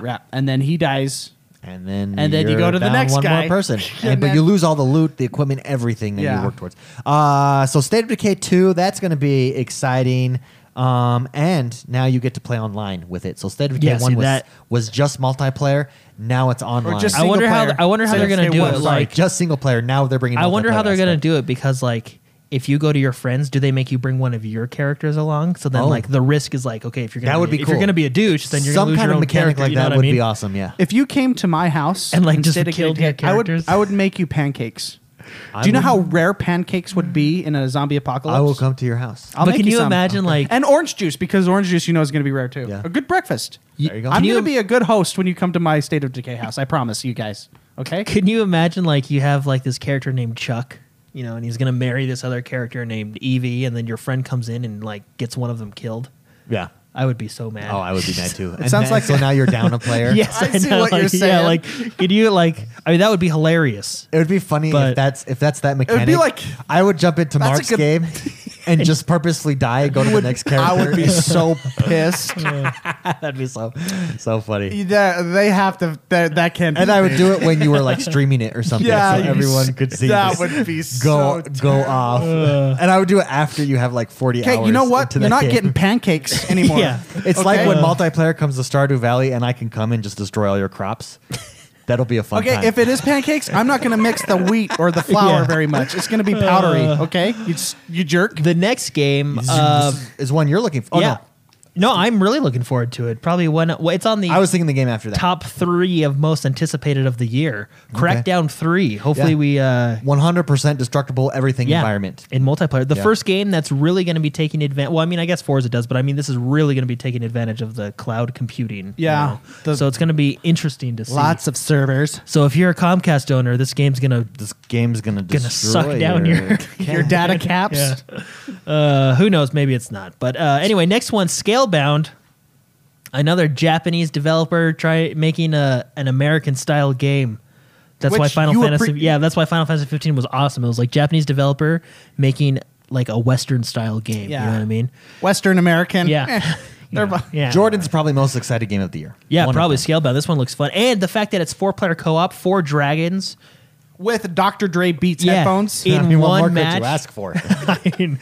[SPEAKER 2] Wrap. and then he dies.
[SPEAKER 1] And then
[SPEAKER 2] And then you
[SPEAKER 1] you're
[SPEAKER 2] go to the
[SPEAKER 1] down
[SPEAKER 2] next
[SPEAKER 1] one
[SPEAKER 2] guy.
[SPEAKER 1] more person,
[SPEAKER 2] And
[SPEAKER 1] And- but
[SPEAKER 2] then-
[SPEAKER 1] you lose all the loot, the equipment, everything that
[SPEAKER 2] Yeah.
[SPEAKER 1] you work towards. Uh, so State of Decay two, that's going to be exciting. Um, and now you get to play online with it. So State of Decay
[SPEAKER 3] Yeah, see,
[SPEAKER 1] one was
[SPEAKER 3] that-
[SPEAKER 1] was just multiplayer. Now it's online.
[SPEAKER 2] just
[SPEAKER 3] I wonder how
[SPEAKER 2] Single
[SPEAKER 3] I wonder how
[SPEAKER 2] player.
[SPEAKER 3] they're gonna
[SPEAKER 2] Yes,
[SPEAKER 3] do
[SPEAKER 2] they
[SPEAKER 3] it.
[SPEAKER 2] will.
[SPEAKER 1] Sorry,
[SPEAKER 3] Like
[SPEAKER 1] just single player. Now they're bringing.
[SPEAKER 3] I wonder how
[SPEAKER 1] multiplayer
[SPEAKER 3] they're gonna
[SPEAKER 1] aspect.
[SPEAKER 3] do it because like. If you go to your friends, do they make you bring one of your characters along? So then,
[SPEAKER 1] Oh.
[SPEAKER 3] like the risk is like, okay, if you're gonna
[SPEAKER 1] That would
[SPEAKER 3] be,
[SPEAKER 1] be
[SPEAKER 3] if you're
[SPEAKER 1] cool.
[SPEAKER 3] gonna be a douche, then you're
[SPEAKER 1] Some
[SPEAKER 3] gonna lose
[SPEAKER 1] kind
[SPEAKER 3] your
[SPEAKER 1] of
[SPEAKER 3] own
[SPEAKER 1] mechanic
[SPEAKER 3] character,
[SPEAKER 1] like
[SPEAKER 3] you know
[SPEAKER 1] that
[SPEAKER 3] what I
[SPEAKER 1] would
[SPEAKER 3] mean?
[SPEAKER 1] be awesome. Yeah,
[SPEAKER 2] If you came to my house
[SPEAKER 3] And, like,
[SPEAKER 2] and
[SPEAKER 3] just
[SPEAKER 2] stayed at
[SPEAKER 3] killed
[SPEAKER 2] Gate-
[SPEAKER 3] your
[SPEAKER 2] I would
[SPEAKER 3] characters?
[SPEAKER 2] I would make you pancakes.
[SPEAKER 1] I
[SPEAKER 2] Do you know
[SPEAKER 1] would-
[SPEAKER 2] how rare pancakes would be in a zombie apocalypse?
[SPEAKER 1] I will come to your house.
[SPEAKER 2] I'll
[SPEAKER 3] But
[SPEAKER 2] make
[SPEAKER 3] can you
[SPEAKER 2] some.
[SPEAKER 3] imagine, like-
[SPEAKER 2] and orange juice because orange juice you know is going to be rare too.
[SPEAKER 1] Yeah.
[SPEAKER 2] A good breakfast.
[SPEAKER 1] There you go.
[SPEAKER 2] I'm
[SPEAKER 1] Can
[SPEAKER 2] going
[SPEAKER 3] you-
[SPEAKER 2] to be a good host when you come to my state of decay house. I promise you guys. Okay.
[SPEAKER 3] Can you imagine like you have like this character named Chuck, you know, and he's gonna marry this other character named Evie, and then your friend comes in and like gets one of them killed?
[SPEAKER 1] Yeah.
[SPEAKER 3] I would be so mad.
[SPEAKER 1] Oh, I would be mad too.
[SPEAKER 2] It sounds
[SPEAKER 1] then-
[SPEAKER 2] like-
[SPEAKER 1] so. Now you're down a player.
[SPEAKER 3] yes,
[SPEAKER 2] I
[SPEAKER 3] I
[SPEAKER 2] see
[SPEAKER 3] know,
[SPEAKER 2] what you're
[SPEAKER 3] like, Yeah,
[SPEAKER 2] saying.
[SPEAKER 3] like could you like? I mean, that would be hilarious.
[SPEAKER 1] It would be funny
[SPEAKER 3] But-
[SPEAKER 1] if that's if that's that
[SPEAKER 2] be
[SPEAKER 1] mechanic.
[SPEAKER 2] like-
[SPEAKER 1] I would jump into
[SPEAKER 2] That's a
[SPEAKER 1] Mark's
[SPEAKER 2] good-
[SPEAKER 1] game and just purposely die and go to the next character.
[SPEAKER 2] I would be so pissed.
[SPEAKER 1] That'd be so so funny.
[SPEAKER 2] That- they have to. That, that can't.
[SPEAKER 1] And I would do it when you were like streaming it or something,
[SPEAKER 2] Yeah,
[SPEAKER 1] so
[SPEAKER 2] you'd be
[SPEAKER 1] everyone
[SPEAKER 2] s-
[SPEAKER 1] could see.
[SPEAKER 2] that
[SPEAKER 1] this
[SPEAKER 2] would be
[SPEAKER 1] go
[SPEAKER 2] so
[SPEAKER 1] go off. and I would do it after you have like forty
[SPEAKER 2] Okay,
[SPEAKER 1] hours.
[SPEAKER 2] you know what?
[SPEAKER 1] into
[SPEAKER 2] You're
[SPEAKER 1] that
[SPEAKER 2] not
[SPEAKER 1] game.
[SPEAKER 2] getting pancakes anymore.
[SPEAKER 3] Yeah.
[SPEAKER 1] It's
[SPEAKER 2] Okay?
[SPEAKER 1] like when multiplayer comes to Stardew Valley and I can come and just destroy all your crops. That'll be a fun
[SPEAKER 2] Okay,
[SPEAKER 1] time.
[SPEAKER 2] if it is pancakes, I'm not going to mix the wheat or the flour
[SPEAKER 3] Yeah. Uh.
[SPEAKER 2] very much. It's going to be powdery. Okay, you s- you jerk.
[SPEAKER 3] The next game,
[SPEAKER 1] This is-
[SPEAKER 3] uh,
[SPEAKER 1] this is one you're looking for. Oh,
[SPEAKER 3] yeah, no. I'm really looking forward to it. Probably one. Well, it's on the
[SPEAKER 1] no. I was thinking the game after that.
[SPEAKER 3] top three of most anticipated of the year. Crackdown three. Hopefully,
[SPEAKER 1] Yeah.
[SPEAKER 3] we uh,
[SPEAKER 1] 100% destructible everything environment.
[SPEAKER 3] in multiplayer. The
[SPEAKER 1] Yeah.
[SPEAKER 3] first game that's really going to be taking advantage. Well, I mean, I guess Forza does, but I mean, this is really going to be taking advantage of the cloud computing. you
[SPEAKER 2] Yeah.
[SPEAKER 3] know?
[SPEAKER 2] The-
[SPEAKER 3] so it's going to be interesting to see.
[SPEAKER 2] of servers.
[SPEAKER 3] So if you're a Comcast owner, this game's going to
[SPEAKER 1] This game's gonna
[SPEAKER 3] going to
[SPEAKER 1] destroy
[SPEAKER 3] suck down your
[SPEAKER 2] Your data caps.
[SPEAKER 3] Uh, who knows? Maybe it's not. But uh, anyway, next one, Scalebound. Another Japanese developer try making a an American style game. That's why
[SPEAKER 2] Which
[SPEAKER 3] Final
[SPEAKER 2] you
[SPEAKER 3] Fantasy.
[SPEAKER 2] appre-
[SPEAKER 3] yeah, that's why Final Fantasy 15 was awesome. It was like Japanese developer making like a Western style game. You know
[SPEAKER 2] Yeah.
[SPEAKER 3] what I mean?
[SPEAKER 2] Western American.
[SPEAKER 3] Yeah.
[SPEAKER 2] Eh, they're bu-
[SPEAKER 3] Yeah.
[SPEAKER 1] Jordan's probably most excited game of the year.
[SPEAKER 3] Yeah,
[SPEAKER 1] One of
[SPEAKER 3] probably
[SPEAKER 1] them.
[SPEAKER 3] Scalebound. This one looks fun. And the fact that it's four player co op, four dragons.
[SPEAKER 2] with Dr. Dre Beats
[SPEAKER 3] Yeah.
[SPEAKER 2] headphones.
[SPEAKER 3] Yeah.
[SPEAKER 1] I
[SPEAKER 3] in
[SPEAKER 1] mean, what
[SPEAKER 3] one
[SPEAKER 1] more could
[SPEAKER 3] match.
[SPEAKER 1] you ask for?
[SPEAKER 3] I mean,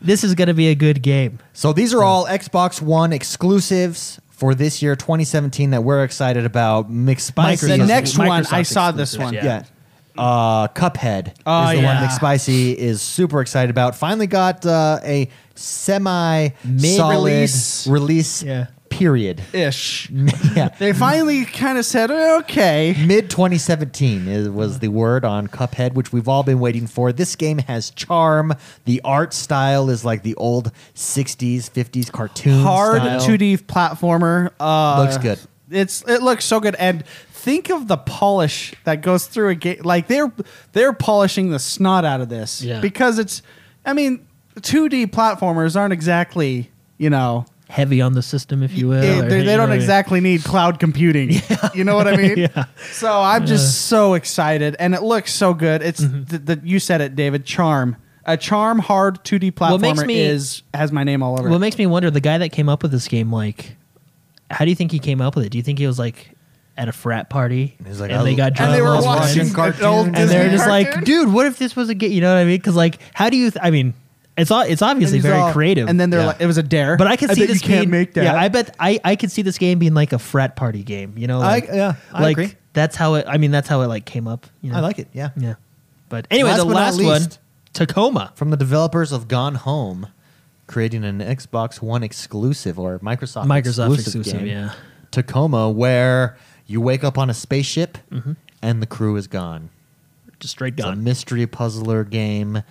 [SPEAKER 3] this is going to be a good game.
[SPEAKER 1] so these are all Xbox One exclusives for this year, 2017, that we're excited about. Mixed spicy.
[SPEAKER 2] The
[SPEAKER 3] Microsoft-
[SPEAKER 2] next one, I saw
[SPEAKER 3] exclusive,
[SPEAKER 2] this one.
[SPEAKER 3] yeah.
[SPEAKER 1] Yeah. Uh, Cuphead
[SPEAKER 2] Oh,
[SPEAKER 1] is the
[SPEAKER 2] yeah.
[SPEAKER 1] one McSpicy is super excited about. Finally got uh, a semi solid
[SPEAKER 2] Mid-release.
[SPEAKER 1] release,
[SPEAKER 3] Yeah.
[SPEAKER 1] period.
[SPEAKER 2] Ish.
[SPEAKER 1] yeah.
[SPEAKER 2] They finally kind of said, okay.
[SPEAKER 1] Mid 2017 is- was the word on Cuphead, which we've all been waiting for. This game has charm. The art style is like the old 60s, 50s cartoon
[SPEAKER 2] Hard
[SPEAKER 1] style.
[SPEAKER 2] 2D platformer. Uh,
[SPEAKER 1] Looks good.
[SPEAKER 2] It's It looks so good. And think of the polish that goes through a game. Like they're they're polishing the snot out of this
[SPEAKER 3] Yeah.
[SPEAKER 2] because it's. I mean, 2D platformers aren't exactly you know
[SPEAKER 3] heavy on the system, if you will.
[SPEAKER 2] Eh,
[SPEAKER 3] or-
[SPEAKER 2] they, they
[SPEAKER 3] you
[SPEAKER 2] don't
[SPEAKER 3] know,
[SPEAKER 2] exactly need cloud computing. You know what I mean?
[SPEAKER 3] Yeah.
[SPEAKER 2] So I'm just so excited, and it looks so good. It's
[SPEAKER 3] Mm-hmm.
[SPEAKER 2] th- th- you said it, David. Charm, a charm hard 2D
[SPEAKER 3] What makes
[SPEAKER 2] platformer
[SPEAKER 3] me-
[SPEAKER 2] is has my name all over.
[SPEAKER 3] What
[SPEAKER 2] it.
[SPEAKER 3] makes me wonder the guy that came up with this game, like, how do you think he came up with it? Do you think he was like at a frat party
[SPEAKER 1] He's like,
[SPEAKER 3] and
[SPEAKER 1] I-
[SPEAKER 3] they got
[SPEAKER 1] And
[SPEAKER 3] drunk
[SPEAKER 2] they were
[SPEAKER 3] all his
[SPEAKER 2] watching
[SPEAKER 3] friends?
[SPEAKER 2] an old
[SPEAKER 3] and they're
[SPEAKER 2] Disney
[SPEAKER 3] just like,
[SPEAKER 2] cartoon?
[SPEAKER 3] dude, what if this was a game? You know what I mean? Because like, how do you? Th- I mean, it's all it's
[SPEAKER 2] And
[SPEAKER 3] obviously
[SPEAKER 2] he's
[SPEAKER 3] very
[SPEAKER 2] all-
[SPEAKER 3] creative.
[SPEAKER 2] And then they're
[SPEAKER 1] Yeah.
[SPEAKER 2] like, it was a dare.
[SPEAKER 3] but I can see
[SPEAKER 2] bet
[SPEAKER 3] this
[SPEAKER 2] you can't
[SPEAKER 3] game.
[SPEAKER 2] make that.
[SPEAKER 3] Yeah, I bet I I could see this game being like a frat party game. You know,
[SPEAKER 1] I-
[SPEAKER 3] like,
[SPEAKER 1] yeah, I
[SPEAKER 3] like,
[SPEAKER 1] agree.
[SPEAKER 3] That's how it. I mean, that's how it like came up. You know?
[SPEAKER 1] I like it. Yeah.
[SPEAKER 3] Yeah, but anyway,
[SPEAKER 1] Last
[SPEAKER 3] the
[SPEAKER 1] but not
[SPEAKER 3] last one,
[SPEAKER 1] least-
[SPEAKER 3] Tacoma.
[SPEAKER 1] From the developers of Gone Home, creating an Xbox One exclusive or Microsoft
[SPEAKER 3] Microsoft
[SPEAKER 1] exclusive,
[SPEAKER 3] exclusive,
[SPEAKER 1] game,
[SPEAKER 3] yeah.
[SPEAKER 1] Tacoma, where you wake up on a spaceship
[SPEAKER 3] Mm-hmm.
[SPEAKER 1] and the crew is gone.
[SPEAKER 3] Just straight
[SPEAKER 1] It's a
[SPEAKER 3] gun.
[SPEAKER 1] mystery puzzler game,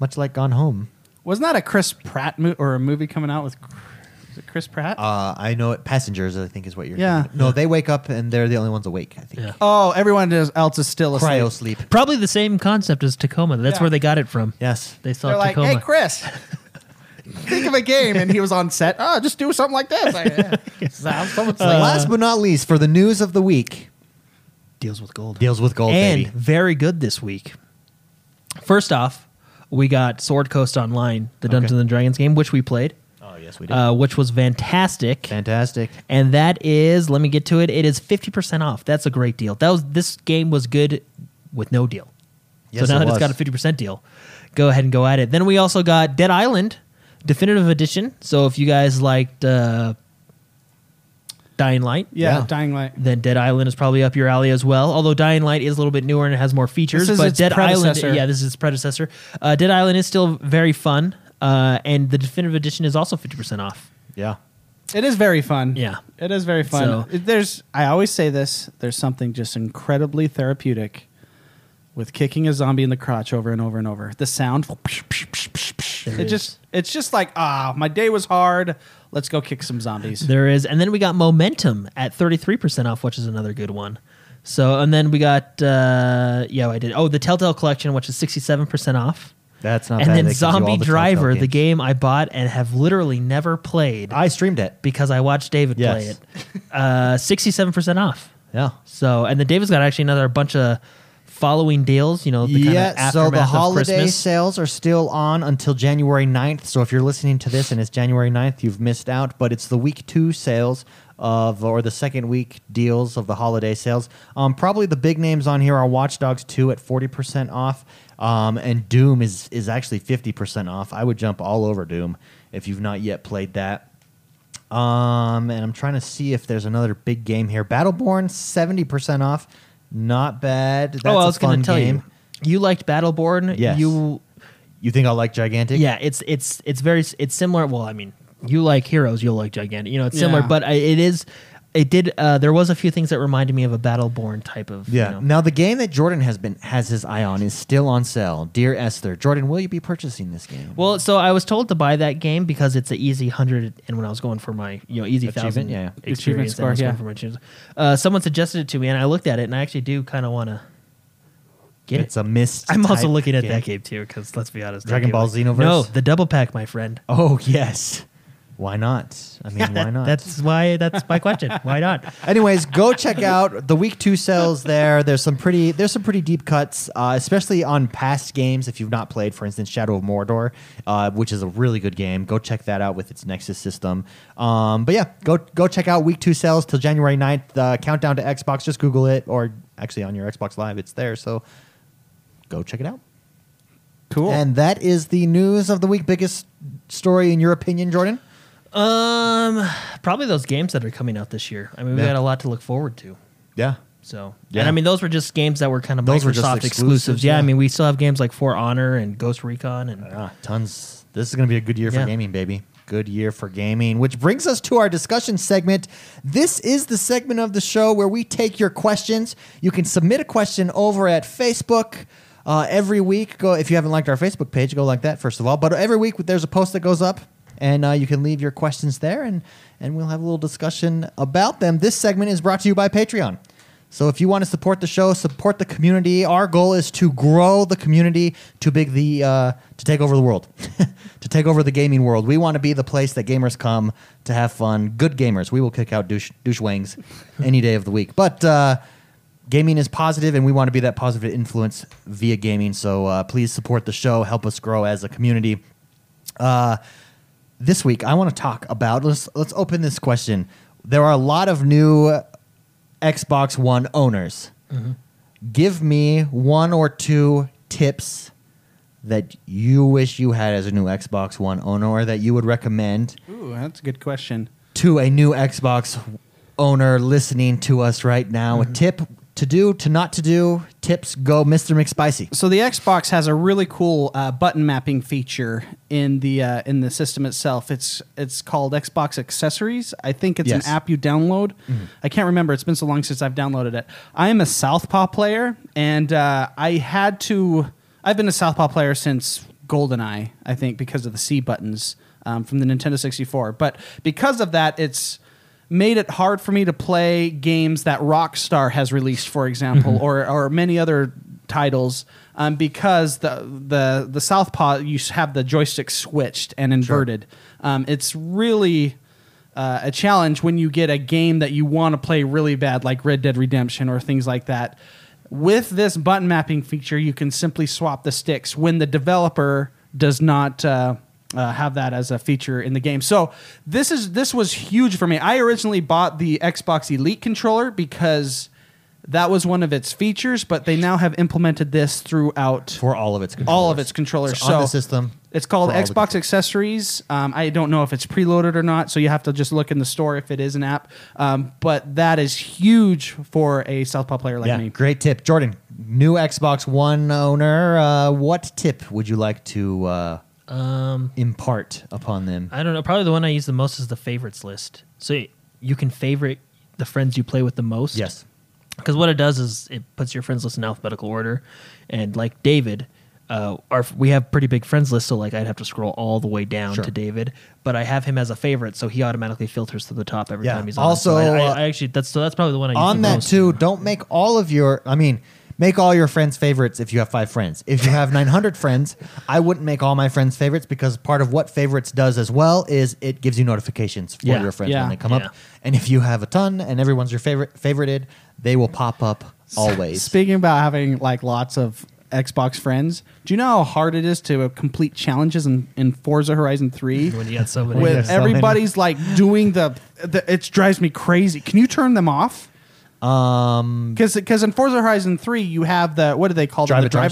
[SPEAKER 1] much like Gone Home.
[SPEAKER 2] Wasn't that a Chris Pratt mo- or a movie coming out with Chr- is it Chris Pratt?
[SPEAKER 1] Uh, I know it. Passengers, I think, is what you're.
[SPEAKER 2] Yeah.
[SPEAKER 1] thinking. No, they wake up and they're the only ones awake. I think.
[SPEAKER 3] Yeah.
[SPEAKER 2] oh, everyone is- else is still asleep.
[SPEAKER 1] Cryo sleep.
[SPEAKER 3] Probably the same concept as Tacoma. That's
[SPEAKER 2] Yeah.
[SPEAKER 3] where they got it from.
[SPEAKER 1] Yes.
[SPEAKER 3] They saw
[SPEAKER 2] They're like,
[SPEAKER 3] Tacoma.
[SPEAKER 2] hey, Chris, think of a game, and he was on set. Oh, just do something like this. I, yeah.
[SPEAKER 3] Uh,
[SPEAKER 2] Someone's like,
[SPEAKER 1] Last but not least, for the news of the week,
[SPEAKER 3] deals with gold.
[SPEAKER 1] deals with gold.
[SPEAKER 3] and
[SPEAKER 1] baby.
[SPEAKER 3] very good this week. First off, we got Sword Coast Online, the Dungeons and Dragons game, which we played,
[SPEAKER 1] oh yes, we did.
[SPEAKER 3] uh, which was fantastic.
[SPEAKER 1] Fantastic.
[SPEAKER 3] and that is, let me get to it. It is fifty percent off. That's a great deal. That was this game was good with no deal.
[SPEAKER 1] Yes,
[SPEAKER 3] so now
[SPEAKER 1] it
[SPEAKER 3] that it's got a
[SPEAKER 1] was.
[SPEAKER 3] fifty percent deal, go ahead and go at it. Then we also got Dead Island Definitive Edition. So if you guys liked uh, Dying Light,
[SPEAKER 2] yeah,
[SPEAKER 1] Yeah.
[SPEAKER 2] Dying Light.
[SPEAKER 3] then Dead Island is probably up your alley as well. Although Dying Light is a little bit newer and it has more features,
[SPEAKER 2] This is
[SPEAKER 3] but
[SPEAKER 2] its
[SPEAKER 3] Dead
[SPEAKER 2] predecessor.
[SPEAKER 3] Island, yeah, this is its predecessor. Uh, Dead Island is still very fun, uh, and the definitive edition is also fifty percent off.
[SPEAKER 1] Yeah.
[SPEAKER 2] It is very fun.
[SPEAKER 3] Yeah.
[SPEAKER 2] It is very fun.
[SPEAKER 3] So-
[SPEAKER 2] It- there's I always say this, there's something just incredibly therapeutic with kicking a zombie in the crotch over and over and over. The sound
[SPEAKER 3] There
[SPEAKER 2] it
[SPEAKER 3] is.
[SPEAKER 2] just it's just like, ah, my day was hard. Let's go kick some zombies.
[SPEAKER 3] There is, and then we got Momentum at thirty three percent off, which is another good one. So, and then we got uh, yeah, I did. Oh, the Telltale Collection, which is sixty seven percent off.
[SPEAKER 1] That's not
[SPEAKER 3] and
[SPEAKER 1] bad.
[SPEAKER 3] then
[SPEAKER 1] That gives you all
[SPEAKER 3] Zombie
[SPEAKER 1] the
[SPEAKER 3] Driver,
[SPEAKER 1] Telltale
[SPEAKER 3] the
[SPEAKER 1] games.
[SPEAKER 3] game I bought and have literally never played
[SPEAKER 1] I streamed it.
[SPEAKER 3] because I watched David play
[SPEAKER 1] Yes.
[SPEAKER 3] it. Sixty seven percent off.
[SPEAKER 1] Yeah.
[SPEAKER 3] So, and then David's got actually another bunch of following deals, you know, the kind
[SPEAKER 1] Yeah,
[SPEAKER 3] of
[SPEAKER 1] so the holiday
[SPEAKER 3] holidays.
[SPEAKER 1] sales are still on until January 9th. So if you're listening to this and it's January 9th, you've missed out. But it's the week two sales of, or the second week deals of the holiday sales. Um, probably the big names on here are Watch Dogs 2 at 40% off. Um, and Doom is, is actually 50% off. I would jump all over Doom if you've not yet played that. Um, and I'm trying to see if there's another big game here. Battleborn, 70% off. Not bad. That's
[SPEAKER 3] Oh, I was
[SPEAKER 1] going to
[SPEAKER 3] tell
[SPEAKER 1] game.
[SPEAKER 3] you. You liked Battleborn.
[SPEAKER 1] Yes.
[SPEAKER 3] You
[SPEAKER 1] You think I like gigantic?
[SPEAKER 3] yeah, it's it's it's very s- it's similar. Well, I mean, you like Heroes, you'll like Gigantic. You know, it's similar,
[SPEAKER 2] Yeah.
[SPEAKER 3] but I, it is it did uh there was a few things that reminded me of a Battleborn type of
[SPEAKER 1] Yeah.
[SPEAKER 3] you know.
[SPEAKER 1] Now the game that Jordan has been has his eye on is still on sale. Dear Esther, Jordan, will you be purchasing this game?
[SPEAKER 3] Well, so I was told to buy that game because it's an easy hundred, and when I was going for my you know easy
[SPEAKER 1] Achievement,
[SPEAKER 3] thousand
[SPEAKER 1] yeah, yeah.
[SPEAKER 2] Achievement
[SPEAKER 3] experience,
[SPEAKER 2] score,
[SPEAKER 3] I was going
[SPEAKER 2] yeah.
[SPEAKER 3] for my achievement. Uh, someone suggested it to me, and I looked at it, and I actually do kind of want to get
[SPEAKER 1] it's
[SPEAKER 3] it.
[SPEAKER 1] a missed.
[SPEAKER 3] I'm also
[SPEAKER 1] type
[SPEAKER 3] looking at
[SPEAKER 1] game.
[SPEAKER 3] that game too because let's be honest, that
[SPEAKER 1] Dragon
[SPEAKER 3] game
[SPEAKER 1] Ball
[SPEAKER 3] was-
[SPEAKER 1] Xenoverse?
[SPEAKER 3] No, the double pack, my friend.
[SPEAKER 1] Oh yes. Why not? I mean, why not?
[SPEAKER 3] That's why. That's my question. Why not?
[SPEAKER 1] Anyways, go check out the week two sales there. There's some pretty there's some pretty deep cuts, uh, especially on past games. If you've not played, for instance, Shadow of Mordor, uh, which is a really good game, go check that out with its Nexus system. Um, but yeah, go go check out week two sales till January 9th. Uh, countdown to Xbox. Just Google it, or actually on your Xbox Live, it's there. So go check it out.
[SPEAKER 2] Cool.
[SPEAKER 1] And that is the news of the week. Biggest story in your opinion, Jordan?
[SPEAKER 3] Um, probably those games that are coming out this year. I mean, we
[SPEAKER 1] Yeah.
[SPEAKER 3] got a lot to look forward to.
[SPEAKER 1] Yeah.
[SPEAKER 3] So,
[SPEAKER 1] Yeah.
[SPEAKER 3] and I mean, those were just games that were kind of
[SPEAKER 1] Those
[SPEAKER 3] Microsoft
[SPEAKER 1] were just
[SPEAKER 3] exclusives.
[SPEAKER 1] exclusives,
[SPEAKER 3] Yeah,
[SPEAKER 1] yeah.
[SPEAKER 3] I mean, we still have games like For Honor and Ghost Recon and
[SPEAKER 1] Ah, tons. This is going to be a good year for
[SPEAKER 3] Yeah.
[SPEAKER 1] gaming, baby. Good year for gaming, which brings us to our discussion segment. This is the segment of the show where we take your questions. You can submit a question over at Facebook. Uh, every week, go if you haven't liked our Facebook page, go like that first of all. But every week, there's a post that goes up, and uh, you can leave your questions there, and and we'll have a little discussion about them. This segment is brought to you by Patreon. So if you want to support the show, support the community. Our goal is to grow the community to big the uh, to take over the world, to take over the gaming world. We want to be the place that gamers come to have fun. Good gamers. We will kick out douche douche wangs any day of the week. But uh, gaming is positive, and we want to be that positive influence via gaming. So uh, please support the show. Help us grow as a community. Uh, this week, I want to talk about. Let's let's open this question. There are a lot of new Xbox One owners. Give me one or two tips that you wish you had as a new Xbox One owner, or that you would recommend
[SPEAKER 2] Ooh, that's a good question.
[SPEAKER 1] to a new Xbox owner listening to us right now. A tip to do, to not to do. Tips go, Mr. McSpicy.
[SPEAKER 2] So the Xbox has a really cool uh, button mapping feature in the uh, in the system itself. It's it's called Xbox Accessories. I think it's
[SPEAKER 1] Yes.
[SPEAKER 2] an app you download. I can't remember. It's been so long since I've downloaded it. I am a Southpaw player, and uh, I had to. I've been a Southpaw player since GoldenEye, I think, because of the C buttons um, from the Nintendo 64. But because of that, it's made it hard for me to play games that Rockstar has released, for example, or or many other titles, um, because the the the Southpaw you s- have the joystick switched and inverted. Um, it's really uh, a challenge when you get a game that you want to play really bad, like Red Dead Redemption or things like that. With this button mapping feature, you can simply swap the sticks when the developer does not uh, uh, have that as a feature in the game. So this is this was huge for me. I originally bought the Xbox Elite controller because that was one of its features, but they now have implemented this throughout
[SPEAKER 1] For all of its controllers.
[SPEAKER 2] all of its controllers.
[SPEAKER 1] It's
[SPEAKER 2] so
[SPEAKER 1] on the system
[SPEAKER 2] It's called
[SPEAKER 1] for all the
[SPEAKER 2] Xbox Accessories. Um, I don't know if it's preloaded or not, so you have to just look in the store if it is an app. Um, but that is huge for a Southpaw player like
[SPEAKER 1] yeah,
[SPEAKER 2] me.
[SPEAKER 1] great tip, Jordan. New Xbox One owner. Uh, what tip would you like to uh,
[SPEAKER 3] Um,
[SPEAKER 1] impart upon them?
[SPEAKER 3] I don't know. Probably the one I use the most is the favorites list. So y- you can favorite the friends you play with the most.
[SPEAKER 1] Yes.
[SPEAKER 3] Because what it does is it puts your friends list in alphabetical order, and like David, uh, our, we have pretty big friends list, so like I'd have to scroll all the way down
[SPEAKER 1] Sure.
[SPEAKER 3] to David, but I have him as a favorite, so he automatically filters to the top every
[SPEAKER 1] Yeah.
[SPEAKER 3] time he's on.
[SPEAKER 1] Also,
[SPEAKER 3] so I, I,
[SPEAKER 1] uh,
[SPEAKER 3] I actually that's so that's probably the one I use
[SPEAKER 1] on
[SPEAKER 3] the
[SPEAKER 1] that
[SPEAKER 3] most.
[SPEAKER 1] too don't make all of your i mean make all your friends favorites if you have five friends if you have 900 friends i wouldn't make all my friends favorites because part of what favorites does as well is it gives you notifications for
[SPEAKER 3] Yeah,
[SPEAKER 1] your friends
[SPEAKER 2] yeah,
[SPEAKER 1] when they come
[SPEAKER 3] yeah.
[SPEAKER 1] up and if you have a ton and everyone's your favorite favorited they will pop up always
[SPEAKER 2] Speaking about having like lots of Xbox friends, do you know how hard it is to complete challenges in, in Forza Horizon Three?
[SPEAKER 3] When you got so many,
[SPEAKER 2] With
[SPEAKER 1] so many.
[SPEAKER 2] everybody's like doing the, the, it drives me crazy. Can you turn them off?
[SPEAKER 1] um
[SPEAKER 2] Because because in Forza Horizon Three you have the what do they call them the
[SPEAKER 1] Drivatars.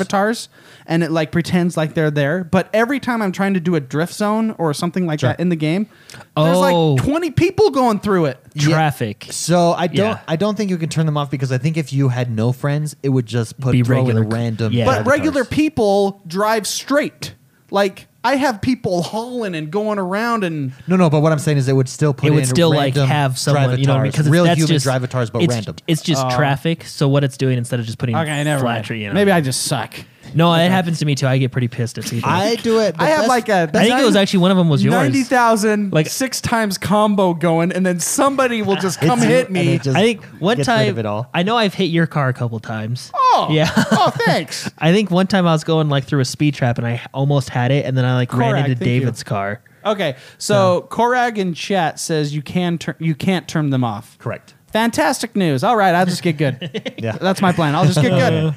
[SPEAKER 2] drivatars, and it like pretends like they're there. But every time I'm trying to do a drift zone or something like that in the game, there's
[SPEAKER 3] Oh.
[SPEAKER 2] like 20 people going through it.
[SPEAKER 3] traffic.
[SPEAKER 1] so I don't
[SPEAKER 3] Yeah.
[SPEAKER 1] I don't think you can turn them off because I think if you had no friends it would just put
[SPEAKER 3] Be
[SPEAKER 1] throw in
[SPEAKER 3] regular-
[SPEAKER 1] random
[SPEAKER 3] yeah.
[SPEAKER 2] but
[SPEAKER 1] avatars.
[SPEAKER 2] regular people drive straight. Like I have people hauling and going around and
[SPEAKER 1] No, no, but what I'm saying is it would still put
[SPEAKER 3] it
[SPEAKER 1] in
[SPEAKER 3] would still like
[SPEAKER 1] random
[SPEAKER 3] have someone, you know what I mean?
[SPEAKER 1] drivatars,
[SPEAKER 3] Because
[SPEAKER 1] real
[SPEAKER 3] that's
[SPEAKER 1] human
[SPEAKER 3] just,
[SPEAKER 1] drivatars, but
[SPEAKER 3] it's,
[SPEAKER 1] random.
[SPEAKER 3] It's just traffic. So what it's doing instead of just putting
[SPEAKER 2] Oh. okay, never
[SPEAKER 3] flat,
[SPEAKER 2] mind.
[SPEAKER 3] You know?
[SPEAKER 2] Maybe I just suck.
[SPEAKER 3] no, it happens to me too. I get pretty pissed at people.
[SPEAKER 1] I do it. the
[SPEAKER 2] I have
[SPEAKER 1] best-
[SPEAKER 2] like a
[SPEAKER 3] I think it was actually one of them was yours.
[SPEAKER 2] ninety thousand
[SPEAKER 3] Like-
[SPEAKER 2] like six times combo going, and then somebody will just come
[SPEAKER 1] It's you,
[SPEAKER 2] hit
[SPEAKER 1] and
[SPEAKER 2] me.
[SPEAKER 1] it just-
[SPEAKER 3] I think one
[SPEAKER 1] gets rid
[SPEAKER 3] time
[SPEAKER 1] of it all.
[SPEAKER 3] I know I've hit your car a couple times.
[SPEAKER 2] oh
[SPEAKER 3] yeah.
[SPEAKER 2] Oh thanks.
[SPEAKER 3] I think one time I was going like through a speed trap and I almost had it, and then I like ran
[SPEAKER 2] Correct,
[SPEAKER 3] into
[SPEAKER 2] thank you.
[SPEAKER 3] David's car.
[SPEAKER 2] Okay, so Korag in chat says you can tur- you can't turn them off.
[SPEAKER 1] Correct.
[SPEAKER 2] Fantastic news. All right, I'll just get good.
[SPEAKER 1] Yeah.
[SPEAKER 2] That's my plan. I'll just get good.
[SPEAKER 3] Uh,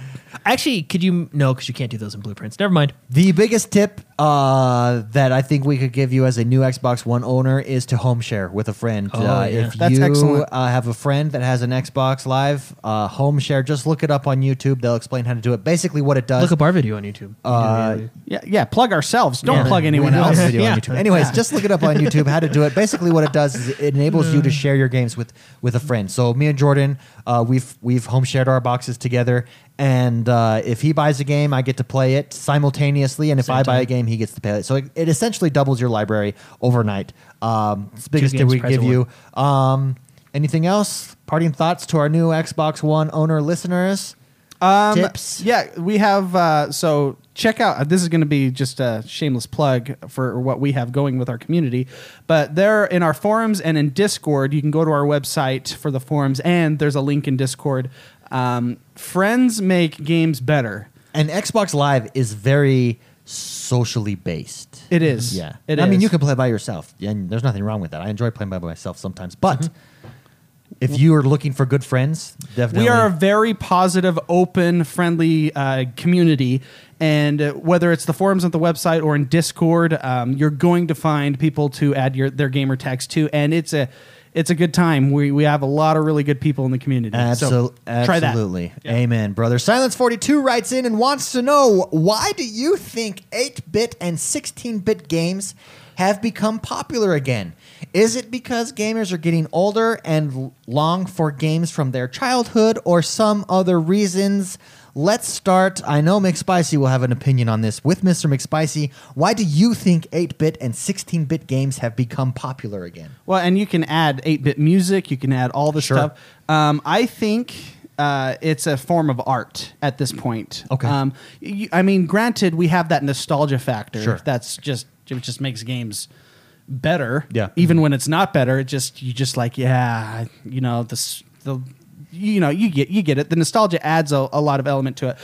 [SPEAKER 3] Actually, could you no? Because you can't do those in blueprints. Never mind.
[SPEAKER 1] The biggest tip uh, that I think we could give you as a new Xbox One owner is to home share with a friend.
[SPEAKER 3] Oh,
[SPEAKER 1] uh,
[SPEAKER 3] yeah.
[SPEAKER 1] If
[SPEAKER 2] That's
[SPEAKER 1] you
[SPEAKER 2] excellent.
[SPEAKER 1] Uh, have a friend that has an Xbox Live, uh, home share, just look it up on YouTube. They'll explain how to do it. Basically, what it does.
[SPEAKER 3] Look up our video on YouTube.
[SPEAKER 1] Uh,
[SPEAKER 2] Yeah, yeah, plug ourselves. Don't
[SPEAKER 3] Yeah.
[SPEAKER 2] plug
[SPEAKER 1] We
[SPEAKER 2] anyone
[SPEAKER 1] have a
[SPEAKER 2] else.
[SPEAKER 1] Video
[SPEAKER 3] Yeah.
[SPEAKER 1] on YouTube. Anyways, just look it up on YouTube how to do it. Basically, what it does is it enables you to share your games with with a friend. So me and Jordan, uh, we've we've home shared our boxes together, and uh, if he buys a game, I get to play it simultaneously, and if
[SPEAKER 3] Same
[SPEAKER 1] I buy
[SPEAKER 3] time.
[SPEAKER 1] a game, he gets to play it. So it, it essentially doubles your library overnight. Um, it's the biggest tip
[SPEAKER 3] games,
[SPEAKER 1] we
[SPEAKER 3] price
[SPEAKER 1] give
[SPEAKER 3] of
[SPEAKER 1] you. Um, anything else? Parting thoughts to our new Xbox One owner listeners.
[SPEAKER 2] Um,
[SPEAKER 1] Tips?
[SPEAKER 2] Yeah, we have. Uh, so check out this is going to be just a shameless plug for what we have going with our community but there in our forums and in discord you can go to our website for the forums and there's a link in discord um, friends make games better
[SPEAKER 1] And Xbox Live is very socially based.
[SPEAKER 2] it is
[SPEAKER 1] yeah.
[SPEAKER 2] it
[SPEAKER 1] I mean,
[SPEAKER 2] is.
[SPEAKER 1] you can play by yourself, and there's nothing wrong with that. I enjoy playing by myself sometimes, but if you are looking for good friends, definitely.
[SPEAKER 2] Mm-hmm. We are a very positive, open, friendly uh, community. And uh, whether it's the forums on the website or in Discord, um, you're going to find people to add your, their gamer tags to. And it's a it's a good time. We, we have a lot of really good people in the community.
[SPEAKER 1] Absol-
[SPEAKER 2] so try that.
[SPEAKER 1] absolutely. Amen, brother. Silence 42 writes in and wants to know why do you think 8-bit and 16-bit games have become popular again? Is it because gamers are getting older and l- long for games from their childhood or some other reasons? Let's start. I know McSpicy will have an opinion on this with Mr. McSpicy. Why do you think 8-bit and 16-bit games have become popular again?
[SPEAKER 2] Well, and you can add 8 bit music, you can add all this
[SPEAKER 1] Sure.
[SPEAKER 2] stuff. Um, I think uh, it's a form of art at this point.
[SPEAKER 1] Okay.
[SPEAKER 2] Um, y- I mean, granted, we have that nostalgia factor.
[SPEAKER 1] Sure.
[SPEAKER 2] That's just, it just makes games better.
[SPEAKER 1] Yeah.
[SPEAKER 2] Even when it's not better, it just, you just like, yeah, you know, this, the, you know, you get, you get it. The nostalgia adds a, a lot of element to it.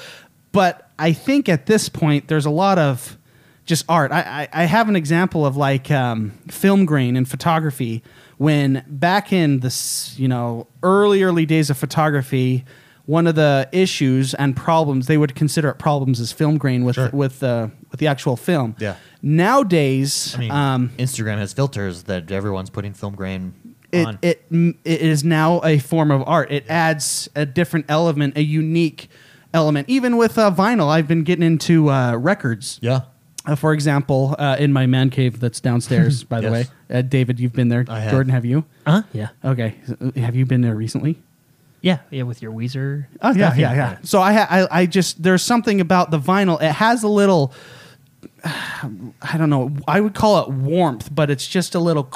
[SPEAKER 2] But I think at this point, there's a lot of, just art. I, I, I have an example of like um, film grain and photography. When back in the s- you know early early days of photography, one of the issues and problems they would consider it problems is film grain with
[SPEAKER 1] Sure.
[SPEAKER 2] with the with the actual film.
[SPEAKER 1] Yeah.
[SPEAKER 2] Nowadays,
[SPEAKER 1] I mean,
[SPEAKER 2] um,
[SPEAKER 1] Instagram has filters that everyone's putting film grain
[SPEAKER 2] it,
[SPEAKER 1] on.
[SPEAKER 2] it m- it is now a form of art. It adds a different element, a unique element. Even with uh, vinyl, I've been getting into uh, records.
[SPEAKER 1] yeah,
[SPEAKER 2] Uh, for example, uh, in my man cave that's downstairs, by the way.
[SPEAKER 1] Yes.
[SPEAKER 2] Uh, David, you've been there.
[SPEAKER 1] I have.
[SPEAKER 2] Jordan, have you?
[SPEAKER 3] Huh? Yeah.
[SPEAKER 2] Okay. Uh, Have you been there recently?
[SPEAKER 3] Yeah. Yeah. With your Weezer.
[SPEAKER 1] uh,
[SPEAKER 2] Oh, yeah,
[SPEAKER 3] stuff,
[SPEAKER 2] yeah, yeah. So I, ha- I, I just, there's something about the vinyl. It has a little, I don't know, I would call it warmth, but it's just a little,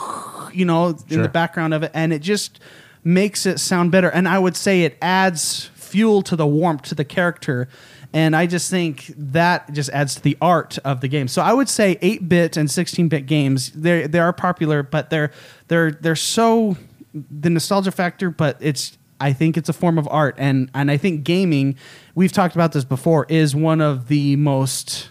[SPEAKER 2] you know, in
[SPEAKER 1] Sure.
[SPEAKER 2] the background of it. And it just makes it sound better. And I would say it adds fuel to the warmth, to the character. And I just think that just adds to the art of the game. So I would say 8 bit and 16 bit games, they they are popular, but they're, they're, they're so, the nostalgia factor, but it's, I think it's a form of art. And, and I think gaming, we've talked about this before, is one of the most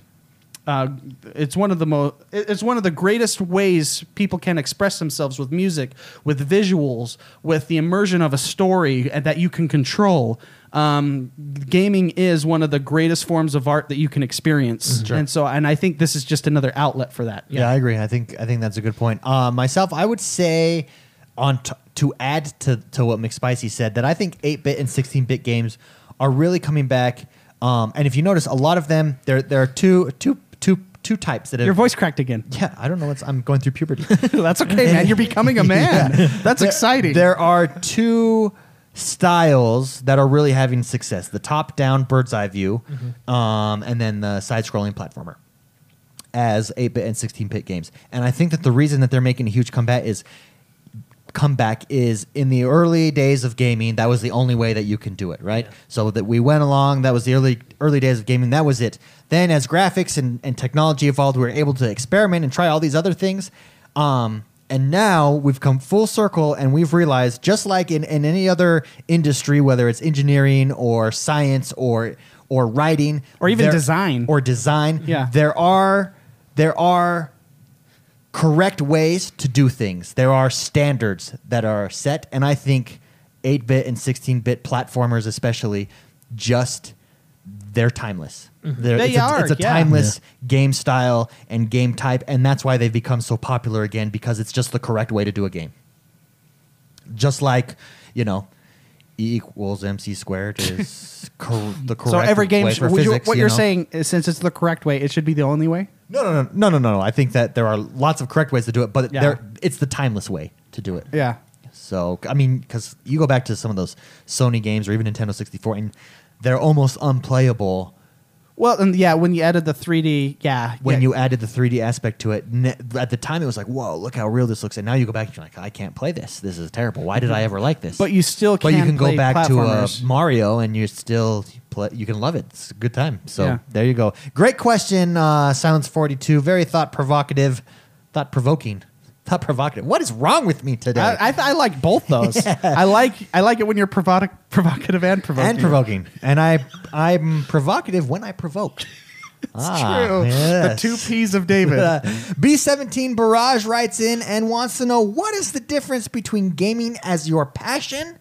[SPEAKER 2] uh, it's one of the most it's one of the greatest ways people can express themselves with music with visuals with the immersion of a story and that you can control um, gaming is one of the greatest forms of art that you can experience
[SPEAKER 1] Mm-hmm.
[SPEAKER 2] and so and i think this is just another outlet for that
[SPEAKER 1] yeah, I agree. I think I think that's a good point. Uh, myself, I would say on t- to add to to what McSpicy said that I think eight bit and sixteen bit games are really coming back. Um, and if you notice, a lot of them there there are two two two two types that have,
[SPEAKER 2] your voice cracked again
[SPEAKER 1] Yeah, I don't know what's I'm going through puberty.
[SPEAKER 2] that's okay man you're becoming a man that's
[SPEAKER 1] There-
[SPEAKER 2] exciting
[SPEAKER 1] There are two styles that are really having success: the top-down bird's eye view,
[SPEAKER 2] Mm-hmm.
[SPEAKER 1] um, and then the side-scrolling platformer. As 8-bit and 16-bit games, and I think that the reason that they're making a huge comeback is comeback is in the early days of gaming that was the only way that you can do it right
[SPEAKER 3] Yeah.
[SPEAKER 1] so that we went along that was the early early days of gaming that was it then as graphics and, and technology evolved we were able to experiment and try all these other things um, and now we've come full circle and we've realized just like in, in any other industry whether it's engineering or science or or writing
[SPEAKER 2] Or even design.
[SPEAKER 1] or design
[SPEAKER 2] Yeah.
[SPEAKER 1] there are there are correct ways to do things. There are standards that are set, and I think 8 bit and 16 bit platformers, especially, just they're timeless. They're,
[SPEAKER 2] Mm-hmm. They
[SPEAKER 1] it's a,
[SPEAKER 2] are,
[SPEAKER 1] It's a
[SPEAKER 2] yeah.
[SPEAKER 1] timeless game style and game type, and that's why they've become so popular again because it's just the correct way to do a game. Just like, you know, E equals MC squared is cor- the correct
[SPEAKER 2] so every game
[SPEAKER 1] way
[SPEAKER 2] sh-
[SPEAKER 1] for
[SPEAKER 2] what you-
[SPEAKER 1] physics,
[SPEAKER 2] what
[SPEAKER 1] you
[SPEAKER 2] you're
[SPEAKER 1] know?
[SPEAKER 2] saying is since it's the correct way it should be the only way
[SPEAKER 1] No, no, no, no, no, no, no. I think that there are lots of correct ways to do it, but
[SPEAKER 2] Yeah.
[SPEAKER 1] there, it's the timeless way to do it.
[SPEAKER 2] yeah
[SPEAKER 1] So, I mean, because you go back to some of those Sony games or even Nintendo 64, and they're almost unplayable
[SPEAKER 2] Well, and yeah, when you added the 3D, yeah,
[SPEAKER 1] When
[SPEAKER 2] yeah.
[SPEAKER 1] you added the 3D aspect to it, ne- at the time it was like, "Whoa, look how real this looks!" And now you go back and you're like, "I can't play this. This is terrible. Why did I ever like this?"
[SPEAKER 2] but you still can
[SPEAKER 1] but you can go
[SPEAKER 2] play
[SPEAKER 1] back to uh,
[SPEAKER 2] platformers.
[SPEAKER 1] Mario and you're still play, you can love it. It's a good time. So
[SPEAKER 2] Yeah.
[SPEAKER 1] there you go. Great question, uh, Silence Forty Two. Very thought provocative, thought provoking, thought provocative. What is wrong with me today?
[SPEAKER 2] I, I, I like both those. I like I like it when you're provoc- provocative and provocative.
[SPEAKER 1] and provoking, and I I'm provocative when I provoke.
[SPEAKER 2] It's
[SPEAKER 1] Ah,
[SPEAKER 2] true.
[SPEAKER 1] yes.
[SPEAKER 2] The two P's of David.
[SPEAKER 1] B17 uh, Barrage writes in and wants to know what is the difference between gaming as your passion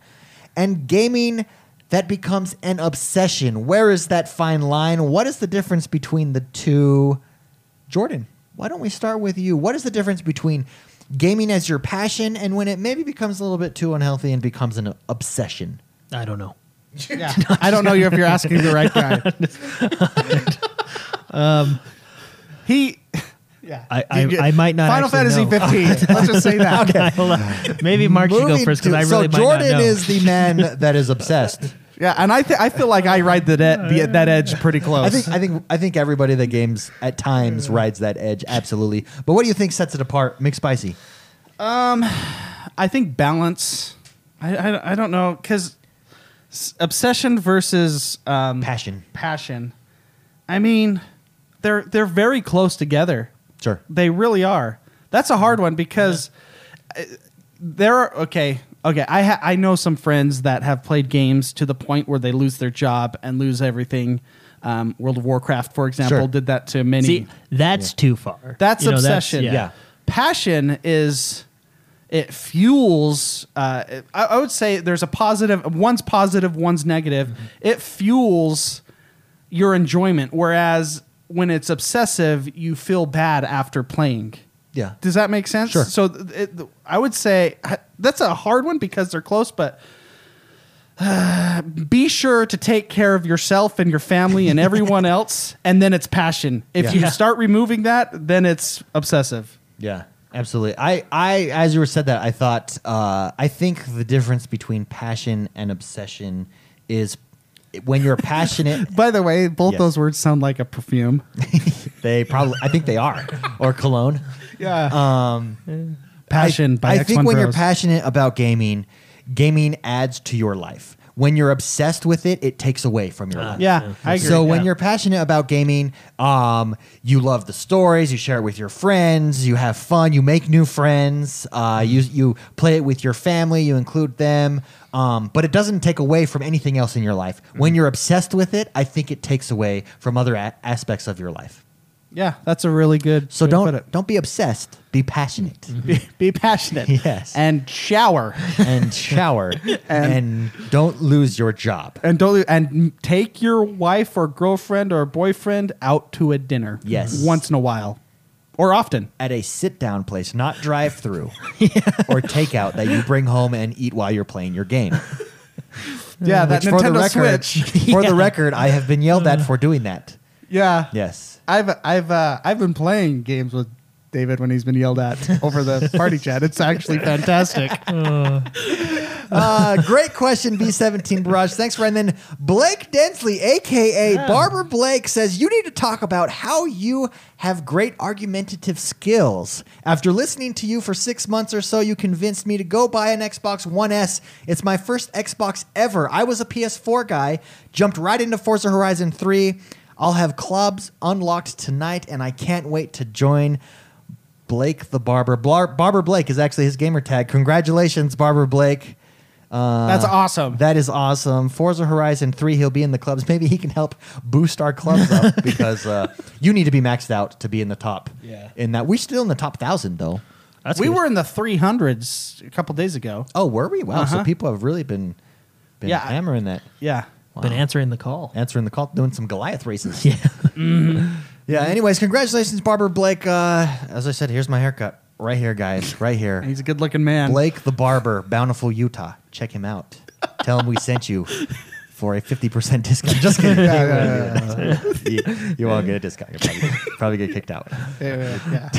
[SPEAKER 1] and gaming that becomes an obsession? Where is that fine line? What is the difference between the two? Jordan, why don't we start with you? What is the difference between gaming as your passion and when it maybe becomes a little bit too unhealthy and becomes an obsession?
[SPEAKER 3] I don't know.
[SPEAKER 2] Yeah. I don't know if you're asking the right guy. Um, he. Yeah.
[SPEAKER 3] I- I- I might not
[SPEAKER 2] Final Fantasy
[SPEAKER 3] actually know.
[SPEAKER 2] 15. Let's just say that.
[SPEAKER 3] Okay, hold on. Maybe Mark should go
[SPEAKER 1] Moving
[SPEAKER 3] first because
[SPEAKER 1] to-
[SPEAKER 3] I really
[SPEAKER 1] so
[SPEAKER 3] might
[SPEAKER 1] Jordan
[SPEAKER 3] not know.
[SPEAKER 1] is the man that is obsessed.
[SPEAKER 2] Yeah, and I th- I feel like I ride the, de- the that edge pretty close.
[SPEAKER 1] I think I think I think everybody that games at times rides that edge absolutely. But what do you think sets it apart? McSpicy.
[SPEAKER 2] I think balance. I, I, I don't know because obsession versus um,
[SPEAKER 1] Passion.
[SPEAKER 2] Passion. I mean, they're they're very close together.
[SPEAKER 1] Sure.
[SPEAKER 2] They really are. That's a hard one because uh, there are okay, okay. I ha- I know some friends that have played games to the point where they lose their job and lose everything. Um, World of Warcraft, for example,
[SPEAKER 1] Sure.
[SPEAKER 2] did that to many.
[SPEAKER 3] See, that's too far.
[SPEAKER 2] That's
[SPEAKER 3] You know,
[SPEAKER 2] obsession.
[SPEAKER 1] yeah. Yeah.
[SPEAKER 2] Passion is it fuels. Uh, it- I, I would say there's a positive. One's positive. One's negative.
[SPEAKER 1] Mm-hmm.
[SPEAKER 2] It fuels your enjoyment. Whereas when it's obsessive, you feel bad after playing.
[SPEAKER 1] Yeah.
[SPEAKER 2] Does that make sense?
[SPEAKER 1] Sure.
[SPEAKER 2] So th- it, th- I would say I- that's a hard one because they're close, but. uh, be sure to take care of yourself and your family and everyone else, and then it's passion. If
[SPEAKER 1] Yeah.
[SPEAKER 2] you
[SPEAKER 1] Yeah.
[SPEAKER 2] start removing that, then it's obsessive.
[SPEAKER 1] Yeah. Absolutely. I, I as you were said that I thought uh, I think the difference between passion and obsession is when you're passionate
[SPEAKER 2] By the way, both
[SPEAKER 1] Yes.
[SPEAKER 2] those words sound like a perfume.
[SPEAKER 1] they probably I think they are or cologne.
[SPEAKER 2] Yeah. Um, passion
[SPEAKER 1] I,
[SPEAKER 2] by
[SPEAKER 1] I
[SPEAKER 2] X
[SPEAKER 1] think
[SPEAKER 2] One
[SPEAKER 1] when you're
[SPEAKER 2] Bros.
[SPEAKER 1] passionate about gaming, gaming adds to your life. When you're obsessed with it, it takes away from your life.
[SPEAKER 2] yeah, I agree.
[SPEAKER 1] So when
[SPEAKER 2] yeah.
[SPEAKER 1] you're passionate about gaming, um, you love the stories, you share it with your friends, you have fun, you make new friends, uh, you
[SPEAKER 2] Mm-hmm.
[SPEAKER 1] you play it with your family, you include them, um, but it doesn't take away from anything else in your life.
[SPEAKER 2] Mm-hmm.
[SPEAKER 1] When you're obsessed with it, I think it takes away from other a- aspects of your life.
[SPEAKER 2] yeah, that's a really good.
[SPEAKER 1] So
[SPEAKER 2] way to put
[SPEAKER 1] don't
[SPEAKER 2] it.
[SPEAKER 1] don't be obsessed, be passionate.
[SPEAKER 2] be, be passionate.
[SPEAKER 1] Yes.
[SPEAKER 2] and shower,
[SPEAKER 1] and shower and, don't lose your job.
[SPEAKER 2] and don't and take your wife or girlfriend or boyfriend out to a dinner.
[SPEAKER 1] Yes.
[SPEAKER 2] once in a while, or often.
[SPEAKER 1] At a sit down place, not drive through or takeout that you bring home and eat while you're playing your game.
[SPEAKER 2] Yeah, that
[SPEAKER 1] Which,
[SPEAKER 2] Nintendo
[SPEAKER 1] for the record,
[SPEAKER 2] Switch.
[SPEAKER 1] for the record, I have been yelled at for doing that.
[SPEAKER 2] Yeah,
[SPEAKER 1] Yes.
[SPEAKER 2] I've I've uh, I've been playing games with David when he's been yelled at over the party chat. It's actually fantastic.
[SPEAKER 1] Uh, great question, B17 Barrage. Thanks, Brendan. Blake Densley, aka Barbara Blake, says you need to talk about how you have great argumentative skills. After listening to you for six months or so, you convinced me to go buy an Xbox One S. It's my first Xbox ever. I was a PS4 guy, jumped right into Forza Horizon 3. I'll have clubs unlocked tonight, and I can't wait to join. Blake the Barber. Blar- Barber Blake is actually his gamer tag. Congratulations, Barber Blake. Uh,
[SPEAKER 2] That's awesome.
[SPEAKER 1] That is awesome. Forza Horizon 3, he'll be in the clubs. Maybe he can help boost our clubs up because uh, you need to be maxed out to be in the top.
[SPEAKER 2] Yeah.
[SPEAKER 1] In that we're still in the top 1000 though.
[SPEAKER 3] That's
[SPEAKER 2] we
[SPEAKER 3] good.
[SPEAKER 2] were in the 300s a couple days ago.
[SPEAKER 1] Oh, were we? Wow. So
[SPEAKER 2] Uh-huh.
[SPEAKER 1] people have really been been
[SPEAKER 2] Yeah, I-
[SPEAKER 1] hammering that.
[SPEAKER 2] Yeah.
[SPEAKER 3] been answering the call.
[SPEAKER 1] Answering the call, doing some Goliath races.
[SPEAKER 3] Yeah.
[SPEAKER 2] Mm-hmm.
[SPEAKER 1] Yeah. Anyways, congratulations, Barber Blake. Uh, as I said, here's my haircut. Right here, guys. Right here.
[SPEAKER 2] He's a good looking man.
[SPEAKER 1] Blake the Barber, Bountiful, Utah. Check him out. Tell him we sent you for a 50% discount. Just kidding. Uh, you, you won't get a discount. You'll probably, probably get kicked out.
[SPEAKER 2] Yeah.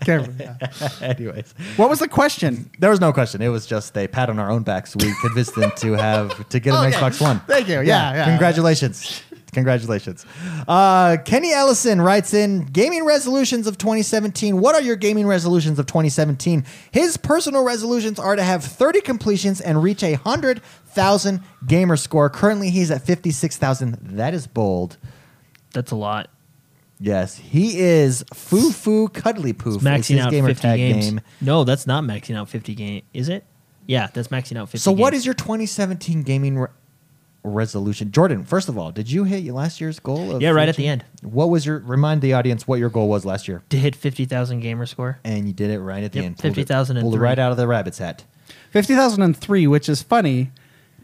[SPEAKER 2] Careful, yeah.
[SPEAKER 1] Anyways,
[SPEAKER 2] What was the question?
[SPEAKER 1] there was no question. It was just a pat on our own backs. We convinced them to have to get an
[SPEAKER 2] Okay.
[SPEAKER 1] Xbox One.
[SPEAKER 2] Oh, Thank you. Yeah, yeah.
[SPEAKER 1] Congratulations. Congratulations. Uh, Kenny Ellison writes in Gaming resolutions of 2017. What are your gaming resolutions of 2017? His personal resolutions are to have 30 completions and reach a 100,000 gamer score. Currently, he's at 56,000. That is bold.
[SPEAKER 3] That's a lot.
[SPEAKER 1] Yes, he is Foo Foo Cuddly Poof. is
[SPEAKER 3] maxing
[SPEAKER 1] his
[SPEAKER 3] out
[SPEAKER 1] gamer
[SPEAKER 3] 50
[SPEAKER 1] tag
[SPEAKER 3] games.
[SPEAKER 1] name.
[SPEAKER 3] No, that's not maxing out 50 game. Is it? Yeah, that's maxing out 50
[SPEAKER 1] So, what
[SPEAKER 3] games.
[SPEAKER 1] is your 2017 gaming re- resolution, Jordan? First of all, did you hit your last year's goal? Of
[SPEAKER 3] Yeah, right at the end.
[SPEAKER 1] What was your? Remind the audience what your goal was last year,
[SPEAKER 3] To hit 50,000 gamer score.
[SPEAKER 1] and you did it right at the
[SPEAKER 3] Yep,
[SPEAKER 1] end. Pulled it-
[SPEAKER 3] 50,000 and
[SPEAKER 1] Pulled it
[SPEAKER 3] three.
[SPEAKER 1] right out of the rabbit's hat.
[SPEAKER 2] 50,003, which is funny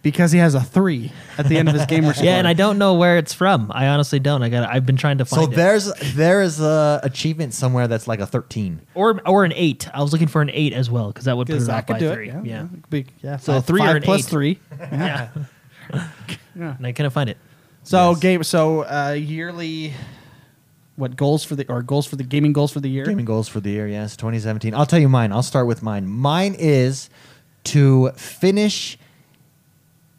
[SPEAKER 2] because he has a three at the end of his gamer score.
[SPEAKER 3] Yeah, and I don't know where it's from. I honestly don't. I got. I've been trying to find
[SPEAKER 1] So
[SPEAKER 3] it.
[SPEAKER 1] there's there is a achievement somewhere that's like a 13.
[SPEAKER 3] or or an eight. I was looking for an eight as well because that would put it
[SPEAKER 2] Because I
[SPEAKER 3] up by
[SPEAKER 2] could do
[SPEAKER 3] three.
[SPEAKER 2] it.
[SPEAKER 3] Yeah, yeah.
[SPEAKER 2] Be- yeah,
[SPEAKER 3] So
[SPEAKER 2] five-
[SPEAKER 3] three or
[SPEAKER 2] five
[SPEAKER 3] an
[SPEAKER 2] plus
[SPEAKER 3] eight.
[SPEAKER 2] three.
[SPEAKER 3] and I couldn't find it.
[SPEAKER 2] So
[SPEAKER 1] Yes.
[SPEAKER 2] game. So uh, yearly, what goals for the or goals for the gaming goals for the year?
[SPEAKER 1] Gaming goals for the year, yes, 2017. I'll tell you mine. I'll start with mine. Mine is to finish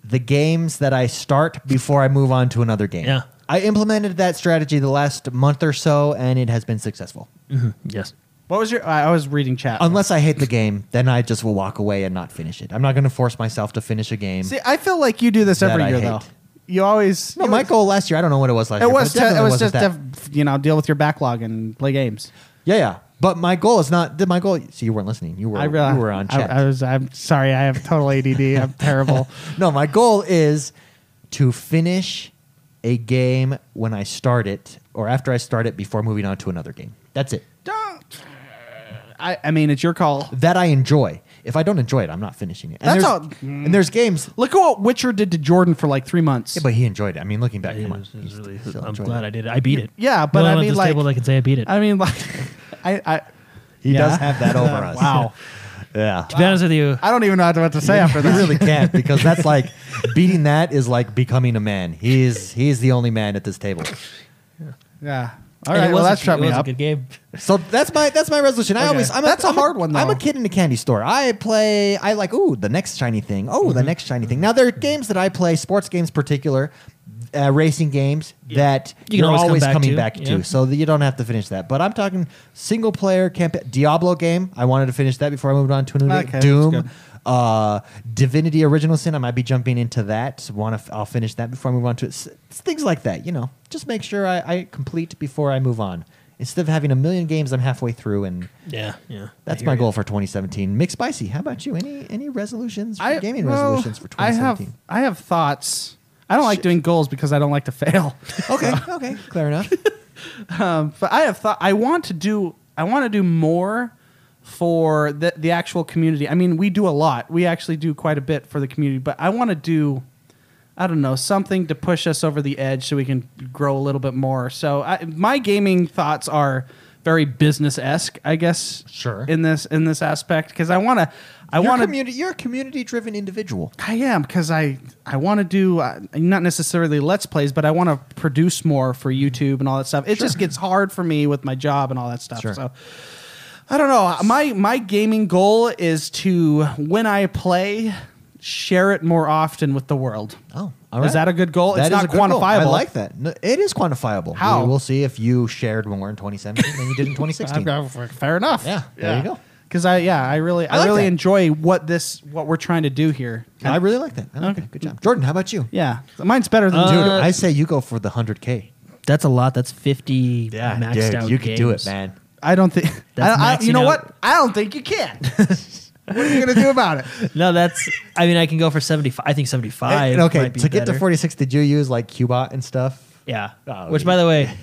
[SPEAKER 1] the games that I start before I move on to another game.
[SPEAKER 3] Yeah.
[SPEAKER 1] I implemented that strategy the last month or so, and it has been successful.
[SPEAKER 3] Yes.
[SPEAKER 2] What was your? I I was reading chat.
[SPEAKER 1] Unless I hate the game, then I just will walk away and not finish it. I'm not going to force myself to finish a game.
[SPEAKER 2] See, I feel like you do this
[SPEAKER 1] That
[SPEAKER 2] every
[SPEAKER 1] I
[SPEAKER 2] year
[SPEAKER 1] hate.
[SPEAKER 2] though. You always.
[SPEAKER 1] no,
[SPEAKER 2] you
[SPEAKER 1] my
[SPEAKER 2] always-
[SPEAKER 1] goal last year, I don't know what it was last
[SPEAKER 2] It
[SPEAKER 1] year. but
[SPEAKER 2] was. Te-
[SPEAKER 1] definitely
[SPEAKER 2] it was
[SPEAKER 1] wasn't
[SPEAKER 2] just
[SPEAKER 1] that.
[SPEAKER 2] def- you know deal with your backlog and play games.
[SPEAKER 1] Yeah, yeah. But my goal is not. My goal. So you weren't listening. You were.
[SPEAKER 2] I realized.
[SPEAKER 1] you were on chat.
[SPEAKER 2] I, I was. I'm sorry. I have total ADD. I'm terrible.
[SPEAKER 1] no, my goal is to finish a game when I start it, or after I start it, before moving on to another game. That's it.
[SPEAKER 2] Don't. I. I mean, it's your call.
[SPEAKER 1] That I enjoy. If I don't enjoy it, I'm not finishing it. And
[SPEAKER 2] That's
[SPEAKER 1] there's,
[SPEAKER 2] all-
[SPEAKER 1] And there's games.
[SPEAKER 2] Look at what Witcher did to Jordan for like three months.
[SPEAKER 1] Yeah, but he enjoyed it. I mean, looking back,
[SPEAKER 3] It
[SPEAKER 1] come on.
[SPEAKER 3] was- it
[SPEAKER 1] he
[SPEAKER 3] was really-
[SPEAKER 1] still
[SPEAKER 3] I'm
[SPEAKER 1] enjoyed
[SPEAKER 3] glad I
[SPEAKER 1] it.
[SPEAKER 3] did it. I beat it.
[SPEAKER 2] Yeah,
[SPEAKER 3] The
[SPEAKER 2] but I
[SPEAKER 3] only one at
[SPEAKER 2] mean,
[SPEAKER 3] this
[SPEAKER 2] like,
[SPEAKER 3] table that can say I beat it.
[SPEAKER 2] I mean, like, I. I
[SPEAKER 1] He
[SPEAKER 2] Yeah.
[SPEAKER 1] does have that over us.
[SPEAKER 2] wow.
[SPEAKER 1] Yeah.
[SPEAKER 3] to be honest with you,
[SPEAKER 2] I don't even know what to say after
[SPEAKER 1] You
[SPEAKER 2] that.
[SPEAKER 1] really can't because that's like beating that is like becoming a man. He's he's the only man at this table.
[SPEAKER 2] Yeah. All
[SPEAKER 3] and
[SPEAKER 2] right.
[SPEAKER 3] it
[SPEAKER 2] Well,
[SPEAKER 3] was a-
[SPEAKER 2] that shut
[SPEAKER 3] it
[SPEAKER 2] me
[SPEAKER 3] was a
[SPEAKER 2] up.
[SPEAKER 3] good game.
[SPEAKER 1] So that's my that's my resolution. I
[SPEAKER 2] Okay.
[SPEAKER 1] always I'm
[SPEAKER 2] That's
[SPEAKER 1] a,
[SPEAKER 2] a
[SPEAKER 1] I'm
[SPEAKER 2] hard one,
[SPEAKER 1] I'm a
[SPEAKER 2] though.
[SPEAKER 1] kid in a candy store. I play. I like ooh the next shiny thing. Oh
[SPEAKER 2] Mm-hmm.
[SPEAKER 1] the next shiny thing. Now there are games that I play, sports games particular, uh, racing games that
[SPEAKER 3] You can
[SPEAKER 1] you are
[SPEAKER 3] always
[SPEAKER 1] always,
[SPEAKER 3] come back
[SPEAKER 1] coming
[SPEAKER 3] to,
[SPEAKER 1] back
[SPEAKER 3] yeah.
[SPEAKER 1] to, so that you don't have to finish that. But I'm talking single player campaign Diablo game. I wanted to finish that before I moved on to a new
[SPEAKER 2] Okay, that's good.
[SPEAKER 1] Doom. Uh, Divinity Original Sin. I might be jumping into that. Want to? F- I'll finish that before I move on to it. S- It's things like that, you know. Just make sure I, I complete before I move on. Instead of having a million games, I'm halfway through, and
[SPEAKER 3] Yeah, yeah.
[SPEAKER 1] that's
[SPEAKER 3] I
[SPEAKER 1] my
[SPEAKER 3] hear
[SPEAKER 1] goal
[SPEAKER 3] you.
[SPEAKER 1] for 2017. Mick Spicy, how about you? Any any resolutions? For gaming
[SPEAKER 2] well,
[SPEAKER 1] resolutions for 2017.
[SPEAKER 2] I have, I have thoughts. I don't like doing goals because I don't like to fail.
[SPEAKER 1] Okay, okay, clear enough.
[SPEAKER 2] um, but I have thought. I want to do. I want to do more for the the actual community. I mean, we do a lot. We actually do quite a bit for the community. But I want to do. I don't know something to push us over the edge so we can grow a little bit more. So I, my gaming thoughts are very business esque, I guess.
[SPEAKER 1] Sure.
[SPEAKER 2] In this in this aspect, because I want to. I
[SPEAKER 1] You're,
[SPEAKER 2] want to.
[SPEAKER 1] communi- you're a community driven individual.
[SPEAKER 2] I am because I I want to do uh, not necessarily let's plays, but I want to produce more for YouTube and all that stuff. It just gets hard for me with my job and all that stuff.
[SPEAKER 1] Sure.
[SPEAKER 2] So I don't know. My my gaming goal is to when I play, share it more often with the world.
[SPEAKER 1] Oh, all right.
[SPEAKER 2] Is that a good goal?
[SPEAKER 1] That
[SPEAKER 2] it's
[SPEAKER 1] is
[SPEAKER 2] not
[SPEAKER 1] a good goal.
[SPEAKER 2] quantifiable.
[SPEAKER 1] I like that. No, it is quantifiable.
[SPEAKER 2] How?
[SPEAKER 1] We will see if you shared more in 2017 than you did in 2016.
[SPEAKER 2] Fair enough.
[SPEAKER 1] Yeah, there you go.
[SPEAKER 2] Because I yeah I really I,
[SPEAKER 1] like
[SPEAKER 2] really
[SPEAKER 1] that.
[SPEAKER 2] enjoy what this what we're trying to do here.
[SPEAKER 1] I really like that. I like
[SPEAKER 2] Okay.
[SPEAKER 1] that. Good job. Jordan, how about you?
[SPEAKER 2] Yeah, mine's better than
[SPEAKER 1] Dude,
[SPEAKER 2] yours.
[SPEAKER 1] I say you go for the 100K.
[SPEAKER 3] That's a lot. That's 50 maxed
[SPEAKER 1] dude,
[SPEAKER 3] out
[SPEAKER 1] you could do it,
[SPEAKER 3] games.
[SPEAKER 1] man.
[SPEAKER 2] I don't think.
[SPEAKER 3] That's
[SPEAKER 2] I, I, you
[SPEAKER 3] maxing
[SPEAKER 2] know
[SPEAKER 3] out.
[SPEAKER 2] what? I don't think you can. what are you gonna do about it?
[SPEAKER 3] No, that's. I mean, I can go for 75. I think 75.
[SPEAKER 1] And okay,
[SPEAKER 3] might be
[SPEAKER 1] to get to
[SPEAKER 3] better.
[SPEAKER 1] 46, did you use like Cubot and stuff?
[SPEAKER 3] Yeah.
[SPEAKER 1] Oh,
[SPEAKER 3] which,
[SPEAKER 1] yeah.
[SPEAKER 3] by the way,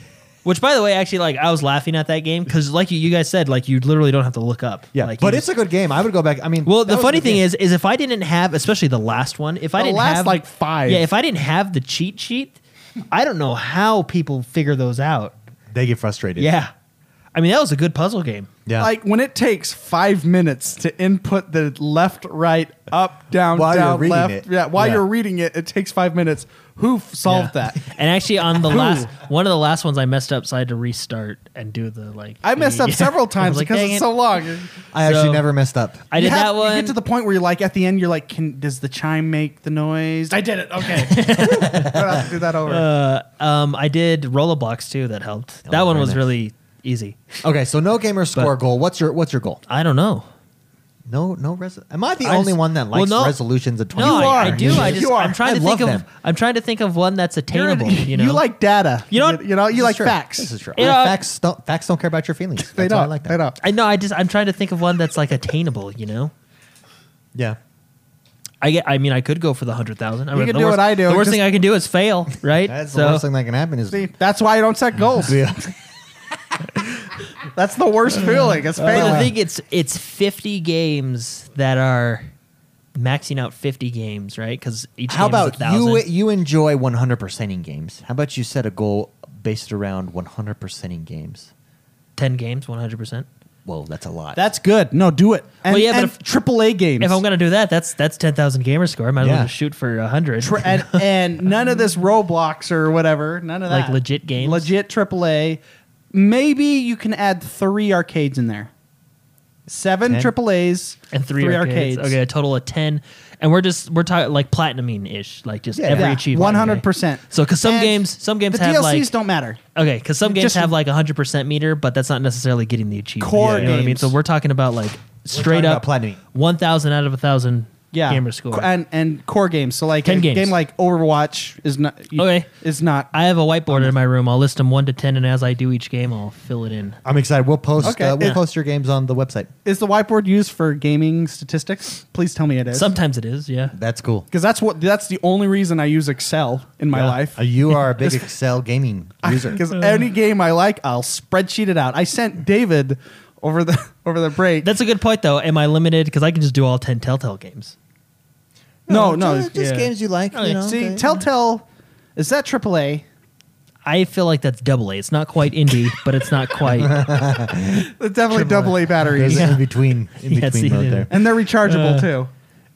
[SPEAKER 3] which, by the way, actually, like, I was laughing at that game because, like you, you guys said, like, you literally don't have to look up.
[SPEAKER 1] Yeah,
[SPEAKER 3] like,
[SPEAKER 1] but
[SPEAKER 3] you
[SPEAKER 1] it's a good game. I would go back. I mean,
[SPEAKER 3] Well,
[SPEAKER 1] that
[SPEAKER 3] the
[SPEAKER 1] was a
[SPEAKER 3] funny
[SPEAKER 1] good
[SPEAKER 3] thing
[SPEAKER 1] game.
[SPEAKER 3] is, is if I didn't have, especially the last one, if I
[SPEAKER 2] The
[SPEAKER 3] didn't
[SPEAKER 2] last,
[SPEAKER 3] have
[SPEAKER 2] like, five.
[SPEAKER 3] yeah, if I didn't have the cheat sheet, I don't know how people figure those out.
[SPEAKER 1] they get frustrated.
[SPEAKER 3] Yeah, I mean that was a good puzzle game.
[SPEAKER 1] yeah.
[SPEAKER 2] Like when it takes five minutes to input the left, right, up, down,
[SPEAKER 1] While you're
[SPEAKER 2] down,
[SPEAKER 1] reading
[SPEAKER 2] left.
[SPEAKER 1] it.
[SPEAKER 2] Yeah, while
[SPEAKER 1] Yeah.
[SPEAKER 2] you're reading it, it takes five minutes. Who f- solved
[SPEAKER 3] Yeah.
[SPEAKER 2] that?
[SPEAKER 3] And actually, on the last one of the last ones, I messed up, so I had to restart and do the like.
[SPEAKER 2] I messed up
[SPEAKER 3] yeah.
[SPEAKER 2] several times
[SPEAKER 3] like,
[SPEAKER 2] because
[SPEAKER 3] "Dang
[SPEAKER 2] it's
[SPEAKER 3] it."
[SPEAKER 2] so long.
[SPEAKER 1] I actually
[SPEAKER 3] So-
[SPEAKER 1] never messed up.
[SPEAKER 3] I
[SPEAKER 2] You
[SPEAKER 3] did
[SPEAKER 2] have-
[SPEAKER 3] that one.
[SPEAKER 2] You get to the point where you're like, at the end, you're like, can does the chime make the noise? I did it. Okay, I have to do that over.
[SPEAKER 3] um, I did Rollerblocks too. That helped.
[SPEAKER 2] Oh,
[SPEAKER 3] that one
[SPEAKER 1] very
[SPEAKER 3] was
[SPEAKER 1] nice.
[SPEAKER 3] really easy.
[SPEAKER 1] Okay, so no gamer score
[SPEAKER 3] But-
[SPEAKER 1] goal. What's your what's your goal?
[SPEAKER 3] I don't know.
[SPEAKER 1] No, no res. Am I the
[SPEAKER 3] I
[SPEAKER 1] only
[SPEAKER 3] just-
[SPEAKER 1] one that
[SPEAKER 3] well,
[SPEAKER 1] likes
[SPEAKER 3] no.
[SPEAKER 1] resolutions at twenty?
[SPEAKER 3] No, I, I
[SPEAKER 2] are.
[SPEAKER 3] do. I just
[SPEAKER 2] You are.
[SPEAKER 3] I'm trying to
[SPEAKER 1] I
[SPEAKER 3] think
[SPEAKER 1] love
[SPEAKER 3] of
[SPEAKER 1] them.
[SPEAKER 3] I'm trying to think of one that's
[SPEAKER 2] You're-
[SPEAKER 3] attainable. You know,
[SPEAKER 2] like data.
[SPEAKER 3] You know what?
[SPEAKER 2] you know, you like facts.
[SPEAKER 1] This is true.
[SPEAKER 3] Yeah.
[SPEAKER 1] I- facts don't facts don't care about your feelings. That's
[SPEAKER 2] They
[SPEAKER 1] why
[SPEAKER 2] don't.
[SPEAKER 1] I like that.
[SPEAKER 2] They don't.
[SPEAKER 3] I know. I just I'm trying to think of one that's like attainable. You know,
[SPEAKER 1] Yeah.
[SPEAKER 3] I get. I mean, I could go for the hundred thousand. I
[SPEAKER 2] You
[SPEAKER 3] mean,
[SPEAKER 2] can
[SPEAKER 3] the
[SPEAKER 2] do
[SPEAKER 3] worst-
[SPEAKER 2] what I do,
[SPEAKER 3] The worst
[SPEAKER 2] just-
[SPEAKER 3] thing I can do is fail. Right.
[SPEAKER 1] That's
[SPEAKER 3] So-
[SPEAKER 1] the worst thing that can happen is
[SPEAKER 2] See, that's why I don't set goals.
[SPEAKER 1] Yeah.
[SPEAKER 2] That's the worst feeling. It's
[SPEAKER 3] But
[SPEAKER 2] failing.
[SPEAKER 3] I think it's it's 50 games that are maxing out 50 games, right? Because each
[SPEAKER 1] How
[SPEAKER 3] game
[SPEAKER 1] about
[SPEAKER 3] is a
[SPEAKER 1] you?
[SPEAKER 3] thousand.
[SPEAKER 1] You enjoy 100%ing games. How about you set a goal based around 100%ing games?
[SPEAKER 3] 10 games, 100. percent
[SPEAKER 1] Whoa, that's a lot.
[SPEAKER 2] That's good. No, do it. And,
[SPEAKER 3] Well, yeah, but
[SPEAKER 2] and
[SPEAKER 3] if-
[SPEAKER 2] AAA games.
[SPEAKER 3] If I'm gonna do that, that's that's 10,000 gamer score. I might as well
[SPEAKER 1] Yeah.
[SPEAKER 3] just shoot for 100.
[SPEAKER 2] Tr- and, and none of this Roblox or whatever. None of that.
[SPEAKER 3] Like legit games?
[SPEAKER 2] Legit AAA. Maybe you can add three arcades in there. Seven
[SPEAKER 1] Ten?
[SPEAKER 2] AAA's
[SPEAKER 3] and three, arcades. Okay, a total of 10. And we're just we're talking like platinuming ish, like just every achievement.
[SPEAKER 2] One
[SPEAKER 3] okay?
[SPEAKER 2] hundred percent.
[SPEAKER 3] So, because some games, some games
[SPEAKER 2] the
[SPEAKER 3] have
[SPEAKER 2] DLCs
[SPEAKER 3] like
[SPEAKER 2] don't matter.
[SPEAKER 3] Okay, because some games
[SPEAKER 2] Just-
[SPEAKER 3] have like a hundred percent meter, but that's not necessarily getting the achievement.
[SPEAKER 2] Core
[SPEAKER 3] you know what I mean?
[SPEAKER 2] games.
[SPEAKER 3] So we're talking about like straight
[SPEAKER 1] talking
[SPEAKER 3] up
[SPEAKER 1] about platinum.
[SPEAKER 3] one thousand out of a thousand
[SPEAKER 2] Yeah,
[SPEAKER 3] gamer score.
[SPEAKER 2] and and core games. So like
[SPEAKER 3] 10
[SPEAKER 2] a
[SPEAKER 3] games.
[SPEAKER 2] game like Overwatch is not you-
[SPEAKER 3] Okay.
[SPEAKER 2] Is not.
[SPEAKER 3] I have a whiteboard in my room. I'll list them one to ten, and as I do each game, I'll fill it in.
[SPEAKER 1] I'm excited. We'll post.
[SPEAKER 2] Okay.
[SPEAKER 1] uh, we'll
[SPEAKER 2] Yeah.
[SPEAKER 1] post your games on the website.
[SPEAKER 2] Is the whiteboard used for gaming statistics? Please tell me it is.
[SPEAKER 3] Sometimes it is, yeah.
[SPEAKER 1] That's cool.
[SPEAKER 2] because that's what that's the only reason I use Excel in my
[SPEAKER 3] Yeah.
[SPEAKER 2] life.
[SPEAKER 1] Uh, you are a big Excel gaming user.
[SPEAKER 2] Because any game I like, I'll spreadsheet it out. I sent David over the over the break.
[SPEAKER 3] That's a good point, though. Am I limited? Because I can just do all ten Telltale games.
[SPEAKER 2] no, no. Oh,
[SPEAKER 1] just,
[SPEAKER 3] yeah.
[SPEAKER 1] games you like.
[SPEAKER 3] Okay.
[SPEAKER 1] You know,
[SPEAKER 2] See,
[SPEAKER 1] okay.
[SPEAKER 2] Telltale is that AAA?
[SPEAKER 3] I feel like that's double A. It's not quite indie, but it's not quite. Yeah,
[SPEAKER 2] It's definitely
[SPEAKER 3] AAA.
[SPEAKER 2] double A
[SPEAKER 1] There's
[SPEAKER 2] batteries,
[SPEAKER 1] an
[SPEAKER 3] Yeah.
[SPEAKER 1] in between, in
[SPEAKER 3] Yeah,
[SPEAKER 1] between
[SPEAKER 3] see,
[SPEAKER 1] mode
[SPEAKER 3] yeah.
[SPEAKER 1] there.
[SPEAKER 2] and they're
[SPEAKER 1] Uh,
[SPEAKER 2] rechargeable too.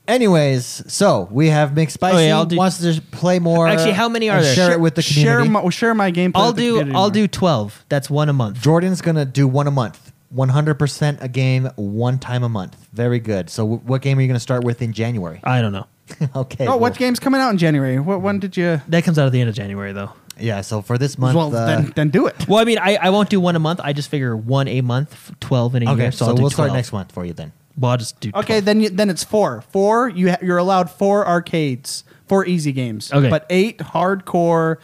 [SPEAKER 1] Anyways, so we have McSpicy
[SPEAKER 3] Oh, yeah, I'll do-
[SPEAKER 1] wants to play more.
[SPEAKER 3] Actually, how many are
[SPEAKER 1] and
[SPEAKER 3] there?
[SPEAKER 1] Share it with the community.
[SPEAKER 2] Share my, share my gameplay.
[SPEAKER 3] I'll
[SPEAKER 2] with the
[SPEAKER 3] do.
[SPEAKER 2] community
[SPEAKER 3] I'll
[SPEAKER 2] more.
[SPEAKER 3] do twelve. That's one a month.
[SPEAKER 1] Jordan's gonna do one a month, 100% a game, one time a month. Very good. So, w- what game are you gonna start with in January?
[SPEAKER 3] I don't know.
[SPEAKER 1] okay.
[SPEAKER 2] Oh, what
[SPEAKER 1] well,
[SPEAKER 2] game's coming out in January? What one did you?
[SPEAKER 3] That comes out at the end of January, though.
[SPEAKER 1] Yeah. So for this month,
[SPEAKER 2] well,
[SPEAKER 1] uh,
[SPEAKER 2] then, then do it.
[SPEAKER 3] Well, I mean, I, I won't do one a month. I just figure one a month, f- twelve in a
[SPEAKER 1] okay.
[SPEAKER 3] year.
[SPEAKER 1] So,
[SPEAKER 3] So, I'll do
[SPEAKER 1] we'll start
[SPEAKER 3] 12.
[SPEAKER 1] next month for you then.
[SPEAKER 3] Well, I'll just do.
[SPEAKER 2] Okay,
[SPEAKER 3] 12.
[SPEAKER 2] then you, then it's four. Four. You ha- you're allowed four arcades, four easy games.
[SPEAKER 3] Okay.
[SPEAKER 2] but eight hardcore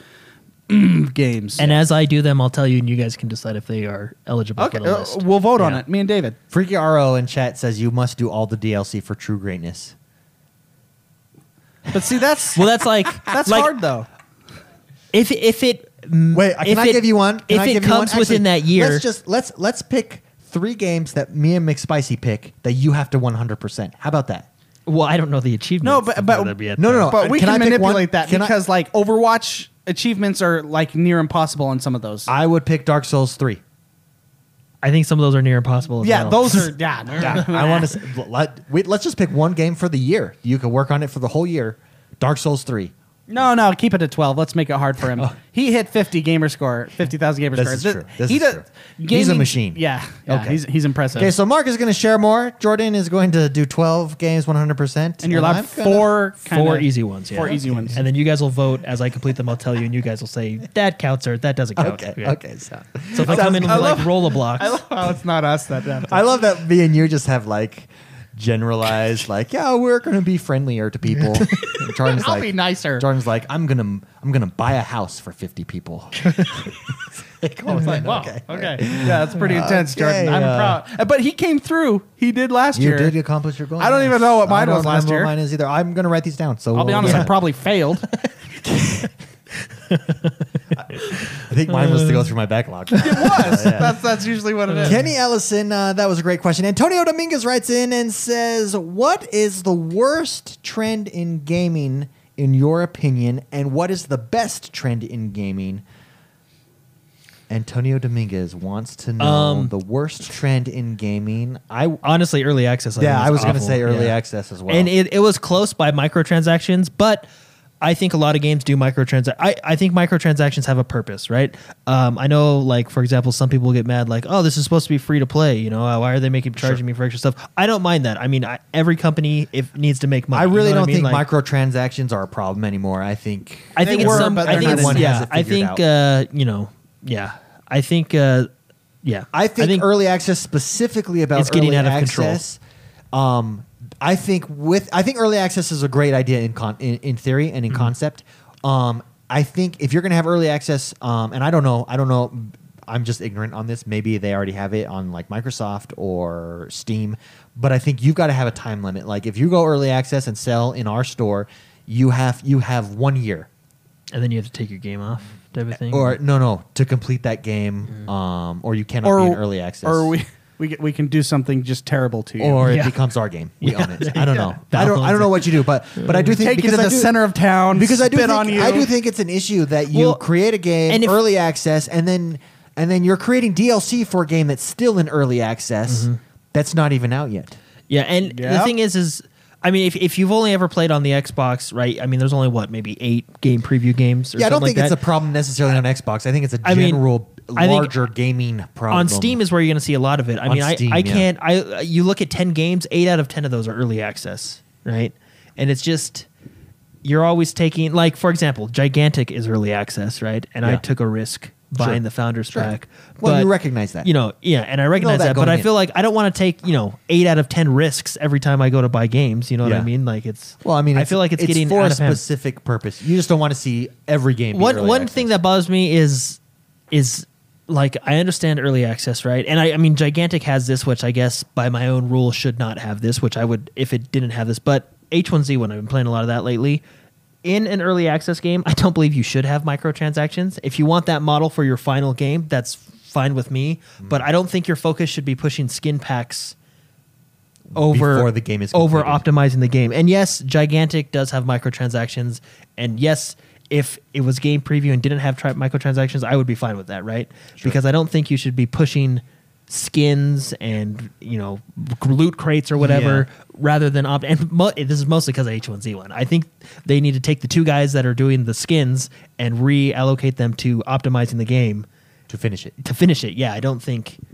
[SPEAKER 2] games.
[SPEAKER 3] and as I do them, I'll tell you, and you guys can decide if they are eligible
[SPEAKER 2] okay,
[SPEAKER 3] for the
[SPEAKER 2] uh,
[SPEAKER 3] list.
[SPEAKER 2] we'll vote on
[SPEAKER 3] Yeah.
[SPEAKER 2] it. Me and David.
[SPEAKER 1] Freaky RO in chat says you must do all the DLC for True Greatness.
[SPEAKER 2] But see, that's
[SPEAKER 3] Well, that's like
[SPEAKER 2] that's
[SPEAKER 3] like,
[SPEAKER 2] hard though.
[SPEAKER 3] If if it m-
[SPEAKER 1] Wait,
[SPEAKER 3] if
[SPEAKER 1] can I
[SPEAKER 3] it-
[SPEAKER 1] give you one? Can
[SPEAKER 3] if
[SPEAKER 1] I
[SPEAKER 3] it
[SPEAKER 1] give you one?
[SPEAKER 3] comes within
[SPEAKER 1] Actually,
[SPEAKER 3] that year,
[SPEAKER 1] let's just let's let's pick three games that me and McSpicy pick that you have to 100%. How about that?
[SPEAKER 3] well, I don't know the achievement.
[SPEAKER 2] No, but- but-
[SPEAKER 1] no, no, no.
[SPEAKER 2] But
[SPEAKER 1] uh,
[SPEAKER 2] we
[SPEAKER 1] can
[SPEAKER 2] can,
[SPEAKER 1] I pick one?
[SPEAKER 2] manipulate that
[SPEAKER 1] Can I-
[SPEAKER 2] because like Overwatch achievements are like near impossible on some of those.
[SPEAKER 1] I would pick Dark Souls three.
[SPEAKER 3] I think some of those are near impossible. as
[SPEAKER 2] yeah,
[SPEAKER 3] well.
[SPEAKER 2] those are yeah.
[SPEAKER 1] Yeah, I want to. Let, wait, let's just pick one game for the year. You can work on it for the whole year. Dark Souls three.
[SPEAKER 2] No, no, keep it at twelve. Let's make it hard for him. He hit fifty gamer score, fifty thousand gamer
[SPEAKER 1] Oh. This
[SPEAKER 2] score.
[SPEAKER 1] is
[SPEAKER 2] Th-
[SPEAKER 1] true. This
[SPEAKER 2] he
[SPEAKER 1] is
[SPEAKER 2] does-
[SPEAKER 1] true. He's a machine.
[SPEAKER 2] Yeah, yeah,
[SPEAKER 1] Okay.
[SPEAKER 2] He's he's impressive.
[SPEAKER 1] Okay, so Mark is going to share more. Jordan is going to do twelve games, one hundred percent,
[SPEAKER 2] and you're allowed
[SPEAKER 1] I'm gonna-
[SPEAKER 2] 4 kinda-
[SPEAKER 3] four easy ones. Yeah.
[SPEAKER 2] Four easy ones.
[SPEAKER 3] and then you guys will vote as I complete them. I'll tell you, and you guys will say that counts or that doesn't count.
[SPEAKER 1] Okay,
[SPEAKER 3] Yeah.
[SPEAKER 1] okay. So.
[SPEAKER 3] So if I come in with like roll a block,
[SPEAKER 2] I love how it's not us that. that
[SPEAKER 1] I love that me and you just have like generalized, like yeah, we're going to be friendlier to people. And Jordan's
[SPEAKER 2] I'll
[SPEAKER 1] like,
[SPEAKER 2] be nicer.
[SPEAKER 1] Jordan's like, I'm gonna, I'm gonna buy a house for fifty people.
[SPEAKER 2] Oh, it's like, wow. Okay. Yeah, that's pretty intense, Jordan.
[SPEAKER 1] Okay,
[SPEAKER 2] I'm
[SPEAKER 1] uh,
[SPEAKER 2] proud. Uh, But he came through. He did last
[SPEAKER 1] You
[SPEAKER 2] year.
[SPEAKER 1] did accomplish your goal.
[SPEAKER 2] I don't even know what
[SPEAKER 1] I
[SPEAKER 2] mine
[SPEAKER 1] don't
[SPEAKER 2] was last
[SPEAKER 1] remember
[SPEAKER 2] year.
[SPEAKER 1] what Mine is either. I'm gonna write these down. So
[SPEAKER 2] I'll be
[SPEAKER 1] we'll-
[SPEAKER 2] honest,
[SPEAKER 1] yeah.
[SPEAKER 2] I probably failed.
[SPEAKER 1] I think mine was to go through my backlog. Oh,
[SPEAKER 2] that's that's usually what it is.
[SPEAKER 1] Kenny Ellison, uh, that was a great question. Antonio Dominguez writes in and says, "What is the worst trend in gaming, in your opinion, and what is the best trend in gaming?" Antonio Dominguez wants to know
[SPEAKER 3] Um,
[SPEAKER 1] the worst trend in gaming. I
[SPEAKER 3] honestly, early access. I
[SPEAKER 1] yeah,
[SPEAKER 3] think
[SPEAKER 1] I
[SPEAKER 3] is
[SPEAKER 1] was going to
[SPEAKER 3] awful.
[SPEAKER 1] say early
[SPEAKER 3] Yeah.
[SPEAKER 1] access as well.
[SPEAKER 3] And it, it was close by microtransactions, but I think a lot of games do microtrans. I, I think microtransactions have a purpose, right? Um, I know, like for example, some people get mad, like, "Oh, this is supposed to be free to play." You know, uh, why are they making charging me for extra stuff? I don't mind that. I mean, I, every company if needs to make money.
[SPEAKER 1] I
[SPEAKER 3] you
[SPEAKER 1] really
[SPEAKER 3] know what
[SPEAKER 1] don't
[SPEAKER 3] mean?
[SPEAKER 1] think
[SPEAKER 3] Like-
[SPEAKER 1] microtransactions are a problem anymore. I think
[SPEAKER 3] I think
[SPEAKER 2] They
[SPEAKER 3] it's
[SPEAKER 2] were,
[SPEAKER 3] some.
[SPEAKER 2] but
[SPEAKER 3] I
[SPEAKER 2] they're
[SPEAKER 3] think
[SPEAKER 2] not
[SPEAKER 3] it's
[SPEAKER 2] one
[SPEAKER 1] has
[SPEAKER 3] yeah.
[SPEAKER 1] it
[SPEAKER 3] I
[SPEAKER 1] figured out.
[SPEAKER 3] think uh, you know. Yeah, I think uh, yeah.
[SPEAKER 1] I think, early access specifically about
[SPEAKER 3] It's getting
[SPEAKER 1] early
[SPEAKER 3] out of control.
[SPEAKER 1] access. Um, I think with I think early access is a great idea in con- in, in theory and in
[SPEAKER 3] Mm-hmm.
[SPEAKER 1] concept. Um, I think if you're going to have early access, um, and I don't know, I don't know, I'm just ignorant on this. Maybe they already have it on like Microsoft or Steam, but I think you've got to have a time limit. Like if you go early access and sell in our store, you have you have one year
[SPEAKER 3] and then you have to take your game off. Type of thing.
[SPEAKER 1] or no no to complete that game, um, or you cannot be in early access,
[SPEAKER 2] or we we, get, we can do something just terrible to you.
[SPEAKER 1] or it
[SPEAKER 3] Yeah.
[SPEAKER 1] becomes our game. We own it. I don't know.
[SPEAKER 3] Yeah.
[SPEAKER 1] I don't. I don't know what you do, but but I do think
[SPEAKER 2] take you
[SPEAKER 1] because
[SPEAKER 2] to the
[SPEAKER 1] I do,
[SPEAKER 2] center of town
[SPEAKER 1] because I do
[SPEAKER 2] spit
[SPEAKER 1] think,
[SPEAKER 2] on you.
[SPEAKER 1] I do think it's an issue that you
[SPEAKER 3] Well,
[SPEAKER 1] create a game
[SPEAKER 3] and if-
[SPEAKER 1] early access and then and then you're creating DLC for a game that's still in early access
[SPEAKER 3] Mm-hmm.
[SPEAKER 1] that's not even out yet.
[SPEAKER 3] Yeah, and the
[SPEAKER 2] Yeah.
[SPEAKER 3] thing is, is I mean, if, if you've only ever played on the Xbox, right? I mean, there's only what maybe eight game preview games. Or
[SPEAKER 1] yeah, I don't
[SPEAKER 3] something
[SPEAKER 1] think
[SPEAKER 3] like
[SPEAKER 1] it's a
[SPEAKER 3] that.
[SPEAKER 1] problem necessarily on Xbox. I think it's a
[SPEAKER 3] I mean,
[SPEAKER 1] general
[SPEAKER 3] I think
[SPEAKER 1] larger gaming problem
[SPEAKER 3] on Steam is where you're going to see a lot of it. I
[SPEAKER 1] On
[SPEAKER 3] mean, I,
[SPEAKER 1] Steam,
[SPEAKER 3] I
[SPEAKER 1] yeah.
[SPEAKER 3] can't. I uh, you look at ten games, eight out of ten of those are early access, right? And it's just you're always taking like for example, Gigantic is early access, right? And I
[SPEAKER 1] Yeah.
[SPEAKER 3] took a risk buying the Founders pack.
[SPEAKER 1] Well, you
[SPEAKER 3] But,
[SPEAKER 1] recognize that.
[SPEAKER 3] you know, yeah, and I recognize
[SPEAKER 1] that
[SPEAKER 3] that, but
[SPEAKER 1] going
[SPEAKER 3] I
[SPEAKER 1] in.
[SPEAKER 3] feel like I don't want to take you know eight out of ten risks every time I go to buy games. You know what I
[SPEAKER 1] Yeah.
[SPEAKER 3] mean? Like it's
[SPEAKER 1] Well, I mean,
[SPEAKER 3] I
[SPEAKER 1] it's-
[SPEAKER 3] feel like it's, getting
[SPEAKER 1] for
[SPEAKER 3] out
[SPEAKER 1] a
[SPEAKER 3] of hand.
[SPEAKER 1] specific purpose. You just don't want to see every game. be
[SPEAKER 3] One
[SPEAKER 1] early
[SPEAKER 3] one
[SPEAKER 1] access.
[SPEAKER 3] thing that bothers me is is like I understand early access, right? And I, I mean, Gigantic has this, which I guess by my own rule should not have this, which I would if it didn't have this. But H1Z1, I've been playing a lot of that lately. In an early access game, I don't believe you should have microtransactions. If you want that model for your final game, that's fine with me. But
[SPEAKER 1] Mm.
[SPEAKER 3] I don't think your focus should be pushing skin packs over
[SPEAKER 1] Before the game is
[SPEAKER 3] over
[SPEAKER 1] completed.
[SPEAKER 3] optimizing the game. And yes, Gigantic does have microtransactions. And yes, if it was game preview and didn't have tri- microtransactions, I would be fine with that, right? Because I don't think you should be pushing skins and you know loot crates or whatever rather than opt and mo- this is mostly because of h1z1 i think they need to take the two guys that are doing the skins and reallocate them to optimizing the game
[SPEAKER 1] to finish it.
[SPEAKER 3] to finish it. Yeah, I don't think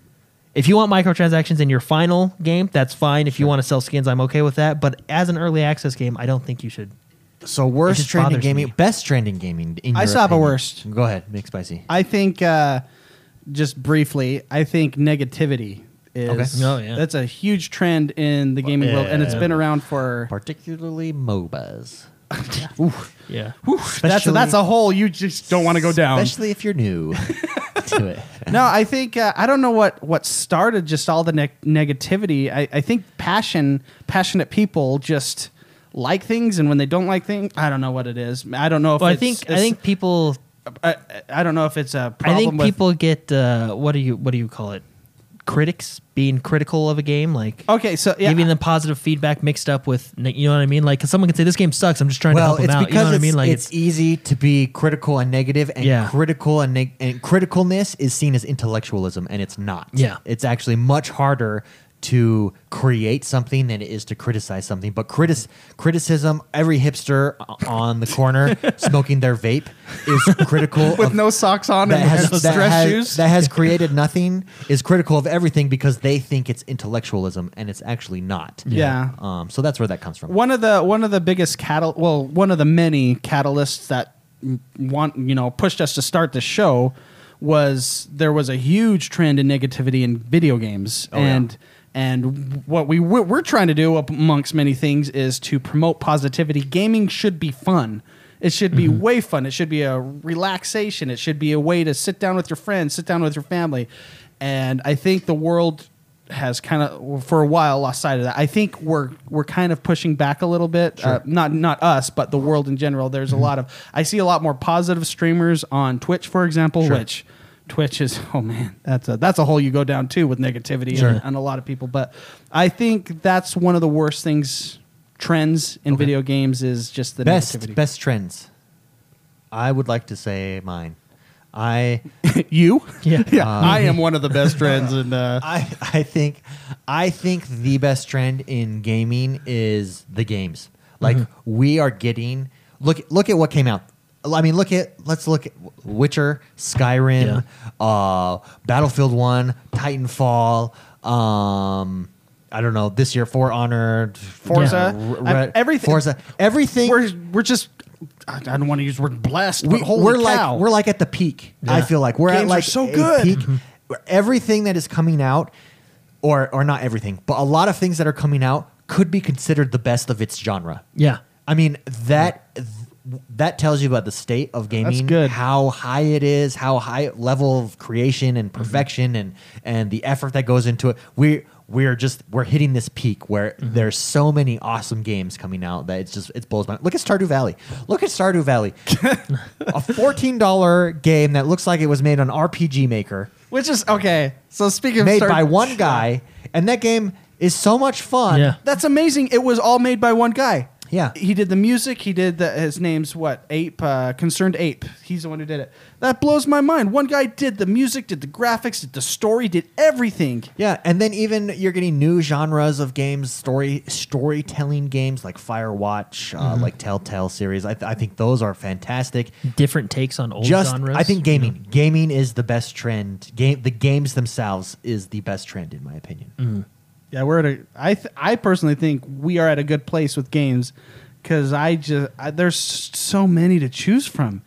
[SPEAKER 3] if you want microtransactions in your final game, that's fine. If you want to sell skins, I'm okay with that. But as an early access game, I don't think you should.
[SPEAKER 1] So
[SPEAKER 3] It
[SPEAKER 1] worst
[SPEAKER 3] just
[SPEAKER 1] trending
[SPEAKER 3] bothers
[SPEAKER 1] gaming,
[SPEAKER 3] me.
[SPEAKER 1] best trending gaming. In
[SPEAKER 2] I
[SPEAKER 1] your
[SPEAKER 2] still have a
[SPEAKER 1] opinion.
[SPEAKER 2] worst.
[SPEAKER 1] Go ahead, make spicy.
[SPEAKER 2] I think uh, just briefly, I think negativity is
[SPEAKER 3] Okay. Oh, yeah.
[SPEAKER 2] that's a huge trend in the gaming world, and it's
[SPEAKER 3] yeah.
[SPEAKER 2] been around for.
[SPEAKER 1] Particularly MOBAs.
[SPEAKER 3] Yeah.
[SPEAKER 2] That's a, that's a hole you just don't want to go down.
[SPEAKER 1] especially if you're new to it.
[SPEAKER 2] no, I think uh, I don't know what what started just all the neg negativity. I, I think passion, passionate people just like things, and when they don't like things, I don't know what it is. I don't know if
[SPEAKER 3] Well, I
[SPEAKER 2] it's-
[SPEAKER 3] think I
[SPEAKER 2] it's-
[SPEAKER 3] think people.
[SPEAKER 2] I, I don't know if it's a
[SPEAKER 3] I
[SPEAKER 2] problem.
[SPEAKER 3] think
[SPEAKER 2] with-
[SPEAKER 3] people get uh, what do you what do you call it? Critics being critical of a game, like
[SPEAKER 1] Oh,
[SPEAKER 2] Okay, so yeah,
[SPEAKER 3] giving them positive feedback mixed up with ne- you know what I mean. Like, 'cause someone can say this game sucks. I'm just trying
[SPEAKER 1] Well,
[SPEAKER 3] to help
[SPEAKER 1] it's
[SPEAKER 3] them out.
[SPEAKER 1] because
[SPEAKER 3] You know what I
[SPEAKER 1] it's,
[SPEAKER 3] mean? Like,
[SPEAKER 1] it's, easy to be critical and negative, and
[SPEAKER 3] Yeah.
[SPEAKER 1] critical and, neg- and criticalness is seen as intellectualism, and it's not.
[SPEAKER 3] Yeah.
[SPEAKER 1] it's actually much harder to create something than it is to criticize something. But critis- criticism, every hipster o- on the corner smoking their vape is critical
[SPEAKER 2] with
[SPEAKER 1] of
[SPEAKER 2] no socks on and has,
[SPEAKER 1] that
[SPEAKER 2] dress
[SPEAKER 1] has-
[SPEAKER 2] shoes.
[SPEAKER 1] that has created nothing is critical of everything because they think it's intellectualism and it's actually not.
[SPEAKER 2] Yeah.
[SPEAKER 1] Um, so that's where that comes from.
[SPEAKER 2] one of the one of the biggest cattle well one of the many catalysts that m- want you know pushed us to start the show was there was a huge trend in negativity in video games
[SPEAKER 1] yeah.
[SPEAKER 2] and and what we what we're trying to do amongst many things is to promote positivity gaming should be fun it should be way fun it should be a relaxation it should be a way to sit down with your friends sit down with your family and i think the world has kind of for a while lost sight of that. I think we're we're kind of pushing back a little bit. Uh, not not us, but the world in general. There's a lot of I see a lot more positive streamers on Twitch, for example, which Twitch is oh man, that's a that's a hole you go down too with negativity
[SPEAKER 3] Sure.
[SPEAKER 2] and, and a lot of people. But I think that's one of the worst things trends in video games is just the
[SPEAKER 1] best
[SPEAKER 2] negativity.
[SPEAKER 1] best trends. I would like to say mine. I
[SPEAKER 2] you,
[SPEAKER 3] Yeah.
[SPEAKER 2] I am one of the best trends in. Uh,
[SPEAKER 1] Uh, I I think I think
[SPEAKER 2] Mm-hmm.
[SPEAKER 1] the best trend in gaming is the games. Like we are getting look look at what came out. I mean, look at let's look at Witcher, Skyrim, uh, Battlefield One, Titanfall. Um, I don't know this year For Honor,
[SPEAKER 2] Forza.
[SPEAKER 1] you know,
[SPEAKER 2] I'm-
[SPEAKER 1] Red-
[SPEAKER 2] everything-
[SPEAKER 1] Forza, everything.
[SPEAKER 2] We're we're just. I I don't want to use the word blessed,
[SPEAKER 1] we,
[SPEAKER 2] but holy
[SPEAKER 1] we're
[SPEAKER 2] cow.
[SPEAKER 1] like we're like at the peak. I
[SPEAKER 3] Yeah.
[SPEAKER 1] feel like we're at
[SPEAKER 2] Games are
[SPEAKER 1] like
[SPEAKER 2] so
[SPEAKER 1] a
[SPEAKER 2] good.
[SPEAKER 1] peak. Everything that is coming out, or or not everything, but a lot of things that are coming out could be considered the best of its genre.
[SPEAKER 3] Yeah.
[SPEAKER 1] I mean that th- that tells you about the state of gaming,
[SPEAKER 2] good.
[SPEAKER 1] how high it is, how high level of creation and perfection and and the effort that goes into it. We we're just we're hitting this peak where there's so many awesome games coming out that it's just it blows my look at Stardew Valley. Look at Stardew Valley. a $14 game that looks like it was made on RPG Maker
[SPEAKER 2] which is okay. So speaking of
[SPEAKER 1] made
[SPEAKER 2] Star-
[SPEAKER 1] by one guy and that game is so much fun.
[SPEAKER 3] Yeah.
[SPEAKER 2] That's amazing. It was all made by one guy.
[SPEAKER 1] Yeah.
[SPEAKER 2] He did the music. He did the, his name's what? Ape, uh, Concerned Ape. He's the one who did it. That blows my mind. One guy did the music, did the graphics, did the story, did everything.
[SPEAKER 1] Yeah, and then even you're getting new genres of games, story storytelling games like Firewatch, uh,
[SPEAKER 3] Mm-hmm.
[SPEAKER 1] like Telltale series. I, th- I think those are fantastic.
[SPEAKER 3] Different takes on old
[SPEAKER 1] Just
[SPEAKER 3] genres.
[SPEAKER 1] I think gaming, gaming is the best trend. Game, the games themselves is the best trend in my opinion.
[SPEAKER 3] Mm-hmm.
[SPEAKER 2] Yeah, we're at a. I th- I personally think we are at a good place with games because I just I, there's so many to choose from,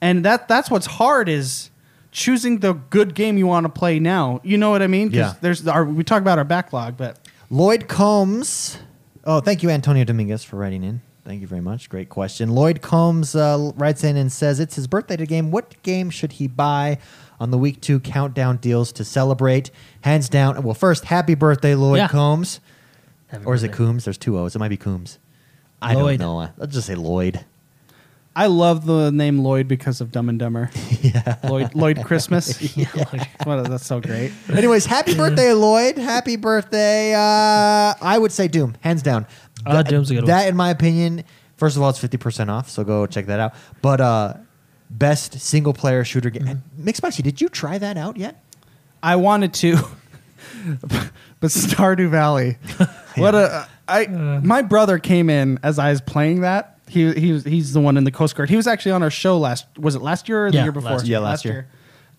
[SPEAKER 2] and that that's what's hard is choosing the good game you want to play now. You know what I mean? 'Cause
[SPEAKER 1] Yeah.
[SPEAKER 2] There's our, we talk about our backlog, but
[SPEAKER 1] Lloyd Combs. Oh, thank you, Antonio Dominguez, for writing in. Thank you very much. Great question. Lloyd Combs uh, writes in and says it's his birthday today. What game should he buy on the week two countdown deals to celebrate? Hands down. Well, first, happy birthday, Lloyd
[SPEAKER 3] Yeah.
[SPEAKER 1] Combs.
[SPEAKER 3] Happy
[SPEAKER 1] or is it
[SPEAKER 3] birthday.
[SPEAKER 1] Coombs? There's two O's. It might be Coombs. I
[SPEAKER 3] Lloyd.
[SPEAKER 1] don't know. Let's just say Lloyd.
[SPEAKER 2] I love the name Lloyd because of Dumb and Dumber. yeah. Lloyd Lloyd Christmas. What- that's so great.
[SPEAKER 1] Anyways, happy
[SPEAKER 2] Mm.
[SPEAKER 1] birthday, Lloyd. Happy birthday. Uh, I would say Doom, hands down.
[SPEAKER 3] Uh,
[SPEAKER 1] Th-
[SPEAKER 3] Doom's a good one.
[SPEAKER 1] That, in my opinion, first of all, it's 50% off, so go check that out. But uh, best single player shooter game.
[SPEAKER 2] Mm-hmm.
[SPEAKER 1] Mixed Spicy, did you try that out yet?
[SPEAKER 2] I wanted to, but Stardew Valley. What a I! my brother came in as I was playing that. He he was, he's the one in the Coast Guard. He was actually on our show last. Was it last year or the
[SPEAKER 3] Yeah,
[SPEAKER 2] year before?
[SPEAKER 3] last
[SPEAKER 1] year. Yeah, last year.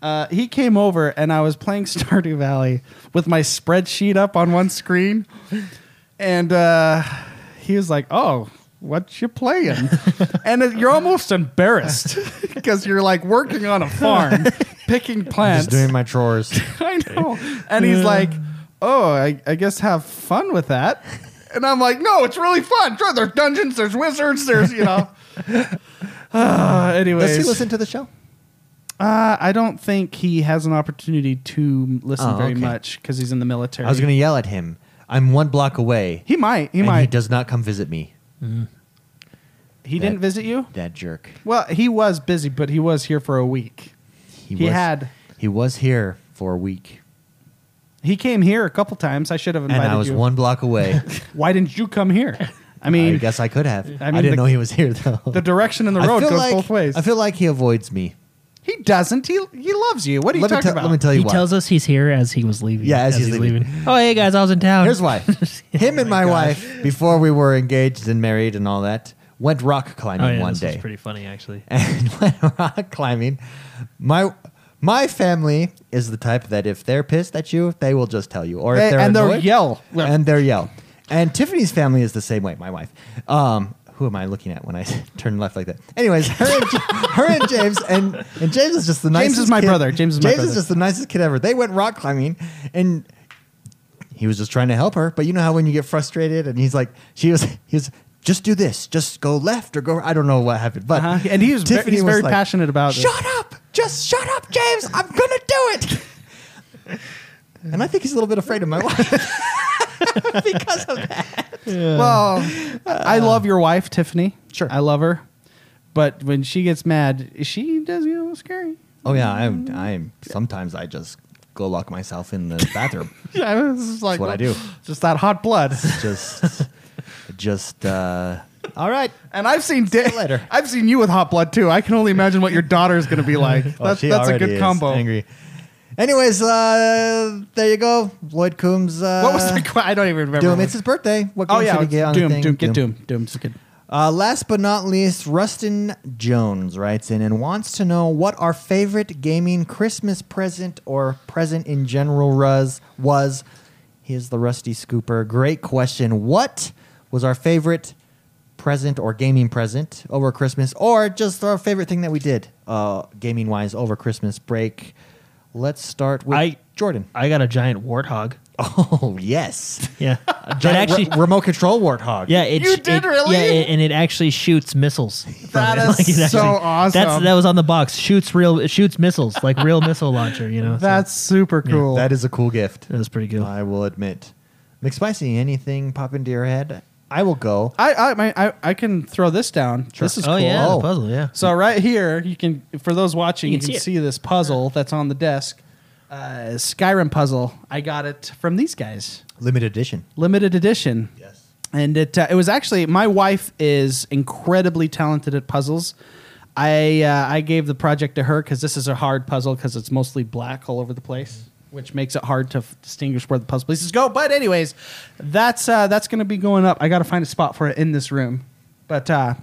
[SPEAKER 2] Uh, he came over and I was playing Stardew Valley with my spreadsheet up on one screen, and uh, he was like, "Oh." What you playing? and it- you're almost embarrassed because you're like working on a farm, picking plants.
[SPEAKER 1] Just doing my chores.
[SPEAKER 2] I know. And he's like, oh, I, I guess have fun with that. And I'm like, no, it's really fun. Sure, There's dungeons, there's wizards, there's, you know. uh, anyways,
[SPEAKER 1] Does he listen to the show?
[SPEAKER 2] Uh, I don't think he has an opportunity to listen
[SPEAKER 1] Oh,
[SPEAKER 2] very
[SPEAKER 1] okay.
[SPEAKER 2] much because he's in the military.
[SPEAKER 1] I was going to yell at him. I'm one block away.
[SPEAKER 2] He might. He
[SPEAKER 1] and
[SPEAKER 2] might.
[SPEAKER 1] He
[SPEAKER 2] He,
[SPEAKER 1] does not come visit me.
[SPEAKER 2] didn't
[SPEAKER 1] that-
[SPEAKER 2] visit you?
[SPEAKER 1] That jerk.
[SPEAKER 2] Well, he was busy, but he was here for a week. He
[SPEAKER 1] was,
[SPEAKER 2] had-
[SPEAKER 1] He was here for a week,
[SPEAKER 2] He came here a couple times. I should have
[SPEAKER 1] and
[SPEAKER 2] invited
[SPEAKER 1] I was
[SPEAKER 2] you.
[SPEAKER 1] one block away.
[SPEAKER 2] Why didn't you come here? I mean,
[SPEAKER 1] I guess I could have. I,
[SPEAKER 2] mean,
[SPEAKER 1] didn't
[SPEAKER 2] the-
[SPEAKER 1] know he was here though.
[SPEAKER 2] the direction in the
[SPEAKER 1] I
[SPEAKER 2] road
[SPEAKER 1] feel
[SPEAKER 2] goes
[SPEAKER 1] like-
[SPEAKER 2] both ways.
[SPEAKER 1] I feel like he avoids me.
[SPEAKER 2] He doesn't. He he loves you. What are you
[SPEAKER 1] Let me,
[SPEAKER 2] talking
[SPEAKER 1] tell
[SPEAKER 2] about?
[SPEAKER 1] let me tell you
[SPEAKER 3] He
[SPEAKER 1] why.
[SPEAKER 3] tells us he's here as he was leaving.
[SPEAKER 1] Yeah, as he's leaving.
[SPEAKER 3] Oh, hey guys, I was in town.
[SPEAKER 1] Here's why. Him and my wife, before we were engaged and married and all that, went rock climbing
[SPEAKER 3] Oh, yeah,
[SPEAKER 1] one
[SPEAKER 3] this
[SPEAKER 1] day.
[SPEAKER 3] was pretty funny actually.
[SPEAKER 1] and went rock climbing. My my family is the type that if they're pissed at you, they will just tell you, or
[SPEAKER 2] They-
[SPEAKER 1] if they're
[SPEAKER 2] and they'll
[SPEAKER 1] annoyed,
[SPEAKER 2] yell.
[SPEAKER 1] and they're yell. And Tiffany's family is the same way. My wife. Um, who am I looking at when I turn left like that? Anyways, her and, Ja- her and James and, and James is just the nicest.
[SPEAKER 2] is my
[SPEAKER 1] kid.
[SPEAKER 2] brother. James is my
[SPEAKER 1] James is
[SPEAKER 2] brother.
[SPEAKER 1] just the nicest kid ever. They went rock climbing and he was just trying to help her. But you know how when you get frustrated and he's like, she was, he was, just do this, just go left or go. I don't know what happened, but
[SPEAKER 2] Uh-huh. And he was ve- he's very passionate about this.
[SPEAKER 1] Shut up, just shut up, James. I'm gonna do it. and I think he's a little bit afraid of my wife because of that.
[SPEAKER 2] well, I love your wife, Tiffany.
[SPEAKER 1] Uh, Sure.
[SPEAKER 2] I love her. But when she gets mad, she does get a little scary.
[SPEAKER 1] Oh yeah, I'm. I'm. Sometimes I just go lock myself in the bathroom.
[SPEAKER 2] Yeah, I was just like
[SPEAKER 1] what I do.
[SPEAKER 2] Just that hot blood.
[SPEAKER 1] just, just. uh All right.
[SPEAKER 2] And I've seen da-
[SPEAKER 1] later.
[SPEAKER 2] I've seen you with hot blood too. I can only imagine what your daughter's going to be like.
[SPEAKER 1] Oh,
[SPEAKER 2] that's
[SPEAKER 1] she
[SPEAKER 2] that's a
[SPEAKER 1] already
[SPEAKER 2] good
[SPEAKER 1] is
[SPEAKER 2] combo.
[SPEAKER 1] Angry. Anyways, uh, there you go. Lloyd Coombs. Uh,
[SPEAKER 2] What was the? Qu- I don't even remember.
[SPEAKER 1] Doom?
[SPEAKER 2] what-
[SPEAKER 1] It's his birthday. What game
[SPEAKER 2] oh yeah,
[SPEAKER 1] should he get on
[SPEAKER 2] Doom,
[SPEAKER 1] the thing?
[SPEAKER 2] Doom. Get Doom. Doom's good.
[SPEAKER 1] Uh, last but not least, Rustin Jones writes in and wants to know what our favorite gaming Christmas present or present in general was. was. Here's the Rusty Scooper. Great question. What was our favorite present or gaming present over Christmas or just our favorite thing that we did uh, gaming wise over Christmas break? Let's start with
[SPEAKER 3] I-
[SPEAKER 1] Jordan.
[SPEAKER 3] I got a giant warthog.
[SPEAKER 1] Oh, yes.
[SPEAKER 3] Yeah, that
[SPEAKER 1] Giant re-
[SPEAKER 3] actually.
[SPEAKER 1] remote control warthog.
[SPEAKER 3] yeah, it,
[SPEAKER 2] You
[SPEAKER 3] sh-
[SPEAKER 2] did
[SPEAKER 3] it-
[SPEAKER 2] really?
[SPEAKER 3] Yeah, it- and it actually shoots missiles. from
[SPEAKER 2] That
[SPEAKER 3] it.
[SPEAKER 2] is
[SPEAKER 3] it
[SPEAKER 2] so
[SPEAKER 3] That's
[SPEAKER 2] awesome.
[SPEAKER 3] that was on the box. Shoots real. It shoots missiles like real missile launcher. You know. so
[SPEAKER 2] That's super cool.
[SPEAKER 1] That is a cool gift.
[SPEAKER 3] that was pretty cool.
[SPEAKER 1] I will admit. McSpicy, anything pop into your head? I will go.
[SPEAKER 2] I I, my, I I can throw this down. This is
[SPEAKER 3] oh
[SPEAKER 2] cool.
[SPEAKER 3] yeah,
[SPEAKER 1] Oh.
[SPEAKER 3] the puzzle. Yeah.
[SPEAKER 2] So right here, you can for those watching,
[SPEAKER 3] You
[SPEAKER 2] you
[SPEAKER 3] can
[SPEAKER 2] can,
[SPEAKER 3] see
[SPEAKER 2] see,
[SPEAKER 3] it.
[SPEAKER 2] this puzzle that's on the desk. Uh, Skyrim puzzle. I got it from these guys,
[SPEAKER 1] Limited edition.
[SPEAKER 2] limited edition.
[SPEAKER 1] Yes.
[SPEAKER 2] and it uh, it was actually my wife is incredibly talented at puzzles. I uh, I gave the project to her because this is a hard puzzle because it's mostly black all over the place, which makes it hard to f- distinguish where the puzzle pieces go. But anyways, that's uh, that's going to be going up. I got to find a spot for it in this room, but uh,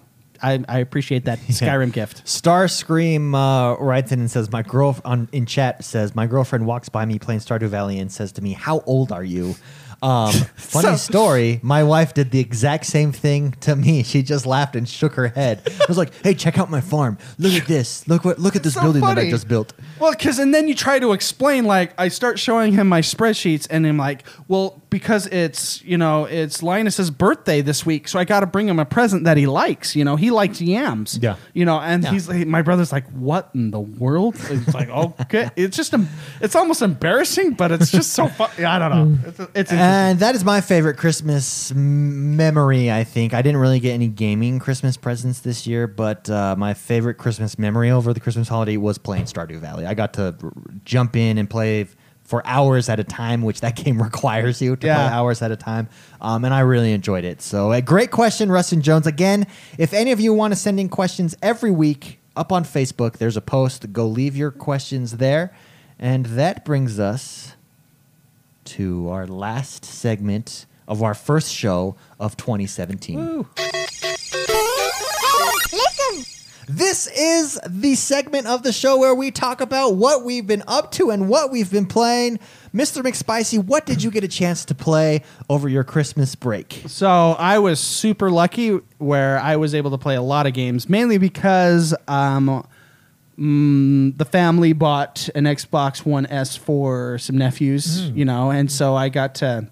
[SPEAKER 2] I I appreciate that Skyrim gift.
[SPEAKER 1] Starscream uh, writes in and says, "My girl on in chat says my girlfriend walks by me playing Stardew Valley and says to me, "How old are you?" Um, funny
[SPEAKER 2] So-
[SPEAKER 1] story. My wife did the exact same thing to me. She just laughed and shook her head. I was like, "Hey, check out my farm. Look at this. Look what. Look at this
[SPEAKER 2] so
[SPEAKER 1] building that I
[SPEAKER 2] funny.
[SPEAKER 1] just built."
[SPEAKER 2] Well, because and then you try to explain. Like I start showing him my spreadsheets, and I'm like, "Well, because it's you know it's Linus's birthday this week, so I got to bring him a present that he likes. You know, he likes yams.
[SPEAKER 1] Yeah.
[SPEAKER 2] you know." And
[SPEAKER 1] Yeah.
[SPEAKER 2] he's like, my brother's like, "What in the world?" It's like, okay, it's just em- it's almost embarrassing, but it's just so fun. I don't know. It's, it's interesting.
[SPEAKER 1] And that is my favorite Christmas m- memory, I think. I didn't really get any gaming Christmas presents this year, but uh, my favorite Christmas memory over the Christmas holiday was playing Stardew Valley. I got to r- jump in and play f- for hours at a time, which that game requires you to
[SPEAKER 2] Yeah.
[SPEAKER 1] play hours at a time. Um, and I really enjoyed it. So, a great question, Rustin Jones. Again, if any of you want to send in questions every week up on Facebook, there's a post. Go leave your questions there. And that brings us to our last segment of our first show of 2017.
[SPEAKER 4] Listen.
[SPEAKER 1] This is the segment of the show where we talk about what we've been up to and what we've been playing. Mr. McSpicy, what did you get a chance to play over your Christmas break?
[SPEAKER 2] So I was super lucky where I was able to play a lot of games, mainly because um, mm, the family bought an Xbox One S for some nephews,
[SPEAKER 1] Hmm.
[SPEAKER 2] you know, and so I got to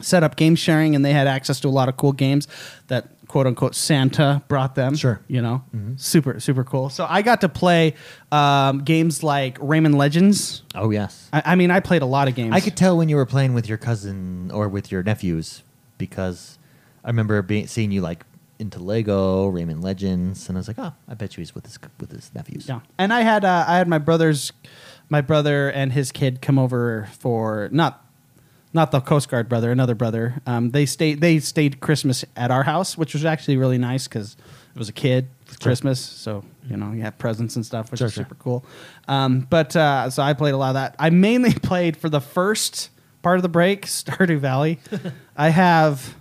[SPEAKER 2] set up game sharing, and they had access to a lot of cool games that quote unquote Santa brought them.
[SPEAKER 1] Sure. Mm-hmm.
[SPEAKER 2] you know, super super cool. So I got to play um, games like Rayman Legends.
[SPEAKER 1] Oh, yes.
[SPEAKER 2] I, I mean, I played a lot of games.
[SPEAKER 1] I could tell when you were playing with your cousin or with your nephews because I remember being, seeing you like into Lego, Rayman Legends, and I was like, oh, I bet you he's with his, with his nephews.
[SPEAKER 2] Yeah, and I had uh, I had my brother's my brother and his kid come over for not not the Coast Guard brother, another brother. Um, they stayed they stayed Christmas at our house, which was actually really nice because it was a kid it's Christmas, so you know you have presents and stuff, which
[SPEAKER 1] Sure,
[SPEAKER 2] is
[SPEAKER 1] sure.
[SPEAKER 2] super cool. Um, but uh, so I played a lot of that. I mainly played for the first part of the break Stardew Valley. I have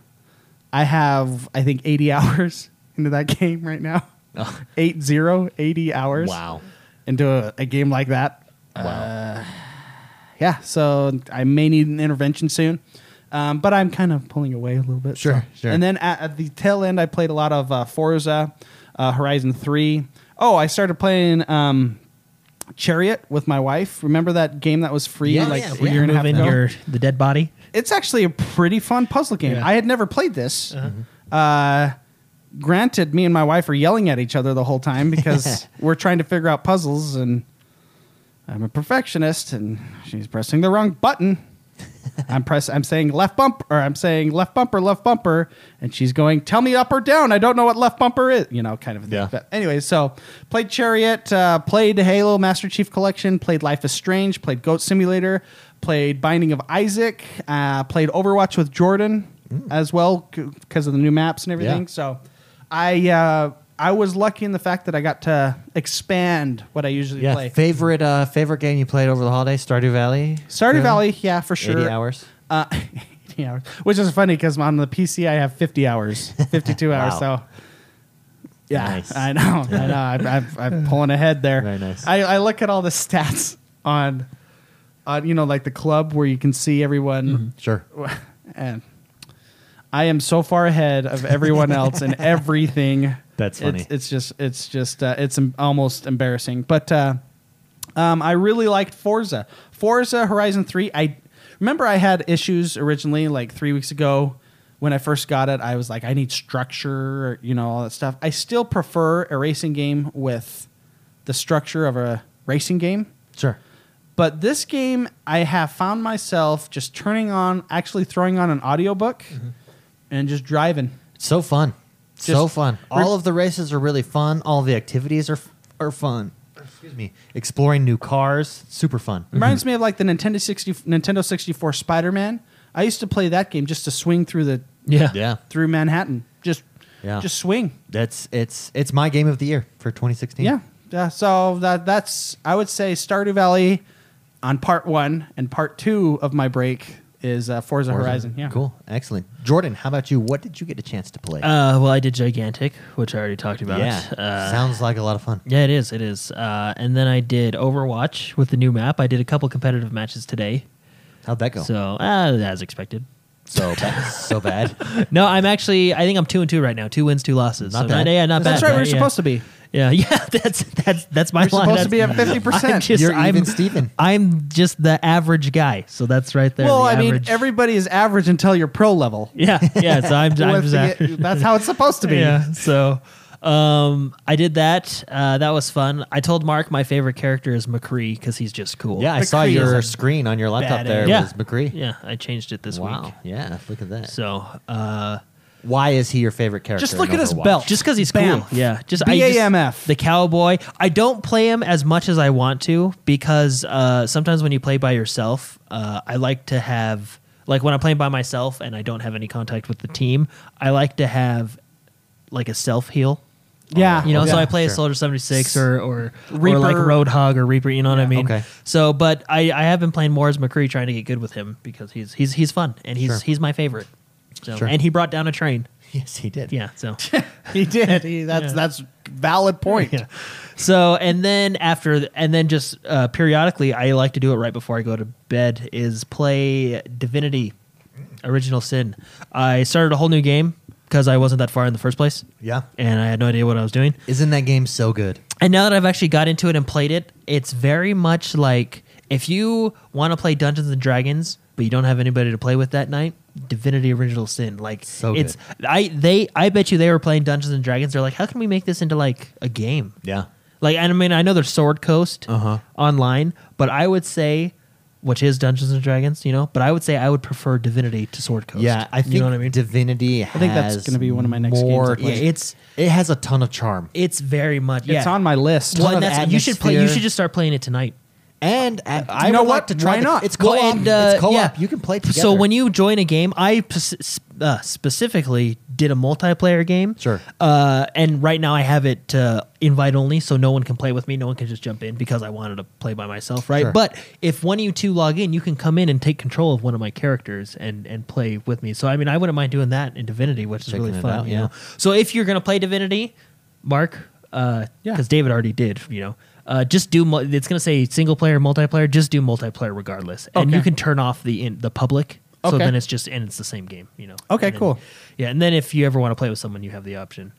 [SPEAKER 2] I have I think eighty hours into that game right now.
[SPEAKER 1] Oh.
[SPEAKER 2] Eight zero, 80 hours
[SPEAKER 1] Wow.
[SPEAKER 2] into a, a game like that.
[SPEAKER 1] Wow.
[SPEAKER 2] Yeah, so I may need an intervention soon, um, but I'm kind of pulling away a little bit.
[SPEAKER 1] Sure,
[SPEAKER 2] so.
[SPEAKER 1] sure.
[SPEAKER 2] And then at, at the tail end, I played a lot of uh, Forza uh, Horizon Three. Oh, I started playing um, Chariot with my wife. Remember that game that was free
[SPEAKER 1] Yeah,
[SPEAKER 2] like
[SPEAKER 1] yeah,
[SPEAKER 2] a
[SPEAKER 1] yeah.
[SPEAKER 2] year and a half
[SPEAKER 3] moving
[SPEAKER 2] ago?
[SPEAKER 3] your the dead body.
[SPEAKER 2] it's actually a pretty fun puzzle game.
[SPEAKER 3] Yeah.
[SPEAKER 2] I had never played this. Uh, granted, me and my wife are yelling at each other the whole time because we're trying to figure out puzzles, and I'm a perfectionist, and she's pressing the wrong button. I'm press. I'm saying left bump, or I'm saying left bumper, left bumper, and she's going, "Tell me up or down. I don't know what left bumper is." You know, kind of. a thing.
[SPEAKER 1] Yeah.
[SPEAKER 2] But anyway, so played Chariot, uh, played Halo Master Chief Collection, played Life is Strange, played Goat Simulator, played Binding of Isaac, uh, played Overwatch with Jordan as well because of the new maps and everything.
[SPEAKER 1] Mm. Yeah.
[SPEAKER 2] So, I uh, I was lucky in the fact that I got to expand what I usually
[SPEAKER 1] Yeah,
[SPEAKER 2] play.
[SPEAKER 1] favorite uh, favorite game you played over the holiday? Stardew Valley.
[SPEAKER 2] Stardew
[SPEAKER 1] Yeah.
[SPEAKER 2] Valley, yeah, for sure.
[SPEAKER 1] Eighty hours.
[SPEAKER 2] Uh, 80 hours, which is funny because on the PC I have 50 hours, 52
[SPEAKER 1] Wow.
[SPEAKER 2] hours. So Yeah,
[SPEAKER 4] Nice.
[SPEAKER 2] I know. I know. I'm, I'm, I'm pulling ahead there.
[SPEAKER 4] Very nice.
[SPEAKER 2] I, I look at all the stats on, on you know, like the club where you can see
[SPEAKER 4] Mm-hmm.
[SPEAKER 2] everyone,
[SPEAKER 1] Sure.
[SPEAKER 2] and I am so far ahead of everyone else in everything.
[SPEAKER 4] That's
[SPEAKER 2] It's,
[SPEAKER 4] funny.
[SPEAKER 2] it's just, it's just, uh, it's em- almost embarrassing. But uh, um, I really liked Forza, Forza Horizon Three. I remember I had issues originally, like three weeks ago when I first got it. I was like, I need structure, you know, all that stuff. I still prefer a racing game with the structure of a racing game.
[SPEAKER 1] Sure.
[SPEAKER 2] But this game, I have found myself just turning on, actually throwing on an audiobook
[SPEAKER 3] Mm-hmm.
[SPEAKER 2] and just driving.
[SPEAKER 1] It's so fun. so
[SPEAKER 2] Just-
[SPEAKER 1] fun. All of the races are really fun. All the activities are are fun. Excuse me. Exploring new cars, super fun.
[SPEAKER 2] Reminds me of like the Nintendo 60, Nintendo 64 Spider Man. I used to play that game just to swing through the
[SPEAKER 3] Yeah.
[SPEAKER 1] Yeah.
[SPEAKER 2] through Manhattan. Just
[SPEAKER 1] Yeah.
[SPEAKER 2] just swing.
[SPEAKER 1] That's it's it's my game of the year for
[SPEAKER 3] Mm.
[SPEAKER 1] 2016.
[SPEAKER 2] Yeah. Yeah. So that that's I would say Stardew Valley on part one and part two of my break is uh, Forza,
[SPEAKER 1] Forza.
[SPEAKER 2] Horizon. Yeah.
[SPEAKER 1] Cool. Excellent. Jordan, how about you? What did you get a chance to play?
[SPEAKER 3] Uh, well, I did Gigantic, which I already talked about.
[SPEAKER 1] yeah.
[SPEAKER 3] Uh,
[SPEAKER 1] Sounds like a lot of fun.
[SPEAKER 3] yeah, it is. It is. Uh, and then I did Overwatch with the new map. I did a couple competitive matches today.
[SPEAKER 1] How'd
[SPEAKER 2] Oh.
[SPEAKER 1] that go?
[SPEAKER 3] So, uh, as expected.
[SPEAKER 1] so bad. So bad.
[SPEAKER 3] No, I'm actually, I think I'm two and two right now. Two wins, two losses.
[SPEAKER 1] Not
[SPEAKER 3] so
[SPEAKER 1] bad.
[SPEAKER 3] yeah, not
[SPEAKER 2] That's
[SPEAKER 3] bad.
[SPEAKER 2] right. We're
[SPEAKER 3] yeah.
[SPEAKER 2] supposed to be.
[SPEAKER 3] Yeah, yeah, that's that's that's my
[SPEAKER 2] We're
[SPEAKER 3] line.
[SPEAKER 2] supposed to be
[SPEAKER 3] That's-
[SPEAKER 2] at fifty
[SPEAKER 3] I'm
[SPEAKER 2] percent.
[SPEAKER 3] just,
[SPEAKER 1] You're
[SPEAKER 3] I'm,
[SPEAKER 1] even Steven.
[SPEAKER 3] I'm just the average guy, so that's right there.
[SPEAKER 2] Well,
[SPEAKER 3] the
[SPEAKER 2] I mean,
[SPEAKER 3] average.
[SPEAKER 2] everybody is average until you're pro level.
[SPEAKER 3] yeah, yeah. So I'm,
[SPEAKER 2] Well,
[SPEAKER 3] I'm just
[SPEAKER 2] that's the-
[SPEAKER 3] average.
[SPEAKER 2] that's how it's supposed to be.
[SPEAKER 3] Yeah. So um, I did that. Uh, that was fun. I told Mark my favorite character is McCree because he's just cool.
[SPEAKER 1] Yeah, I saw
[SPEAKER 2] McCree is
[SPEAKER 1] your
[SPEAKER 2] a
[SPEAKER 1] screen on your laptop
[SPEAKER 2] badass.
[SPEAKER 1] there
[SPEAKER 3] yeah.
[SPEAKER 1] was McCree.
[SPEAKER 3] Yeah, I changed it this
[SPEAKER 1] Wow.
[SPEAKER 3] week.
[SPEAKER 1] Yeah, look at that.
[SPEAKER 3] So uh,
[SPEAKER 1] Why is he your favorite character?
[SPEAKER 2] Just look
[SPEAKER 1] in
[SPEAKER 2] at his
[SPEAKER 1] Overwatch?
[SPEAKER 2] belt.
[SPEAKER 3] just because he's
[SPEAKER 2] Bam.
[SPEAKER 3] cool. Yeah. Just I just-
[SPEAKER 2] BAMF.
[SPEAKER 3] the cowboy. I don't play him as much as I want to because uh, sometimes when you play by yourself, uh, I like to have like when I'm playing by myself and I don't have any contact with the team, I like to have like a self heal.
[SPEAKER 2] Yeah.
[SPEAKER 3] You know, so
[SPEAKER 2] Yeah.
[SPEAKER 3] I play a
[SPEAKER 1] sure.
[SPEAKER 3] Soldier 76 or or, or
[SPEAKER 2] Reaper.
[SPEAKER 3] like Roadhog or Reaper, you know what I mean?
[SPEAKER 1] okay.
[SPEAKER 3] So, but I, I have been playing more as McCree trying to get good with him because he's he's he's fun and he's
[SPEAKER 1] Sure.
[SPEAKER 3] he's my favorite. So,
[SPEAKER 1] Sure.
[SPEAKER 3] and he brought down a train.
[SPEAKER 1] Yes, he did.
[SPEAKER 3] Yeah, so
[SPEAKER 2] he did. He, that's that's valid point.
[SPEAKER 3] Yeah. So and then after and then just uh, periodically, I like to do it right before I go to bed. Is play Divinity, Original Sin. I started a whole new game because I wasn't that far in the first place,
[SPEAKER 1] Yeah.
[SPEAKER 3] and I had no idea what I was doing.
[SPEAKER 1] Isn't that game so good?
[SPEAKER 3] And now that I've actually got into it and played it, it's very much like if you want to play Dungeons and Dragons, but you don't have anybody to play with that night, Divinity Original Sin. Like
[SPEAKER 1] So good.
[SPEAKER 3] it's I they I bet you they were playing Dungeons and Dragons. They're like, how can we make this into like a game?
[SPEAKER 1] Yeah.
[SPEAKER 3] Like, and I mean, I know there's Sword Coast
[SPEAKER 1] Uh-huh.
[SPEAKER 3] online, but I would say, which is Dungeons and Dragons, you know, but I would say I would prefer Divinity to Sword Coast.
[SPEAKER 1] Yeah, I think
[SPEAKER 3] you know what I mean.
[SPEAKER 1] Divinity.
[SPEAKER 2] I think that's
[SPEAKER 1] has
[SPEAKER 2] gonna be one of my next games
[SPEAKER 1] more-
[SPEAKER 2] I play.
[SPEAKER 1] Yeah, it's it has a ton of charm
[SPEAKER 3] It's very much. Yeah.
[SPEAKER 2] It's on my list.
[SPEAKER 3] Well,
[SPEAKER 1] ton
[SPEAKER 3] and
[SPEAKER 1] of
[SPEAKER 3] that's, you should play. You
[SPEAKER 1] atmosphere.
[SPEAKER 3] should just start playing it tonight.
[SPEAKER 1] and uh, I
[SPEAKER 2] You know
[SPEAKER 1] would like
[SPEAKER 2] what?
[SPEAKER 1] to try.
[SPEAKER 2] Why
[SPEAKER 1] the-
[SPEAKER 2] not?
[SPEAKER 1] It's co-op.
[SPEAKER 3] Well, and, uh,
[SPEAKER 1] it's co-op.
[SPEAKER 3] yeah.
[SPEAKER 1] You can play together.
[SPEAKER 3] So when you join a game, I pes- uh, specifically did a multiplayer game.
[SPEAKER 1] Sure.
[SPEAKER 3] Uh, and right now I have it uh, invite only, so no one can play with me. No one can just jump in because I wanted to play by myself, right?
[SPEAKER 1] Sure.
[SPEAKER 3] But if one of you two log in, you can come in and take control of one of my characters and and play with me. So I mean, I wouldn't mind doing that in Divinity, which is
[SPEAKER 1] Checking
[SPEAKER 3] really
[SPEAKER 1] it
[SPEAKER 3] fun.
[SPEAKER 1] out,
[SPEAKER 3] you
[SPEAKER 1] yeah.
[SPEAKER 3] know? So if you're gonna play Divinity, Mark, because
[SPEAKER 2] Yeah.
[SPEAKER 3] David already did, you know. Uh, just do. Mul- it's gonna say single player, multiplayer. Just do multiplayer regardless, and you
[SPEAKER 2] Okay.
[SPEAKER 3] can turn off the in, the public. So
[SPEAKER 2] Okay.
[SPEAKER 3] then it's just and it's the same game, you know.
[SPEAKER 2] Okay,
[SPEAKER 3] And then-
[SPEAKER 2] cool.
[SPEAKER 3] Yeah, and then if you ever want to play with someone, you have the option.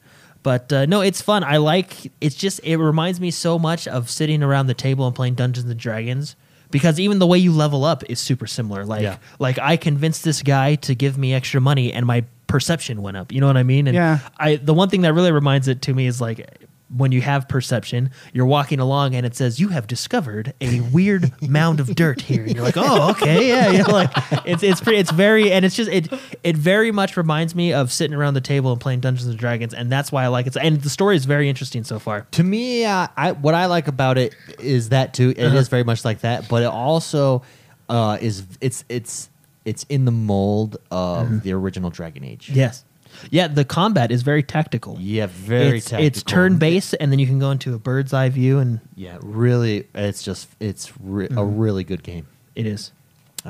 [SPEAKER 3] But uh, no, it's fun. I like. It's just it reminds me so much of sitting around the table and playing Dungeons and Dragons because even the way you level up is super similar. Like
[SPEAKER 1] Yeah.
[SPEAKER 3] like I convinced this guy to give me extra money, and my perception went up. You know what I mean? And
[SPEAKER 2] Yeah.
[SPEAKER 3] I the one thing that really reminds it to me is like when you have perception, you're walking along and it says you have discovered a weird mound of dirt here, and you're like, oh, okay, yeah, yeah. Like it's it's pretty, it's very, and it's just it it very much reminds me of sitting around the table and playing Dungeons and Dragons, and that's why I like it. And the story is very interesting so far.
[SPEAKER 1] to me, uh, I what I like about it is that too. It is
[SPEAKER 2] Uh-huh.
[SPEAKER 1] very much like that, but it also uh, is it's it's it's in the mold of
[SPEAKER 2] Uh-huh.
[SPEAKER 1] the original Dragon Age.
[SPEAKER 3] Yes, yeah. The combat is very tactical.
[SPEAKER 1] Yeah, very
[SPEAKER 3] it's,
[SPEAKER 1] tactical.
[SPEAKER 3] It's turn based, and then you can go into a bird's eye view, and
[SPEAKER 1] Yeah, really. It's just it's re- a
[SPEAKER 2] Mm-hmm.
[SPEAKER 1] really good game.
[SPEAKER 3] it is.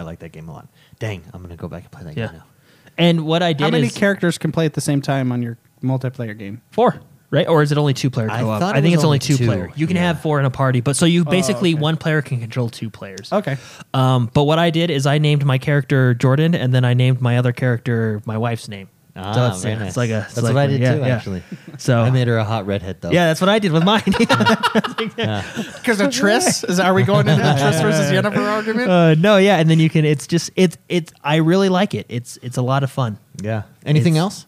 [SPEAKER 1] I like that game a lot. Dang, I'm gonna go back and play that
[SPEAKER 3] Yeah.
[SPEAKER 1] game now.
[SPEAKER 3] And what I did
[SPEAKER 2] How many
[SPEAKER 3] is
[SPEAKER 2] characters can play at the same time on your multiplayer game?
[SPEAKER 3] four. right? Or is it only two player
[SPEAKER 1] I
[SPEAKER 3] co op?
[SPEAKER 1] thought it
[SPEAKER 3] I, think
[SPEAKER 1] was
[SPEAKER 3] it's
[SPEAKER 1] only
[SPEAKER 3] only two,
[SPEAKER 1] two,
[SPEAKER 3] player. You can
[SPEAKER 1] yeah. Oh,
[SPEAKER 3] have four in a party, but so you basically
[SPEAKER 2] okay.
[SPEAKER 3] one player can control two players.
[SPEAKER 2] Okay.
[SPEAKER 3] Um, but what I did is I named my character Jordan, and then I named my other character my wife's name.
[SPEAKER 1] Ah,
[SPEAKER 3] so it's,
[SPEAKER 1] very
[SPEAKER 3] it's
[SPEAKER 1] nice.
[SPEAKER 3] like a. it's
[SPEAKER 1] That's
[SPEAKER 3] like
[SPEAKER 1] what I
[SPEAKER 3] a-
[SPEAKER 1] did
[SPEAKER 3] yeah,
[SPEAKER 1] too,
[SPEAKER 3] yeah.
[SPEAKER 1] actually.
[SPEAKER 3] So
[SPEAKER 1] I made her a hot redhead though.
[SPEAKER 3] yeah, that's what I did with mine.
[SPEAKER 2] Because of Tris? Is, are we going into the Tris versus Yennefer argument?
[SPEAKER 3] uh, no, yeah, and then you can. It's just it's it's. I really like it. It's it's a lot of fun.
[SPEAKER 1] yeah. Anything
[SPEAKER 3] It's-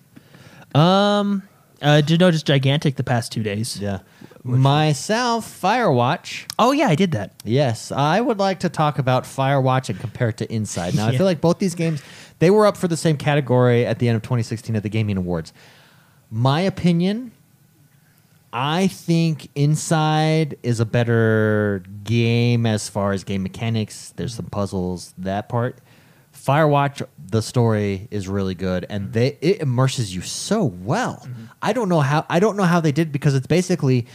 [SPEAKER 1] else?
[SPEAKER 3] Um, uh, you know, just gigantic the past two days.
[SPEAKER 1] Yeah. Myself, Firewatch.
[SPEAKER 3] Oh yeah, I did that.
[SPEAKER 1] Yes, I would like to talk about Firewatch and compare it to Inside. Now, I
[SPEAKER 3] Yeah.
[SPEAKER 1] feel like both these games, they were up for the same category at the end of 2016 at the Gaming Awards. My opinion, I think Inside is a better game as far as game mechanics. There's some puzzles, that part. Firewatch, the story is really good, and they it immerses you so well. I don't know how I don't know how they did because it's basically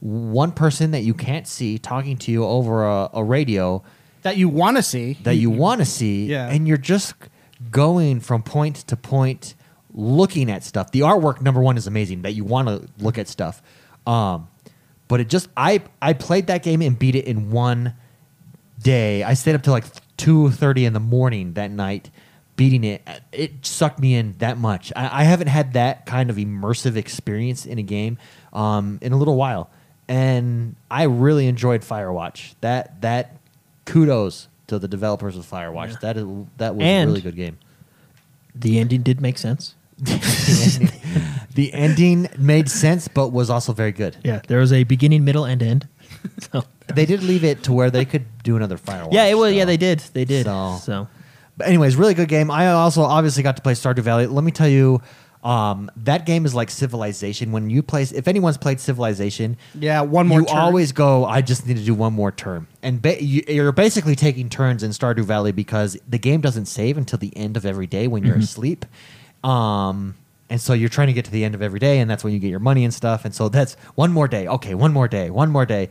[SPEAKER 1] one person that you can't see talking to you over a, a radio
[SPEAKER 2] That you want to see.
[SPEAKER 1] that you want to see,
[SPEAKER 2] Yeah.
[SPEAKER 1] and you're just going from point to point, looking at stuff. The artwork number one is amazing that you want to look at stuff, um, but it just I I played that game and beat it in one day. I stayed up till like two thirty in the morning that night beating it. It sucked me in that much. I, I haven't had that kind of immersive experience in a game um, in a little while, and I really enjoyed Firewatch. That that kudos to the developers of Firewatch.
[SPEAKER 3] Yeah.
[SPEAKER 1] That is that was
[SPEAKER 3] And-
[SPEAKER 1] a really good game.
[SPEAKER 3] The ending did make sense.
[SPEAKER 1] the, ending, the ending made sense, but was also very good.
[SPEAKER 3] Yeah, there was a beginning, middle, and end. so
[SPEAKER 1] They did leave it to where they could do another Firewatch.
[SPEAKER 3] yeah, it was. Yeah,
[SPEAKER 1] so-
[SPEAKER 3] they did. They did.
[SPEAKER 1] So-
[SPEAKER 3] So,
[SPEAKER 1] But anyways, really good game. I also obviously got to play Stardew Valley. Let me tell you, um, that game is like Civilization. When you play, if anyone's played Civilization,
[SPEAKER 2] Yeah, one more
[SPEAKER 1] You
[SPEAKER 2] turn.
[SPEAKER 1] always go. I just need to do one more turn, and ba- you, you're basically taking turns in Stardew Valley because the game doesn't save until the end of every day when you're asleep. Um, and so you're trying to get to the end of every day, and that's when you get your money and stuff. And so that's one more day. Okay, one more day, one more day,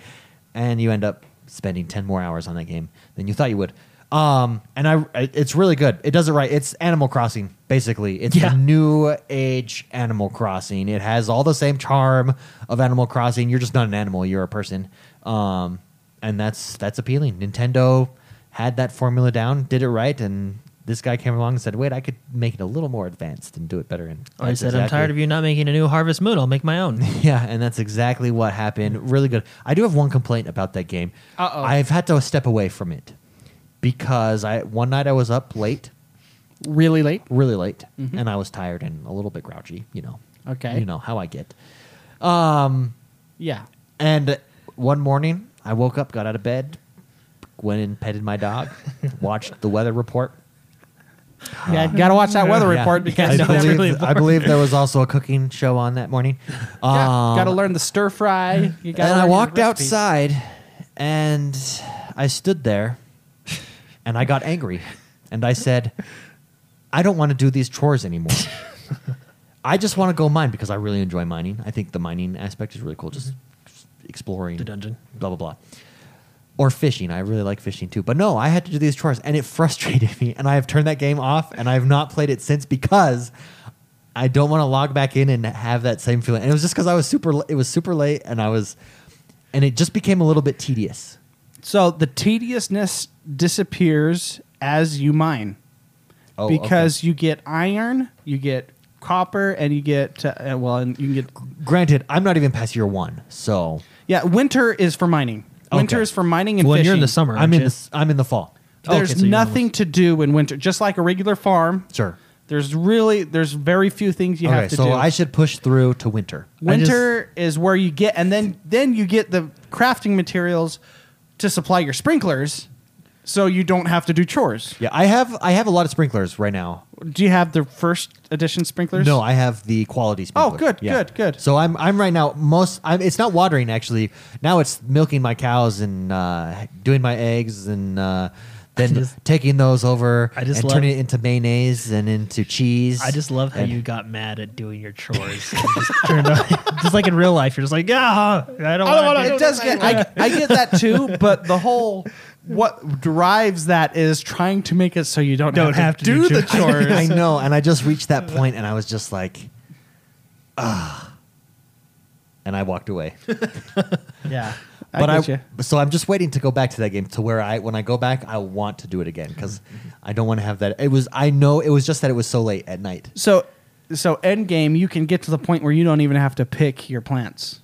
[SPEAKER 1] and you end up spending ten more hours on that game than you thought you would. Um, and I, I- it's really good. It does it right. It's Animal Crossing, basically. It's
[SPEAKER 3] Yeah.
[SPEAKER 1] the new age Animal Crossing. It has all the same charm of Animal Crossing. You're just not an animal. You're a person. Um, and that's that's appealing. Nintendo had that formula down, did it right, and this guy came along and said, "Wait, I could make it a little more advanced and do it better." And
[SPEAKER 3] I Oh, said, I'm tired of you not making a new Harvest Moon. I'll make my own.
[SPEAKER 1] Yeah, and that's exactly what happened. Really good. I do have one complaint about that game.
[SPEAKER 2] Uh-oh.
[SPEAKER 1] I've had to step away from it because I one night I was up late,
[SPEAKER 2] really late.
[SPEAKER 1] really late, and I was tired and a little bit grouchy. You know.
[SPEAKER 2] Mm-hmm. Okay.
[SPEAKER 1] You know how I get. Um,
[SPEAKER 2] Yeah.
[SPEAKER 1] and one morning I woke up, got out of bed, went and petted my dog, watched the weather report.
[SPEAKER 2] Yeah, gotta watch that weather
[SPEAKER 1] Yeah.
[SPEAKER 2] report because
[SPEAKER 1] I
[SPEAKER 2] you never-
[SPEAKER 1] believe,
[SPEAKER 3] really
[SPEAKER 1] I believe there was also a cooking show on that morning.
[SPEAKER 2] yeah,
[SPEAKER 1] Um,
[SPEAKER 2] gotta learn the stir fry. You gotta
[SPEAKER 1] and I
[SPEAKER 2] learn your
[SPEAKER 1] walked
[SPEAKER 2] recipes.
[SPEAKER 1] outside and I stood there and I got angry and I said, I don't want to do these chores anymore. I just want to go mine because I really enjoy mining. I think the mining aspect is really cool, just exploring
[SPEAKER 3] Mm-hmm. The dungeon.
[SPEAKER 1] blah, blah, blah. Or fishing. I really like fishing too. But no, I had to do these chores and it frustrated me. And I have turned that game off and I have not played it since because I don't want to log back in and have that same feeling. And it was just because I was super, it was super late and I was, and it just became a little bit tedious.
[SPEAKER 2] So the tediousness disappears as you mine
[SPEAKER 1] Oh, okay.
[SPEAKER 2] because you get iron, you get copper, and you get uh, uh, well, and you can get
[SPEAKER 1] granted, I'm not even past year one. So
[SPEAKER 2] yeah. Winter is for mining. Winter
[SPEAKER 1] Okay.
[SPEAKER 2] is for mining and
[SPEAKER 3] When
[SPEAKER 2] fishing.
[SPEAKER 3] you're in the summer,
[SPEAKER 1] I'm in,
[SPEAKER 3] aren't you?
[SPEAKER 1] the,
[SPEAKER 3] Oh.
[SPEAKER 1] I'm in the fall.
[SPEAKER 3] Okay,
[SPEAKER 2] There's
[SPEAKER 3] so you're
[SPEAKER 2] nothing to do in winter, just like a regular farm.
[SPEAKER 1] Sure.
[SPEAKER 2] There's really there's very few things you
[SPEAKER 1] Okay,
[SPEAKER 2] have to
[SPEAKER 1] so
[SPEAKER 2] do.
[SPEAKER 1] I should push through to winter.
[SPEAKER 2] Winter is where you get, and then then you get the crafting materials to supply your sprinklers, so you don't have to do chores.
[SPEAKER 1] Yeah, I have I have a lot of sprinklers right now.
[SPEAKER 2] Do you have the first edition sprinklers?
[SPEAKER 1] No, I have the quality
[SPEAKER 3] Oh,
[SPEAKER 1] sprinkler.
[SPEAKER 2] good, good, good.
[SPEAKER 1] So I'm I'm right now most I'm it's not watering actually. Now it's milking my cows and uh, doing my eggs and uh, then
[SPEAKER 3] just-
[SPEAKER 1] taking those over
[SPEAKER 3] I just
[SPEAKER 1] and
[SPEAKER 3] love-
[SPEAKER 1] turning it into mayonnaise and into cheese.
[SPEAKER 3] I just love how
[SPEAKER 1] And-
[SPEAKER 3] you got mad at doing your chores. and just, turned on, just like in real life, you're just like, yeah, I don't want to.
[SPEAKER 2] it does get. I, I get that too, but the whole what derives that is trying to make it so you don't,
[SPEAKER 3] Don't have to do
[SPEAKER 2] the chores.
[SPEAKER 3] chores.
[SPEAKER 1] I know, and I just reached that point and I was just like, ah, and I walked away.
[SPEAKER 3] Yeah.
[SPEAKER 2] I
[SPEAKER 1] but
[SPEAKER 2] get
[SPEAKER 1] so I'm just waiting to go back to that game to where I when I go back I want to do it again because I don't want to have that. It was I know it was just that it was so late at night.
[SPEAKER 2] So, so end game, you can get to the point where you don't even have to pick your plants.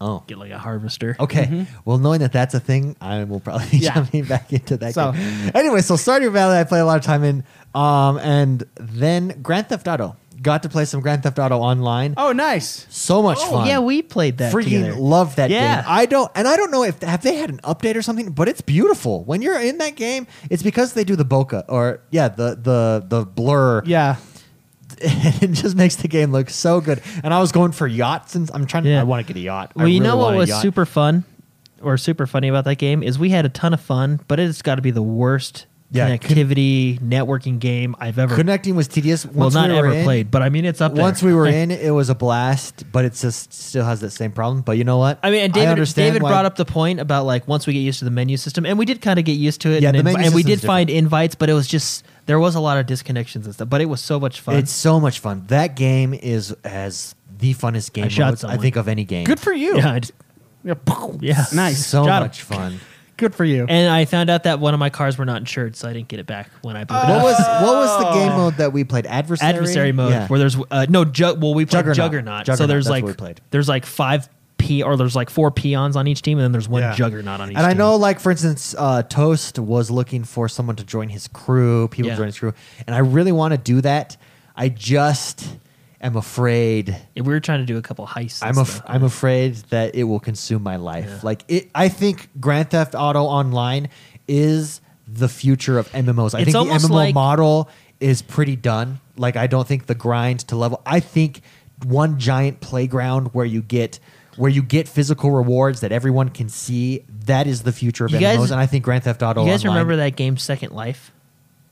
[SPEAKER 1] Oh,
[SPEAKER 3] Get like a harvester.
[SPEAKER 1] okay. Well, knowing that that's a thing, I will probably be
[SPEAKER 2] Mm-hmm. Yeah.
[SPEAKER 1] jumping back into that.
[SPEAKER 2] So-
[SPEAKER 1] game. anyway, so Stardew Valley I play a lot of time in, um, and then Grand Theft Auto. Got to play some Grand Theft Auto online.
[SPEAKER 2] Oh, nice.
[SPEAKER 1] So much
[SPEAKER 3] Oh,
[SPEAKER 1] fun.
[SPEAKER 3] yeah, we played that.
[SPEAKER 1] freaking
[SPEAKER 3] together.
[SPEAKER 1] love that
[SPEAKER 3] Yeah.
[SPEAKER 1] game. I don't, and I don't know if have they had an update or something, but it's beautiful. When you're in that game, it's because they do the bokeh or yeah, the the the blur.
[SPEAKER 2] Yeah.
[SPEAKER 1] it just makes the game look so good. And I was going for yachts, and I'm trying.
[SPEAKER 3] Yeah.
[SPEAKER 1] I want to get a yacht. I
[SPEAKER 3] Well, you
[SPEAKER 1] really
[SPEAKER 3] know
[SPEAKER 1] want
[SPEAKER 3] what
[SPEAKER 1] a
[SPEAKER 3] was
[SPEAKER 1] yacht.
[SPEAKER 3] super fun or super funny about that game is we had a ton of fun, but it's got to be the worst
[SPEAKER 1] Yeah,
[SPEAKER 3] connectivity networking game I've ever
[SPEAKER 1] connecting was tedious.
[SPEAKER 3] well
[SPEAKER 1] Once
[SPEAKER 3] not
[SPEAKER 1] we were
[SPEAKER 3] ever
[SPEAKER 1] in-
[SPEAKER 3] played, but I mean it's up there.
[SPEAKER 1] Once we were in, it was a blast, but it just still has that same problem. But you know what?
[SPEAKER 3] I mean, and David,
[SPEAKER 1] understand
[SPEAKER 3] David
[SPEAKER 1] why-
[SPEAKER 3] brought up the point about like once we get used to the menu system, and we did kind of get used to it.
[SPEAKER 1] Yeah,
[SPEAKER 3] and,
[SPEAKER 1] the
[SPEAKER 3] inv-
[SPEAKER 1] menu
[SPEAKER 3] and we did
[SPEAKER 1] system's
[SPEAKER 3] find invites, but it was just there was a lot of disconnections and stuff. But it was so much fun.
[SPEAKER 1] It's so much fun. That game is as the funnest game
[SPEAKER 3] shot
[SPEAKER 1] modes I
[SPEAKER 3] someone.
[SPEAKER 1] think of any game.
[SPEAKER 2] Good for you.
[SPEAKER 3] yeah, I just-
[SPEAKER 2] Yeah.
[SPEAKER 3] yeah.
[SPEAKER 2] Nice.
[SPEAKER 1] So
[SPEAKER 3] Shot him.
[SPEAKER 1] much fun.
[SPEAKER 2] Good for you.
[SPEAKER 3] And I found out that one of my cars were not insured, so I didn't get it back when I blew it
[SPEAKER 1] What
[SPEAKER 3] up.
[SPEAKER 1] was what was the game mode that we played? Adversary.
[SPEAKER 3] Oh, adversary mode
[SPEAKER 1] Yeah.
[SPEAKER 3] where there's uh, no ju- well we played
[SPEAKER 1] Juggernaut.
[SPEAKER 3] juggernaut, so
[SPEAKER 1] Juggernaut,
[SPEAKER 3] there's
[SPEAKER 1] that's
[SPEAKER 3] like
[SPEAKER 1] what we played.
[SPEAKER 3] there's like five p or there's like four peons on each team and then there's one
[SPEAKER 2] Yeah.
[SPEAKER 3] juggernaut on each
[SPEAKER 1] and I
[SPEAKER 3] team.
[SPEAKER 1] know, like for instance, uh, Toast was looking for someone to join his crew, people to
[SPEAKER 3] Yeah.
[SPEAKER 1] join his crew, and I really want to do that. I just am afraid.
[SPEAKER 3] we were trying to do a couple heists and
[SPEAKER 1] I'm af-
[SPEAKER 3] stuff.
[SPEAKER 1] I'm afraid that it will consume my life.
[SPEAKER 3] Yeah.
[SPEAKER 1] Like it, I think Grand Theft Auto Online is the future of MMOs. I
[SPEAKER 3] It's
[SPEAKER 1] think the
[SPEAKER 3] almost
[SPEAKER 1] MMO
[SPEAKER 3] like-
[SPEAKER 1] model is pretty done. Like I don't think the grind to level. I think one giant playground where you get where you get physical rewards that everyone can see. That is the future of
[SPEAKER 3] You
[SPEAKER 1] MMOs,
[SPEAKER 3] guys-
[SPEAKER 1] and I think Grand Theft Auto.
[SPEAKER 3] you guys
[SPEAKER 1] Online-
[SPEAKER 3] remember that game second life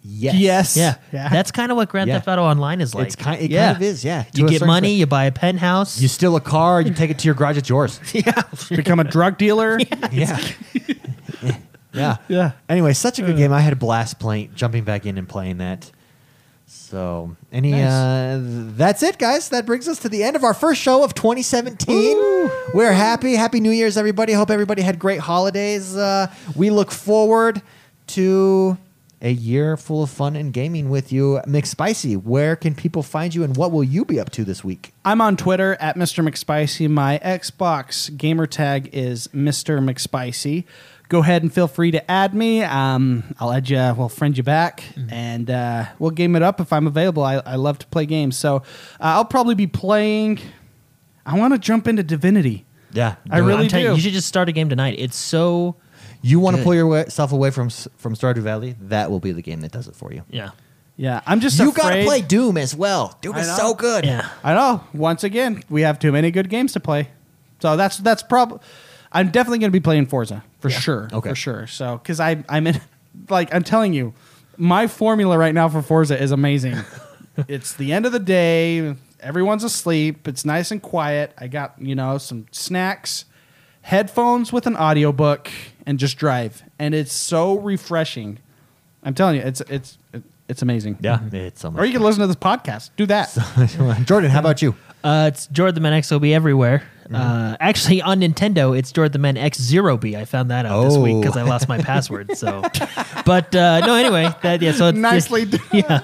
[SPEAKER 1] Yes.
[SPEAKER 3] yeah,
[SPEAKER 2] Yeah.
[SPEAKER 3] that's kind of what grand
[SPEAKER 1] Yeah.
[SPEAKER 3] theft auto online is like
[SPEAKER 1] It's kind. It
[SPEAKER 3] yeah.
[SPEAKER 1] kind of is. Yeah. To
[SPEAKER 3] you
[SPEAKER 1] a
[SPEAKER 3] get
[SPEAKER 1] certain
[SPEAKER 3] money
[SPEAKER 1] extent.
[SPEAKER 3] you buy a penthouse
[SPEAKER 1] You steal a car. You take it to your garage. It's yours.
[SPEAKER 2] Become a drug dealer.
[SPEAKER 1] yeah. yeah.
[SPEAKER 2] Yeah.
[SPEAKER 1] Anyway, such a good game. I had a blast playing, jumping back in and playing that. So, any,
[SPEAKER 2] Nice.
[SPEAKER 1] uh, th- that's it, guys. That brings us to the end of our first show of 2017. We're happy. Happy New Year's, everybody. Hope everybody had great holidays. Uh, we look forward to a year full of fun and gaming with you. McSpicy, where can people find you and what will you be up to this week?
[SPEAKER 2] I'm on Twitter at Mr. McSpicy. My Xbox gamer tag is Mr. McSpicy. Go ahead and feel free to add me. Um, I'll add you. We'll friend you back,
[SPEAKER 1] Mm.
[SPEAKER 2] and uh, we'll game it up if I'm available. I, I love to play games, so uh, I'll probably be playing. I want to jump into Divinity.
[SPEAKER 1] Yeah.
[SPEAKER 2] I
[SPEAKER 3] Dude,
[SPEAKER 2] really
[SPEAKER 3] I'm telling you,
[SPEAKER 2] do.
[SPEAKER 3] you should just start a game tonight it's so
[SPEAKER 1] You want to
[SPEAKER 3] Good.
[SPEAKER 1] pull yourself away from s- from Stardew Valley? That will be the game that does it for you.
[SPEAKER 3] yeah
[SPEAKER 2] Yeah, I'm just
[SPEAKER 1] you
[SPEAKER 2] afraid-
[SPEAKER 1] gotta play Doom as well. Doom
[SPEAKER 2] I
[SPEAKER 1] is
[SPEAKER 2] know.
[SPEAKER 1] so good.
[SPEAKER 3] yeah
[SPEAKER 2] I know. Once again, we have too many good games to play. So that's that's probably. I'm definitely going to be playing Forza for sure.
[SPEAKER 1] Okay.
[SPEAKER 2] for sure. So because I I'm in, like I'm telling you, my formula right now for Forza is amazing. it's the end of the day. Everyone's asleep. It's nice and quiet. I got you know some snacks, headphones with an audiobook, and just drive. And it's so refreshing. I'm telling you, it's it's it's amazing.
[SPEAKER 1] it's so
[SPEAKER 2] Or Mm-hmm. you can listen to this podcast. Do that.
[SPEAKER 1] much. Jordan, how about you?
[SPEAKER 3] Uh, it's Jord the Man X OB everywhere.
[SPEAKER 1] Mm-hmm.
[SPEAKER 3] Uh, actually, on Nintendo, it's Jord the Man X Zero B. I found that out this week
[SPEAKER 1] Oh.
[SPEAKER 3] because I lost my password. So, but uh, no, anyway, that yeah. So it's,
[SPEAKER 2] Nicely done.
[SPEAKER 3] yeah,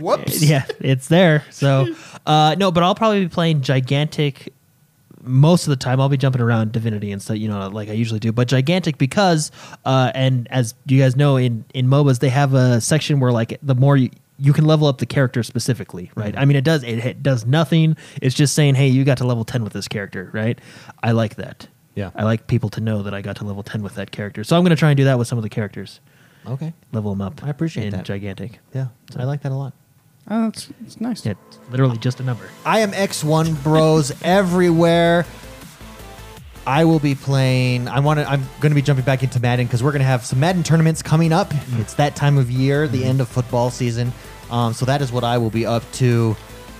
[SPEAKER 2] Whoops.
[SPEAKER 3] yeah, it's there. So, uh, no, but I'll probably be playing gigantic. Most of the time, I'll be jumping around Divinity and stuff, you know, like I usually do. But gigantic because, uh, and as you guys know, in in MOBAs they have a section where like the more you, you can level up the character specifically, right? I mean, it does it, it does nothing. It's just saying, hey, you got to level ten with this character, right? I like that.
[SPEAKER 1] Yeah.
[SPEAKER 3] I like people to know that I got to level ten with that character. So I'm going to try and do that with some of the characters,
[SPEAKER 1] Okay.
[SPEAKER 3] level them up.
[SPEAKER 1] I appreciate
[SPEAKER 3] in
[SPEAKER 1] that.
[SPEAKER 3] Gigantic.
[SPEAKER 1] Yeah, I like that a lot.
[SPEAKER 2] Oh, that's, that's nice.
[SPEAKER 3] It's literally just a number.
[SPEAKER 1] I am X1 Bros everywhere. I will be playing. I want to. I'm going to be jumping back into Madden because we're going to have some Madden tournaments coming up. It's that time of year, the end of football season. Um, so that is what I will be up to.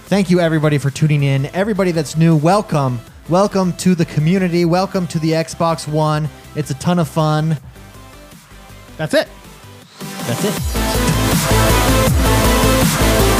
[SPEAKER 1] Thank you, everybody, for tuning in. Everybody that's new, welcome, welcome to the community. Welcome to the Xbox One. It's a ton of fun.
[SPEAKER 2] That's it.
[SPEAKER 1] That's it.
[SPEAKER 4] Thank